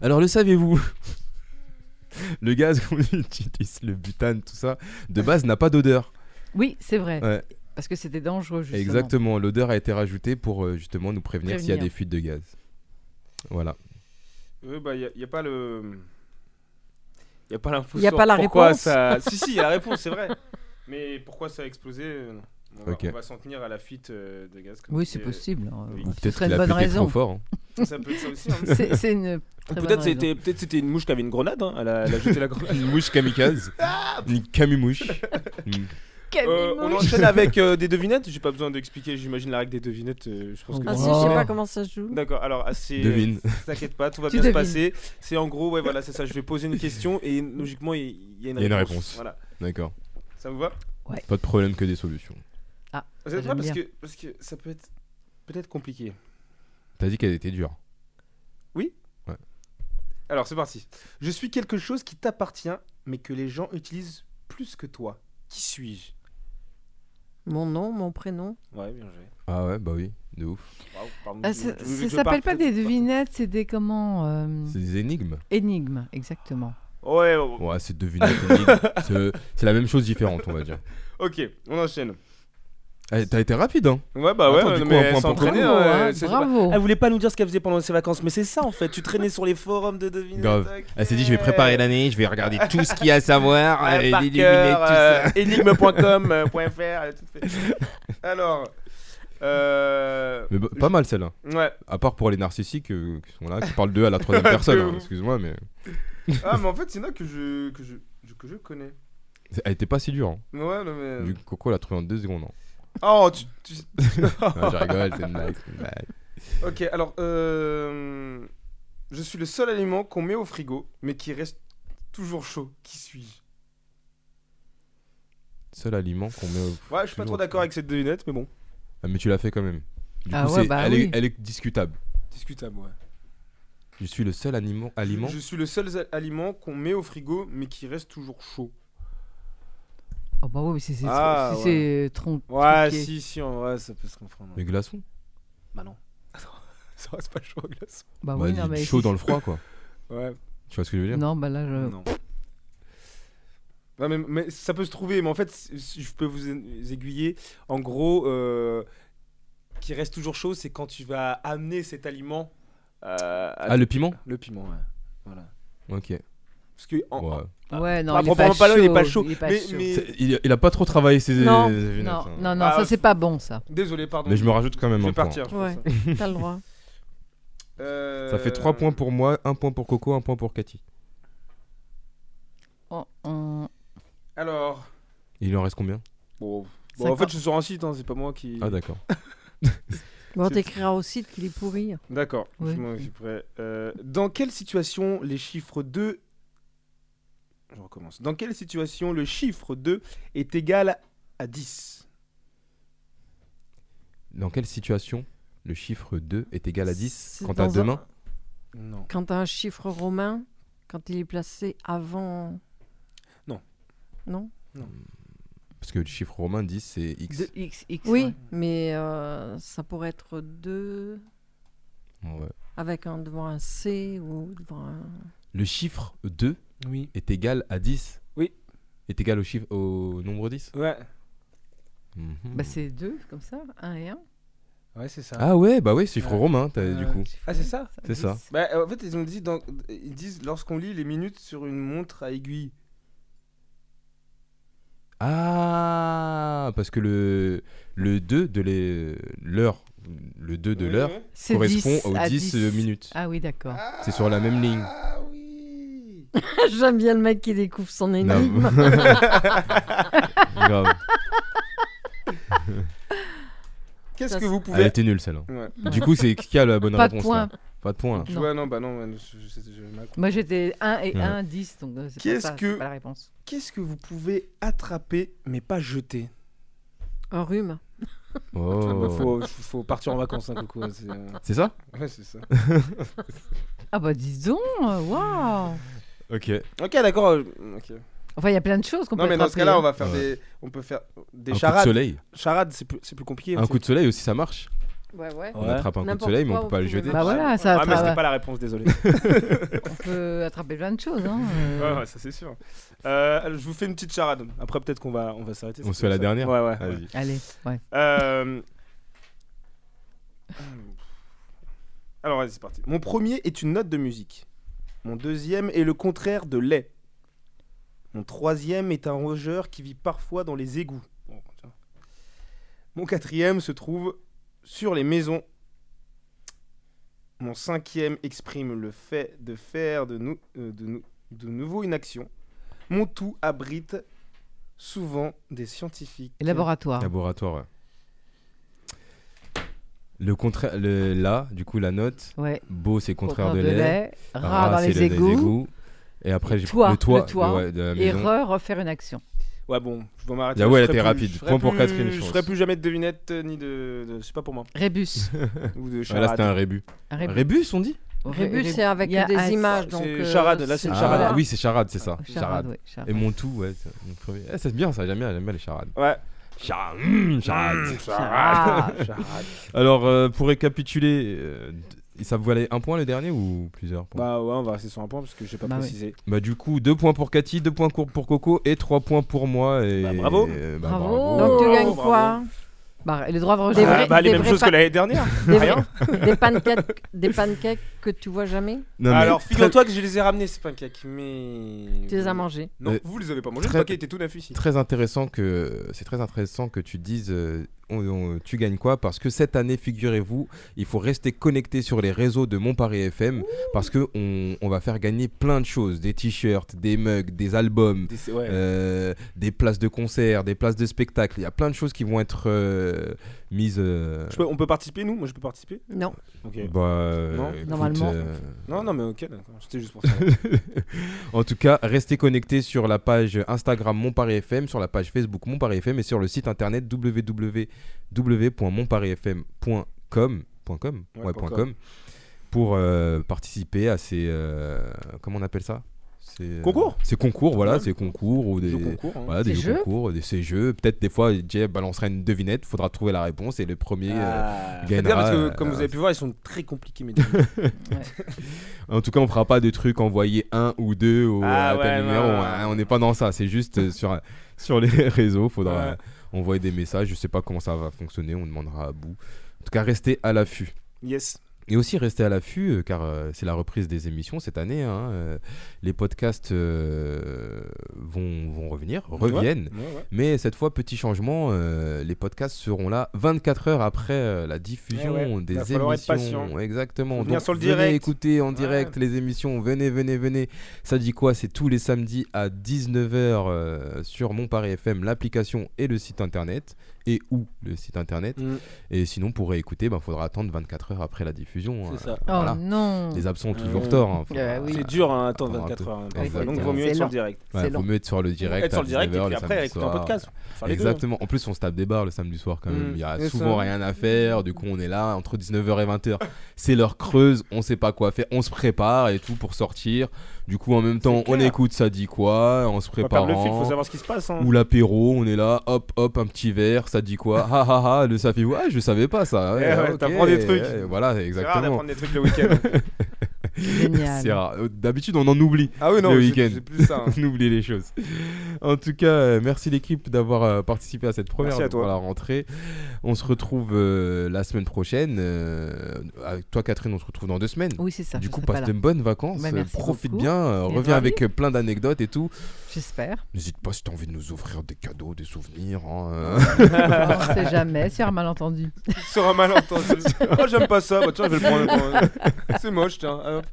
Speaker 3: Alors le savez-vous Le gaz qu'on utilise, le butane, tout ça, de base n'a pas d'odeur.
Speaker 4: Oui, c'est vrai.
Speaker 3: Ouais,
Speaker 4: Parce que c'était dangereux, justement.
Speaker 3: exactement, l'odeur a été rajoutée pour euh, justement nous prévenir, s'il y a
Speaker 4: Prévenir.
Speaker 3: des fuites de gaz. Voilà.
Speaker 5: Ouais, bah y a, y a pas le. Y a pas l'info.
Speaker 6: Y a
Speaker 5: sur
Speaker 6: pas la
Speaker 5: pourquoi
Speaker 6: réponse.
Speaker 5: Ça... si si, y a la réponse, c'est vrai. Mais pourquoi ça a explosé euh, non. On va,
Speaker 3: Ok.
Speaker 5: on va s'en tenir à la fuite euh, de gaz. comme
Speaker 4: Oui,
Speaker 5: tu
Speaker 4: c'est
Speaker 5: dis.
Speaker 4: possible. hein.
Speaker 5: oui.
Speaker 4: Bon,
Speaker 5: Peut-être
Speaker 4: Ce serait
Speaker 3: qu'il
Speaker 4: une
Speaker 3: a
Speaker 4: bonne
Speaker 3: pété trop
Speaker 4: raison.
Speaker 3: fort. hein.
Speaker 5: Ça peut être ça aussi. hein.
Speaker 4: C'est c'est une très bonne
Speaker 5: Peut-être
Speaker 4: raison.
Speaker 5: c'était peut-être c'était une mouche qui avait une grenade. hein. Elle, a, elle a jeté la grenade.
Speaker 7: Ah,
Speaker 3: Une mouche kamikaze. une camimouche. Une
Speaker 5: Euh, on enchaîne avec euh, des devinettes. J'ai pas besoin d'expliquer, j'imagine la règle des devinettes. euh,
Speaker 4: Oh.
Speaker 5: je pense que
Speaker 6: Ah
Speaker 5: tu-
Speaker 6: si, je sais pas comment ça se joue.
Speaker 5: D'accord, alors ah, c'est.
Speaker 7: Devine.
Speaker 5: T'inquiète pas, tout va
Speaker 6: Tu
Speaker 5: bien
Speaker 6: devines.
Speaker 5: se passer. C'est en gros, ouais, voilà, c'est ça. Je vais poser une question et logiquement, il il y a une réponse.
Speaker 7: Il y a une réponse.
Speaker 5: Voilà.
Speaker 7: D'accord.
Speaker 5: Ça vous va
Speaker 7: Pas de problème que des solutions.
Speaker 4: Ah,
Speaker 5: Vous êtes prêts
Speaker 4: j'aime
Speaker 5: parce
Speaker 4: bien.
Speaker 5: que, parce que ça peut être peut-être compliqué.
Speaker 7: T'as dit qu'elle était dure.
Speaker 5: Alors, c'est parti. Je suis quelque chose qui t'appartient, mais que les gens utilisent plus que toi. Qui suis-je
Speaker 6: Mon nom, mon prénom.
Speaker 5: Ouais, bien joué.
Speaker 7: Ah ouais, bah oui, de ouf.
Speaker 5: Waouh, pardon,
Speaker 4: Ah,
Speaker 5: je-
Speaker 4: ça
Speaker 5: je-
Speaker 4: ça
Speaker 5: je
Speaker 4: s'appelle
Speaker 5: parle
Speaker 4: pas des
Speaker 5: peut-être
Speaker 4: devinettes, c'est des comment euh,
Speaker 7: C'est des énigmes.
Speaker 4: Énigmes, exactement.
Speaker 5: Ouais, oh, ouais,
Speaker 7: Ouais, c'est deviné. énigme. C'est- C'est la même chose différente, on va dire.
Speaker 5: ok, on enchaîne.
Speaker 7: Eh, T'as été rapide, hein
Speaker 5: Ouais, bah ouais,
Speaker 7: Attends, du
Speaker 5: non,
Speaker 7: coup,
Speaker 5: mais
Speaker 7: un
Speaker 5: elle
Speaker 7: point pour
Speaker 5: s'entraînait.
Speaker 4: toi. Bravo,
Speaker 3: euh,
Speaker 5: hein,
Speaker 4: hein,
Speaker 5: c'est-
Speaker 4: bravo.
Speaker 3: Ah,
Speaker 5: Elle voulait pas nous dire ce qu'elle faisait pendant ses vacances, mais c'est ça en fait. Tu traînais sur les forums de devinettes.
Speaker 7: Grave.
Speaker 5: ok.
Speaker 7: Elle s'est dit, je vais préparer l'année, je vais regarder tout ce qu'il y a à savoir,
Speaker 5: Ouais,
Speaker 7: et
Speaker 5: par
Speaker 7: éliminer
Speaker 5: cœur,
Speaker 7: tout
Speaker 5: euh,
Speaker 7: ça.
Speaker 5: énigme.com, euh, point fr, elle a tout fait. Alors, euh,
Speaker 7: Mais bah, pas mal celle-là.
Speaker 5: ouais.
Speaker 7: À part pour les narcissiques euh, qui sont là, qui parlent d'eux à la troisième personne. hein, Excuse-moi, mais
Speaker 5: Ah, mais en fait, il y en a que je, que je, que je connais.
Speaker 7: elle était pas si dure. hein.
Speaker 5: Ouais, non,
Speaker 4: Euh.
Speaker 5: mais.
Speaker 7: Du coup, Coco l'a trouvé en deux secondes. hein.
Speaker 5: Oh, tu. tu-
Speaker 7: Non, je rigole, c'est une blague, c'est une blague.
Speaker 5: ok, alors, euh, je suis le seul aliment qu'on met au frigo, mais qui reste toujours chaud. Qui suis-je
Speaker 7: Seul aliment qu'on met au.
Speaker 5: Ouais, je suis pas trop
Speaker 7: Toujours.
Speaker 5: d'accord avec cette devinette, mais bon.
Speaker 7: Ah, mais tu l'as fait quand même. Du
Speaker 4: Ah
Speaker 7: coup,
Speaker 4: ouais,
Speaker 7: c'est-
Speaker 4: bah
Speaker 7: elle,
Speaker 4: oui.
Speaker 7: est, elle est discutable.
Speaker 5: Discutable, ouais.
Speaker 7: Je suis le seul animo- aliment.
Speaker 5: Je suis le seul a- aliment qu'on met au frigo, mais qui reste toujours chaud.
Speaker 4: Oh bah oui, mais c'est c'est-
Speaker 5: Ah,
Speaker 4: c'est-
Speaker 5: ouais.
Speaker 4: c'est tron-
Speaker 5: Ouais,
Speaker 4: tronqué.
Speaker 5: si, si, en vrai, ça peut se comprendre.
Speaker 7: Les glaçons.
Speaker 5: Bah non. Attends, ça reste pas chaud à glace.
Speaker 4: Bah
Speaker 7: Bah,
Speaker 4: oui,
Speaker 7: du
Speaker 4: non, mais
Speaker 7: chaud
Speaker 4: si,
Speaker 7: dans le froid, quoi.
Speaker 5: Ouais,
Speaker 7: Tu vois ce que je veux dire
Speaker 4: Non, bah là, je...
Speaker 5: non. Ouais, mais, mais ça peut se trouver, mais en fait, si- si je peux vous a- aiguiller. En gros, euh, qui reste toujours chaud, c'est quand tu vas amener cet aliment euh, à
Speaker 7: Ah, le piment
Speaker 5: le piment, ouais. Voilà.
Speaker 7: Ok.
Speaker 5: Parce que. en-
Speaker 7: Ouais.
Speaker 5: en-
Speaker 4: Ouais, non,
Speaker 5: Bah,
Speaker 4: il, est
Speaker 5: proprement
Speaker 4: pas
Speaker 5: parlant,
Speaker 4: chaud,
Speaker 5: il est pas chaud, mais-
Speaker 4: chaud.
Speaker 5: mais-
Speaker 7: C'est- Il, il a pas trop travaillé ses.
Speaker 6: Non,
Speaker 7: ses lunettes,
Speaker 4: Non,
Speaker 7: hein.
Speaker 4: non, non,
Speaker 5: Ah,
Speaker 4: ça c'est pas bon, ça.
Speaker 5: Désolé, pardon.
Speaker 7: Mais je me rajoute quand même
Speaker 5: Je
Speaker 7: un
Speaker 5: vais
Speaker 7: point.
Speaker 5: partir. je pense. hein.
Speaker 6: Ouais, t'as le droit.
Speaker 5: Euh,
Speaker 7: Ça fait 3 points pour moi, 1 point pour Coco, 1 point pour Cathy.
Speaker 4: Oh, on-
Speaker 5: Alors.
Speaker 7: Il en reste combien
Speaker 5: Bon, bon, en fait,
Speaker 4: Cinquante.
Speaker 5: je suis sur un site, hein, c'est pas moi qui.
Speaker 7: Ah d'accord.
Speaker 6: Bon, t'écriras au site qu'il est pourri.
Speaker 5: D'accord, je
Speaker 4: Ouais.
Speaker 5: m'en occuperai. Euh, dans quelle situation les chiffres 2. Je recommence. Dans quelle situation le chiffre 2 est égal à 10
Speaker 7: Dans quelle situation le chiffre 2 est égal à 10
Speaker 6: C'est
Speaker 7: quant à
Speaker 6: dans un-
Speaker 7: demain
Speaker 5: Non.
Speaker 6: Quand t'as un chiffre romain, quand il est placé avant.
Speaker 5: Non.
Speaker 6: Non
Speaker 7: Parce que le chiffre romain 10 c'est X.
Speaker 4: de X, X,
Speaker 6: Oui,
Speaker 4: ouais.
Speaker 6: mais euh, ça pourrait être deux
Speaker 7: Ouais.
Speaker 6: avec un devant un C ou devant un.
Speaker 7: Le chiffre 2
Speaker 5: Oui.
Speaker 7: est égal à 10
Speaker 5: Oui.
Speaker 7: Est égal au chiffre au nombre 10
Speaker 5: Ouais,
Speaker 7: Mhm.
Speaker 4: Bah c'est deux, comme ça, un et un.
Speaker 5: ouais c'est ça.
Speaker 7: Ah ouais, bah ouais, chiffre
Speaker 5: Ouais.
Speaker 7: romain t'as-
Speaker 5: Euh,
Speaker 7: du coup.
Speaker 5: Ah, c'est ça
Speaker 7: C'est ça.
Speaker 4: dix.
Speaker 5: Bah, euh, En fait, ils ont dit dans... ils disent lorsqu'on lit les minutes sur une montre à aiguille.
Speaker 7: Ah parce que le le 2 de l'e- l'heure le 2 de
Speaker 5: Oui,
Speaker 7: l'heure
Speaker 5: oui.
Speaker 4: C'est
Speaker 7: correspond aux
Speaker 4: à
Speaker 7: 10 euh, minutes.
Speaker 4: Ah oui, d'accord.
Speaker 7: C'est sur la même ligne.
Speaker 5: Ah oui
Speaker 6: J'aime bien le mec qui découvre son énigme.
Speaker 7: Non. Grave.
Speaker 5: Qu'est-ce
Speaker 6: Ça,
Speaker 5: que vous
Speaker 7: Elle
Speaker 5: pouvez.
Speaker 7: était nulle celle-là.
Speaker 5: Ouais.
Speaker 7: Du coup, c'est qui a la bonne
Speaker 4: Pas de
Speaker 7: réponse
Speaker 4: point.
Speaker 7: là Pas de point.
Speaker 5: Tu
Speaker 4: Non.
Speaker 5: vois, non, bah non, je, je- je- je- mal compris.
Speaker 4: Moi j'étais 1 et
Speaker 7: Ouais.
Speaker 4: 1, 10, donc euh, c'est pas
Speaker 5: Qu'est-ce
Speaker 4: ça,
Speaker 5: que-
Speaker 4: c'est pas la réponse.
Speaker 5: Qu'est-ce que vous pouvez attraper mais pas jeter
Speaker 6: Un rhume.
Speaker 7: Oh.
Speaker 5: faut, faut partir en vacances, hein, Coco. c'est-
Speaker 7: C'est euh. ça
Speaker 5: Ouais, c'est ça.
Speaker 4: Ah bah dis donc, euh, waouh
Speaker 7: Ok.
Speaker 5: Ok, d'accord. euh, ok.
Speaker 4: Enfin, il y a plein de choses qu'on peut
Speaker 5: Non, mais dans ce
Speaker 4: attraper,
Speaker 5: cas-là,
Speaker 4: hein.
Speaker 5: on va faire
Speaker 7: Ouais.
Speaker 5: des. On peut faire des
Speaker 7: Un coup de
Speaker 5: charades.
Speaker 7: soleil.
Speaker 5: Charades, c'est plus, c'est plus compliqué.
Speaker 7: Un coup de soleil aussi, ça marche.
Speaker 6: Ouais, ouais.
Speaker 7: On attrape un coup de soleil, mais on peut pas le jeter.
Speaker 4: Bah voilà, ça,
Speaker 5: Ah, mais
Speaker 4: ça-
Speaker 5: c'était pas la réponse, désolé.
Speaker 4: on peut attraper plein de choses. Hein. euh.
Speaker 5: ouais, ouais, ça c'est sûr. Euh, alors, je vous fais une petite charade. Après, peut-être qu'on va, on va s'arrêter.
Speaker 7: On
Speaker 5: c'est
Speaker 7: se fait la
Speaker 5: ça.
Speaker 7: dernière
Speaker 5: Ouais, Bah ouais.
Speaker 7: Vas-y.
Speaker 4: Allez, ouais.
Speaker 5: Euh, Alors, vas-y, c'est parti. Mon premier est une note de musique. Mon deuxième est le contraire de lait. Mon troisième est un rongeur qui vit parfois dans les égouts. Bon, tiens. Mon quatrième se trouve sur les maisons. Mon cinquième exprime le fait de faire de, nous, euh, de, nous- de nouveau une action. Mon tout abrite souvent des scientifiques.
Speaker 4: Laboratoire.
Speaker 3: Laboratoire. ouais. Le contraire, le la, du coup la note.
Speaker 4: Ouais.
Speaker 3: Beau c'est contraire,
Speaker 4: Contraire
Speaker 3: de,
Speaker 4: de
Speaker 3: lait.
Speaker 4: lait. Rat dans
Speaker 3: c'est
Speaker 4: les
Speaker 3: le-
Speaker 4: égouts.
Speaker 3: Et après j'ai
Speaker 4: Toi,
Speaker 3: le toit,
Speaker 4: le toit.
Speaker 3: de, ouais, de la
Speaker 4: et
Speaker 3: maison.
Speaker 4: re- refaire une action.
Speaker 5: Ouais, bon, je vais m'arrêter.
Speaker 3: Ah
Speaker 5: là,
Speaker 3: ouais,
Speaker 5: je
Speaker 3: t'es
Speaker 5: ferai plus-
Speaker 3: rapide.
Speaker 5: je ferai
Speaker 3: Point pour
Speaker 5: plus-
Speaker 3: Catherine, je
Speaker 5: Je
Speaker 3: pense.
Speaker 5: ferai plus jamais de devinettes euh, ni de. de- C'est pas pour moi.
Speaker 4: Rébus.
Speaker 5: Ou
Speaker 3: Ouais,
Speaker 5: de
Speaker 3: là c'était un
Speaker 5: charade.
Speaker 3: rébus.
Speaker 4: Un rébus.
Speaker 3: on dit
Speaker 6: Rébus,
Speaker 4: Ré-
Speaker 6: c'est avec
Speaker 4: il y a
Speaker 6: des
Speaker 4: un-
Speaker 6: images. Donc, euh,
Speaker 5: c'est charade, là, c'est
Speaker 3: Ah,
Speaker 5: charade.
Speaker 3: oui, c'est charade, c'est ça.
Speaker 4: Charade,
Speaker 3: Charade.
Speaker 4: ouais, charade.
Speaker 3: Et mon tout, ouais. c'est mon premier. Eh, c'est bien ça, j'aime bien, j'aime bien les charades.
Speaker 5: Ouais.
Speaker 3: Char- mmh, charade.
Speaker 5: Charade. Charade.
Speaker 3: Alors, euh, pour récapituler, euh, d- ça vous valait un point le dernier ou plusieurs points
Speaker 5: Bah ouais, on va rester sur un point parce que j'ai pas
Speaker 4: Bah ouais.
Speaker 5: précisé.
Speaker 3: Bah du coup, 2 points pour Cathy, 2 points cour- pour Coco et 3 points pour moi. Et...
Speaker 5: Bah, bravo.
Speaker 3: et, bah,
Speaker 4: Bravo.
Speaker 6: Donc, tu
Speaker 5: Bravo,
Speaker 6: gagnes
Speaker 5: bravo.
Speaker 6: quoi
Speaker 4: Bah, et le droit de rejet.
Speaker 6: Des
Speaker 5: Ah,
Speaker 6: vrais-
Speaker 5: bah, les
Speaker 6: des
Speaker 5: mêmes
Speaker 6: vrais
Speaker 5: choses
Speaker 6: pa-
Speaker 5: que l'année dernière.
Speaker 6: des,
Speaker 5: Rien.
Speaker 6: des pancakes, des pancakes que tu vois jamais
Speaker 3: Non, mais
Speaker 5: Alors,
Speaker 3: très-
Speaker 5: figure-toi que je les ai ramenés, ces pancakes, mais.
Speaker 6: Tu les as mangés.
Speaker 5: Non,
Speaker 3: Euh,
Speaker 5: vous les avez pas mangés,
Speaker 3: très-
Speaker 5: le paquet était tout neuf ici.
Speaker 3: très intéressant que c'est très intéressant que tu dises euh, on- on- tu gagnes quoi parce que cette année figurez-vous il faut rester connecté sur les réseaux de Mon Paris FM parce que on, on va faire gagner plein de choses des t-shirts des mugs des albums
Speaker 5: Des- ouais.
Speaker 3: euh, des places de concert des places de spectacle il y a plein de choses qui vont être euh, mises euh,
Speaker 5: Je peux- on peut participer, nous Moi, je peux participer
Speaker 6: Non.
Speaker 5: Ok.
Speaker 3: bah, euh,
Speaker 5: Non,
Speaker 3: écoute,
Speaker 4: normalement.
Speaker 3: euh,
Speaker 5: Non, non, mais ok, d'accord. C'était juste pour ça.
Speaker 3: En tout cas, restez connectés sur la page Instagram Montparis FM, sur la page Facebook Montparis FM et sur le site internet www.montparisfm.com point com
Speaker 5: Ouais,
Speaker 3: Ouais,
Speaker 5: point
Speaker 3: point
Speaker 5: com.
Speaker 3: com, pour euh, participer à ces euh, comment on appelle ça Ces, euh,
Speaker 5: Concours
Speaker 3: Ces concours, voilà,
Speaker 5: Ouais.
Speaker 3: ces concours ou des
Speaker 5: Je concours. hein.
Speaker 3: voilà, des
Speaker 4: Ces
Speaker 3: jeux
Speaker 4: jeux
Speaker 3: concours, des ces jeux. Peut-être des fois, Jay balancera une devinette, faudra trouver la réponse et le premier. euh,
Speaker 5: Ah.
Speaker 3: il gagnera,
Speaker 5: Faut dire parce que,
Speaker 3: euh,
Speaker 5: comme vous
Speaker 3: euh,
Speaker 5: avez pu voir, ils sont très compliqués, mes amis.
Speaker 3: En tout cas, on fera pas de trucs envoyés un ou deux au
Speaker 5: Ah
Speaker 3: à tel
Speaker 5: ouais,
Speaker 3: numéro,
Speaker 5: ouais, ouais.
Speaker 3: hein, on n'est pas dans ça. C'est juste euh, sur, sur les réseaux. Faudra
Speaker 5: Ouais.
Speaker 3: euh, envoyer des messages. Je sais pas comment ça va fonctionner. On demandera à bout. En tout cas, restez à l'affût.
Speaker 5: Yes.
Speaker 3: Et aussi restez à l'affût euh, car euh, c'est la reprise des émissions cette année. hein, euh, les podcasts euh, vont, vont revenir, reviennent.
Speaker 5: Ouais, ouais, ouais.
Speaker 3: Mais cette fois, petit changement, euh, les podcasts seront là 24 heures après euh, la diffusion
Speaker 5: Eh ouais,
Speaker 3: des
Speaker 5: va falloir être
Speaker 3: émissions.
Speaker 5: patient.
Speaker 3: Exactement.
Speaker 5: Faut venir sur le
Speaker 3: venez
Speaker 5: direct.
Speaker 3: écouter en direct les émissions. Venez, venez, venez. Ça dit quoi C'est tous les samedis à 19h euh, sur Mon Paris FM, l'application et le site internet. Et ou le site internet.
Speaker 5: Mm.
Speaker 3: Et sinon, pour réécouter, il faudra attendre 24 heures après la diffusion.
Speaker 5: C'est
Speaker 3: hein.
Speaker 5: ça.
Speaker 4: Oh
Speaker 3: Voilà.
Speaker 4: non.
Speaker 3: Les absents ont toujours
Speaker 5: Euh,
Speaker 3: tort. hein. Faudra-
Speaker 4: euh, oui.
Speaker 5: C'est dur, hein, attendre
Speaker 3: Attendre un
Speaker 5: 24
Speaker 3: peu.
Speaker 5: heures. hein,
Speaker 3: Ouais,
Speaker 5: parfois. Donc,
Speaker 3: exactement.
Speaker 5: vaut mieux
Speaker 4: C'est
Speaker 5: être sur
Speaker 4: long.
Speaker 5: le direct.
Speaker 3: Ouais,
Speaker 4: c'est
Speaker 3: vaut
Speaker 4: long.
Speaker 3: mieux être sur le direct.
Speaker 5: Être sur
Speaker 3: à
Speaker 5: le direct et
Speaker 3: 19h,
Speaker 5: puis
Speaker 3: le
Speaker 5: après
Speaker 3: samedi
Speaker 5: écouter un
Speaker 3: soir.
Speaker 5: podcast. Faut faire les deux. hein.
Speaker 3: Exactement. En plus, on se tape des barres le samedi soir quand même.
Speaker 5: Mm.
Speaker 3: Il y a
Speaker 5: C'est
Speaker 3: souvent
Speaker 5: ça.
Speaker 3: rien à faire. Du coup, on est là entre 19h et 20h. C'est l'heure creuse. On sait pas quoi faire. On se prépare et tout pour sortir. Du coup, en même temps, on
Speaker 5: clair.
Speaker 3: écoute ça dit quoi en se
Speaker 5: Faut pas perdre le fil, faut
Speaker 3: préparant.
Speaker 5: savoir ce qui se passe. hein.
Speaker 3: Ou l'apéro, on est là, hop hop, un petit verre, ça dit quoi Ha ha ha, le ça fait ouais, je savais pas ça. hein.
Speaker 5: Eh
Speaker 3: ouais,
Speaker 5: ouais,
Speaker 3: ok,
Speaker 5: t'apprends des trucs.
Speaker 3: ouais, Voilà,
Speaker 5: C'est rare
Speaker 3: exactement.
Speaker 5: d'apprendre des trucs le week-end.
Speaker 3: C'est
Speaker 4: Génial.
Speaker 3: rare. Euh, D'habitude, on en oublie.
Speaker 5: ah oui, non,
Speaker 3: Le
Speaker 5: c'est-
Speaker 3: week-end.
Speaker 5: c'est plus ça. hein.
Speaker 3: On oublie les choses. En tout cas, euh, merci l'équipe d'avoir euh, participé à cette première
Speaker 5: Merci à toi.
Speaker 3: pour la rentrée. On se retrouve euh, la semaine prochaine. euh, avec toi, Catherine, on se retrouve dans deux semaines.
Speaker 4: Oui, c'est ça.
Speaker 3: du
Speaker 4: je
Speaker 3: coup,
Speaker 4: serai pas
Speaker 3: passe
Speaker 4: là.
Speaker 3: de bonnes vacances.
Speaker 4: Bah,
Speaker 3: euh,
Speaker 4: merci
Speaker 3: profite
Speaker 4: beaucoup.
Speaker 3: bien. euh,
Speaker 4: Et
Speaker 3: reviens
Speaker 4: toi,
Speaker 3: avec euh, plein d'anecdotes et tout.
Speaker 4: J'espère.
Speaker 3: N'hésite pas si t'as envie de nous offrir des cadeaux, des souvenirs. hein, euh.
Speaker 4: On sait jamais, c'est un malentendu.
Speaker 5: Sur un malentendu. oh, j'aime pas ça. Bah, tiens, je vais le prendre. C'est moche, tiens. hop.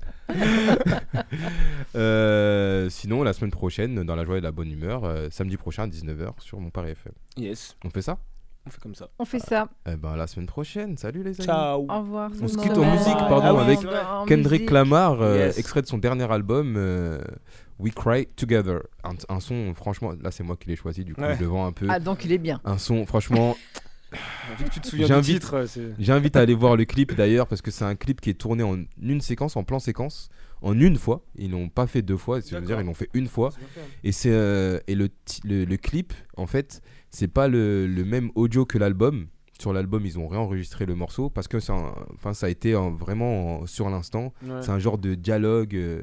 Speaker 3: Euh, sinon, la semaine prochaine, dans la joie et la bonne humeur, euh, samedi prochain à 19h sur mon Paris FM.
Speaker 5: Yes,
Speaker 3: On fait ça
Speaker 5: on fait comme ça.
Speaker 4: On fait ça.
Speaker 3: Eh ben, à la semaine prochaine. Salut les amis.
Speaker 5: Ciao.
Speaker 4: Au revoir.
Speaker 3: On se
Speaker 4: tout le
Speaker 3: quitte en
Speaker 4: monde.
Speaker 3: musique, pardon,
Speaker 5: Ah oui,
Speaker 3: avec
Speaker 5: c'est vrai.
Speaker 4: En
Speaker 3: Kendrick
Speaker 4: musique.
Speaker 3: Lamar, euh,
Speaker 5: Yes.
Speaker 3: extrait de son dernier album euh, We Cry Together. Un, un son, franchement, là c'est moi qui l'ai choisi, du coup
Speaker 5: Ouais.
Speaker 3: je le vends un peu.
Speaker 4: Ah, donc il est bien.
Speaker 3: Un son, franchement,
Speaker 5: Vu que tu te souviens du
Speaker 3: J'invite-
Speaker 5: titre, euh, c'est.
Speaker 3: j'invite à aller voir le clip d'ailleurs, parce que c'est un clip qui est tourné en une séquence, en plan séquence, en une fois. Ils n'ont pas fait deux fois, c'est-à-dire
Speaker 5: D'accord.
Speaker 3: ils l'ont fait une fois. Et, c'est, euh, et le, ti- le, le clip, en fait, c'est pas le, le même audio que l'album. Sur l'album, ils ont réenregistré le morceau parce que c'est un- enfin, ça a été en- vraiment en- sur l'instant.
Speaker 5: Ouais.
Speaker 3: C'est un genre de dialogue euh,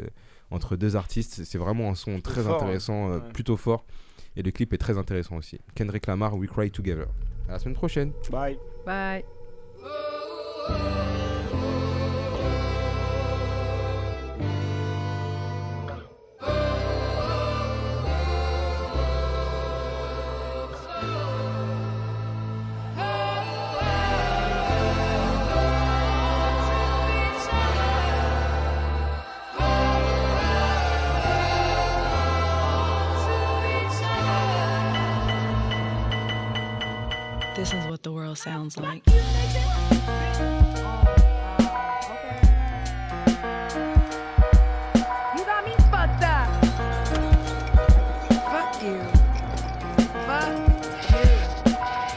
Speaker 3: entre deux artistes. C'est- C'est vraiment un son très
Speaker 5: fort, hein.
Speaker 3: intéressant, euh,
Speaker 5: Ouais.
Speaker 3: plutôt fort. Et le clip est très intéressant aussi. Kendrick Lamar, We Cry Together. À la semaine prochaine.
Speaker 5: Bye.
Speaker 4: Bye.
Speaker 8: To each other.
Speaker 6: This is what the world sounds like.
Speaker 8: You got me fucked up. Fuck you. Fuck you.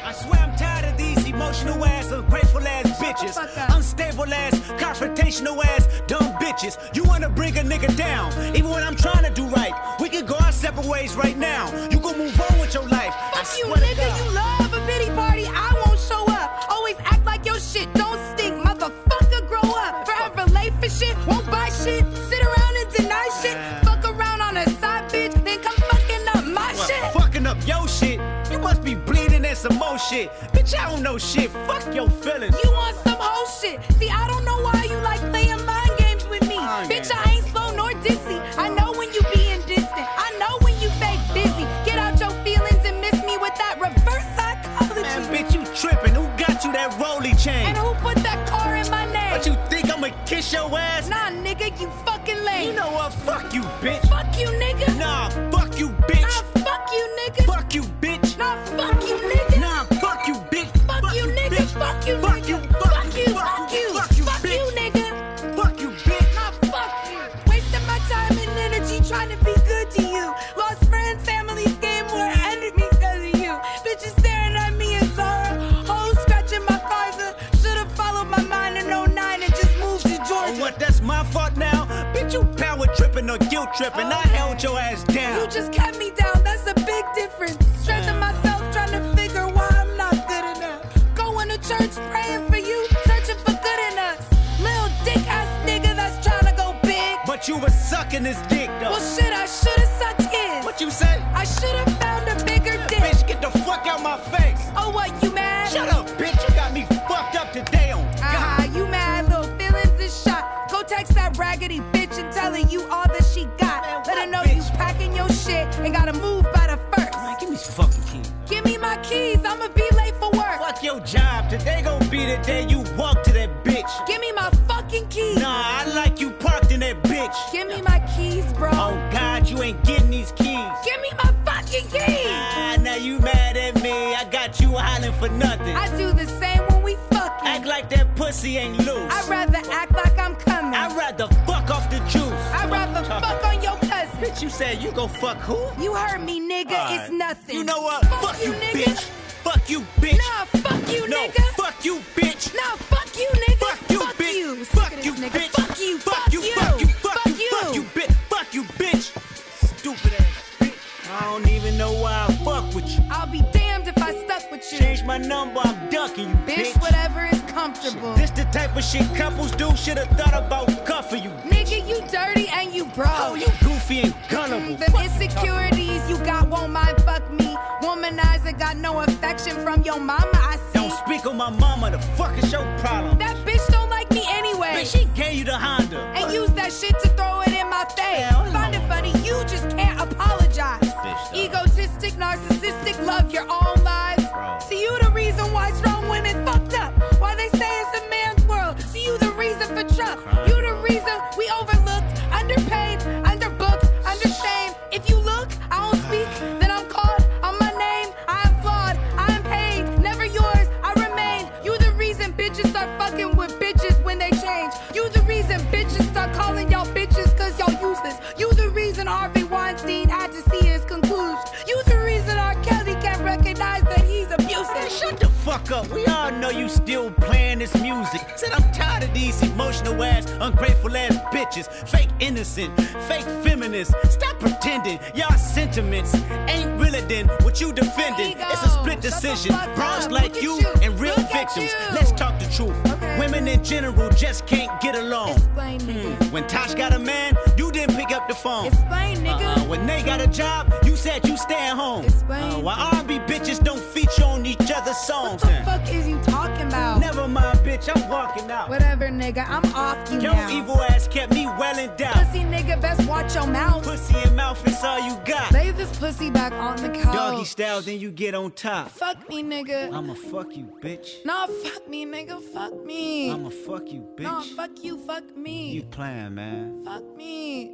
Speaker 10: I swear I'm tired of these emotional ass, ungrateful ass bitches. Unstable ass, confrontational ass, dumb bitches. You wanna bring a nigga down, even when I'm trying to do right. We can go our separate ways right now. You can move on with your life. I
Speaker 8: Fuck you,
Speaker 10: swear to
Speaker 8: nigga.
Speaker 10: God.
Speaker 8: You love a pity party. I won't show up. Always act like your shit don't stink. Motherfucker, grow up. Forever late for shit. Won't buy shit. Sit around and deny shit. Fuck around on a side bitch. Then come fucking up my
Speaker 10: What,
Speaker 8: shit.
Speaker 10: Fucking up your shit. You must be bleeding and some more shit. Bitch, I don't know shit. Fuck your feelings.
Speaker 8: You want some whole shit. See, I don't know why you like playing mind games with me. Bitch, I ain't slow nor dizzy. I know when you being distant. I know when you fake busy. Get out your feelings and miss me with that reverse psychology.
Speaker 10: Man, bitch, you tripping. Who got you that rolly chain?
Speaker 8: And who put that car in my name?
Speaker 10: What you think I'ma kiss your ass?
Speaker 8: Nah, nigga, you fucking lame.
Speaker 10: You know what? Fuck you, bitch.
Speaker 8: Fuck you, nigga.
Speaker 10: Nah, fuck you, bitch.
Speaker 8: Nah, fuck you, nigga.
Speaker 10: Fuck you, bitch.
Speaker 8: Nah, fuck you, nigga.
Speaker 10: Nah, fuck you, bitch.
Speaker 8: Fuck, you, nigga. Fuck you, nigga. Fuck you, fuck you, fuck you, fuck you, nigga.
Speaker 10: Fuck you, bitch.
Speaker 8: Nah, fuck you. Wasting my time and energy trying to be good to you. Lost friends, families, gained more enemies because of you. Bitches staring at me in sorrow. Hoes scratching my Kaiser. Should've followed my mind in 09 and just moved to Georgia.
Speaker 10: Oh, what? That's my fault now? Bitch, you power tripping or guilt tripping. I held your ass down.
Speaker 8: You just kept me down, that's a big difference. Stressing myself, trying to figure why I'm not good enough. Going to church, praying for you, searching for good in us. Little dick ass nigga that's trying to go big.
Speaker 10: But you was sucking this dick though.
Speaker 8: Well, shit, I should've sucked his.
Speaker 10: What you say?
Speaker 8: I should've found a bigger dick.
Speaker 10: Bitch, get the fuck out my face.
Speaker 8: Oh, what, you mad?
Speaker 10: Shut up, bitch. You got me fucked up today oh on
Speaker 8: Ah, you mad, little feelings is shot. Go text that raggedy bitch and tell her you all that she got. Let her know you packing your shit and gotta move by the first.
Speaker 10: Man, give me this fucking key.
Speaker 8: Give me my keys, I'ma be late for work.
Speaker 10: Fuck your job. Today gon' be the day you walk to that bitch.
Speaker 8: Give me my fucking keys.
Speaker 10: Nah, I like you parked in that bitch.
Speaker 8: Give me my keys, bro.
Speaker 10: Oh God, you ain't getting these keys.
Speaker 8: Give me my fucking keys.
Speaker 10: Ah, now you mad at me. I got you hollering for nothing.
Speaker 8: I do the same when we fucking.
Speaker 10: Act like that pussy ain't loose.
Speaker 8: I'd rather act like I'm coming.
Speaker 10: I'd rather fuck off the juice.
Speaker 8: I'd rather fuck on your cousin.
Speaker 10: Bitch, you said you gon' fuck who?
Speaker 8: You heard me, nigga.
Speaker 10: All right.
Speaker 8: It's nothing.
Speaker 10: You know what?
Speaker 8: Fuck,
Speaker 10: Fuck
Speaker 8: you,
Speaker 10: you,
Speaker 8: nigga.
Speaker 10: bitch. Fuck you, bitch.
Speaker 8: Nah, fuck you,
Speaker 10: No,
Speaker 8: nigga.
Speaker 10: fuck you, bitch.
Speaker 8: Nah, fuck you, nigga.
Speaker 10: Fuck you,
Speaker 8: fuck
Speaker 10: bitch.
Speaker 8: You.
Speaker 10: Fuck
Speaker 8: Sick of
Speaker 10: you,
Speaker 8: this nigga.
Speaker 10: bitch.
Speaker 8: Fuck you,
Speaker 10: Fuck you, fuck you, fuck you, fuck you, bitch. Fuck you, bitch. Stupid ass bitch. I don't even know why I fuck with you.
Speaker 8: I'll be damned if I stuck with you.
Speaker 10: Change my number, I'm ducking you,
Speaker 8: Bitch,
Speaker 10: bitch.
Speaker 8: whatever is comfortable.
Speaker 10: This the type of shit couples do. Should've thought about cuffing you.
Speaker 8: Nigga, you dirty and you broke. Mm,
Speaker 10: Oh, you goofy and gullible.
Speaker 8: The insecurities you got won't mind fuck me. Womanizer got no affection from your mama, I see.
Speaker 10: Don't speak on my mama. The fuck is your problem?
Speaker 8: That bitch don't like me anyway.
Speaker 10: Bitch, she gave you the Honda.
Speaker 8: and use that shit to throw it in my face. Find it funny, you just can't apologize.
Speaker 10: Bitch, though.
Speaker 8: Egotistic, narcissistic, love your own lies. See you the reason why strong women fucked up. Why they say it's a man's world. See you the reason for Trump. You the reason we overlooked, underpaid, underbooked, understained. If you look, I don't speak, then I'm called on my name. I am flawed, I am paid, never yours, I remain. You the reason bitches start fucking with bitches when they change. You the reason bitches start calling y'all bitches cause y'all useless. You the reason Harvey Weinstein had to see his conclusion. You the reason R. Kelly can't recognize that he's abusive.
Speaker 10: Shut the fuck up. We all know you still playing this music. Said I'm tired of these emotional ass, ungrateful ass bitches. Fake innocent, fake feminist. Stop pretending y'all sentiments ain't realer than what you defending.
Speaker 8: There you
Speaker 10: It's a
Speaker 8: go.
Speaker 10: split
Speaker 8: Shut the
Speaker 10: decision.
Speaker 8: fuck
Speaker 10: Bronze
Speaker 8: up.
Speaker 10: like
Speaker 8: Look at
Speaker 10: you
Speaker 8: you.
Speaker 10: and real
Speaker 8: Look at
Speaker 10: victims.
Speaker 8: you.
Speaker 10: Let's talk the truth.
Speaker 8: Okay.
Speaker 10: Women in Mm. general just can't get along.
Speaker 8: Explain, nigga.
Speaker 10: When Tosh got a man, you didn't pick up the phone.
Speaker 8: Explain, nigga.
Speaker 10: Mm. Uh-uh. When they got a job, you said you stay at home.
Speaker 8: Explain.
Speaker 10: Uh, why R&B bitches don't feature on each other's songs?
Speaker 8: What the fuck is you talking about?
Speaker 10: Never mind, bitch, I'm walking out.
Speaker 8: Whatever, nigga, I'm off you
Speaker 10: Your
Speaker 8: now.
Speaker 10: evil ass kept me well in doubt.
Speaker 8: Pussy nigga, best watch your mouth.
Speaker 10: Pussy and mouth is all you got.
Speaker 8: Lay this pussy back on the couch.
Speaker 10: Doggy style, then you get on top.
Speaker 8: Fuck me, nigga.
Speaker 10: I'ma fuck you, bitch.
Speaker 8: Nah, fuck me, nigga. Fuck me.
Speaker 10: I'ma fuck you, bitch.
Speaker 8: Nah, fuck you. Fuck me.
Speaker 10: You playing, man.
Speaker 8: Fuck me.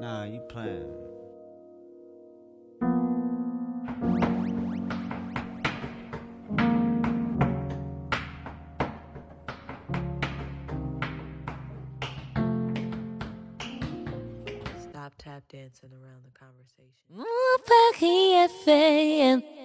Speaker 10: Nah, you playing.
Speaker 6: dancing around the conversation.
Speaker 2: Mon Paris est fait.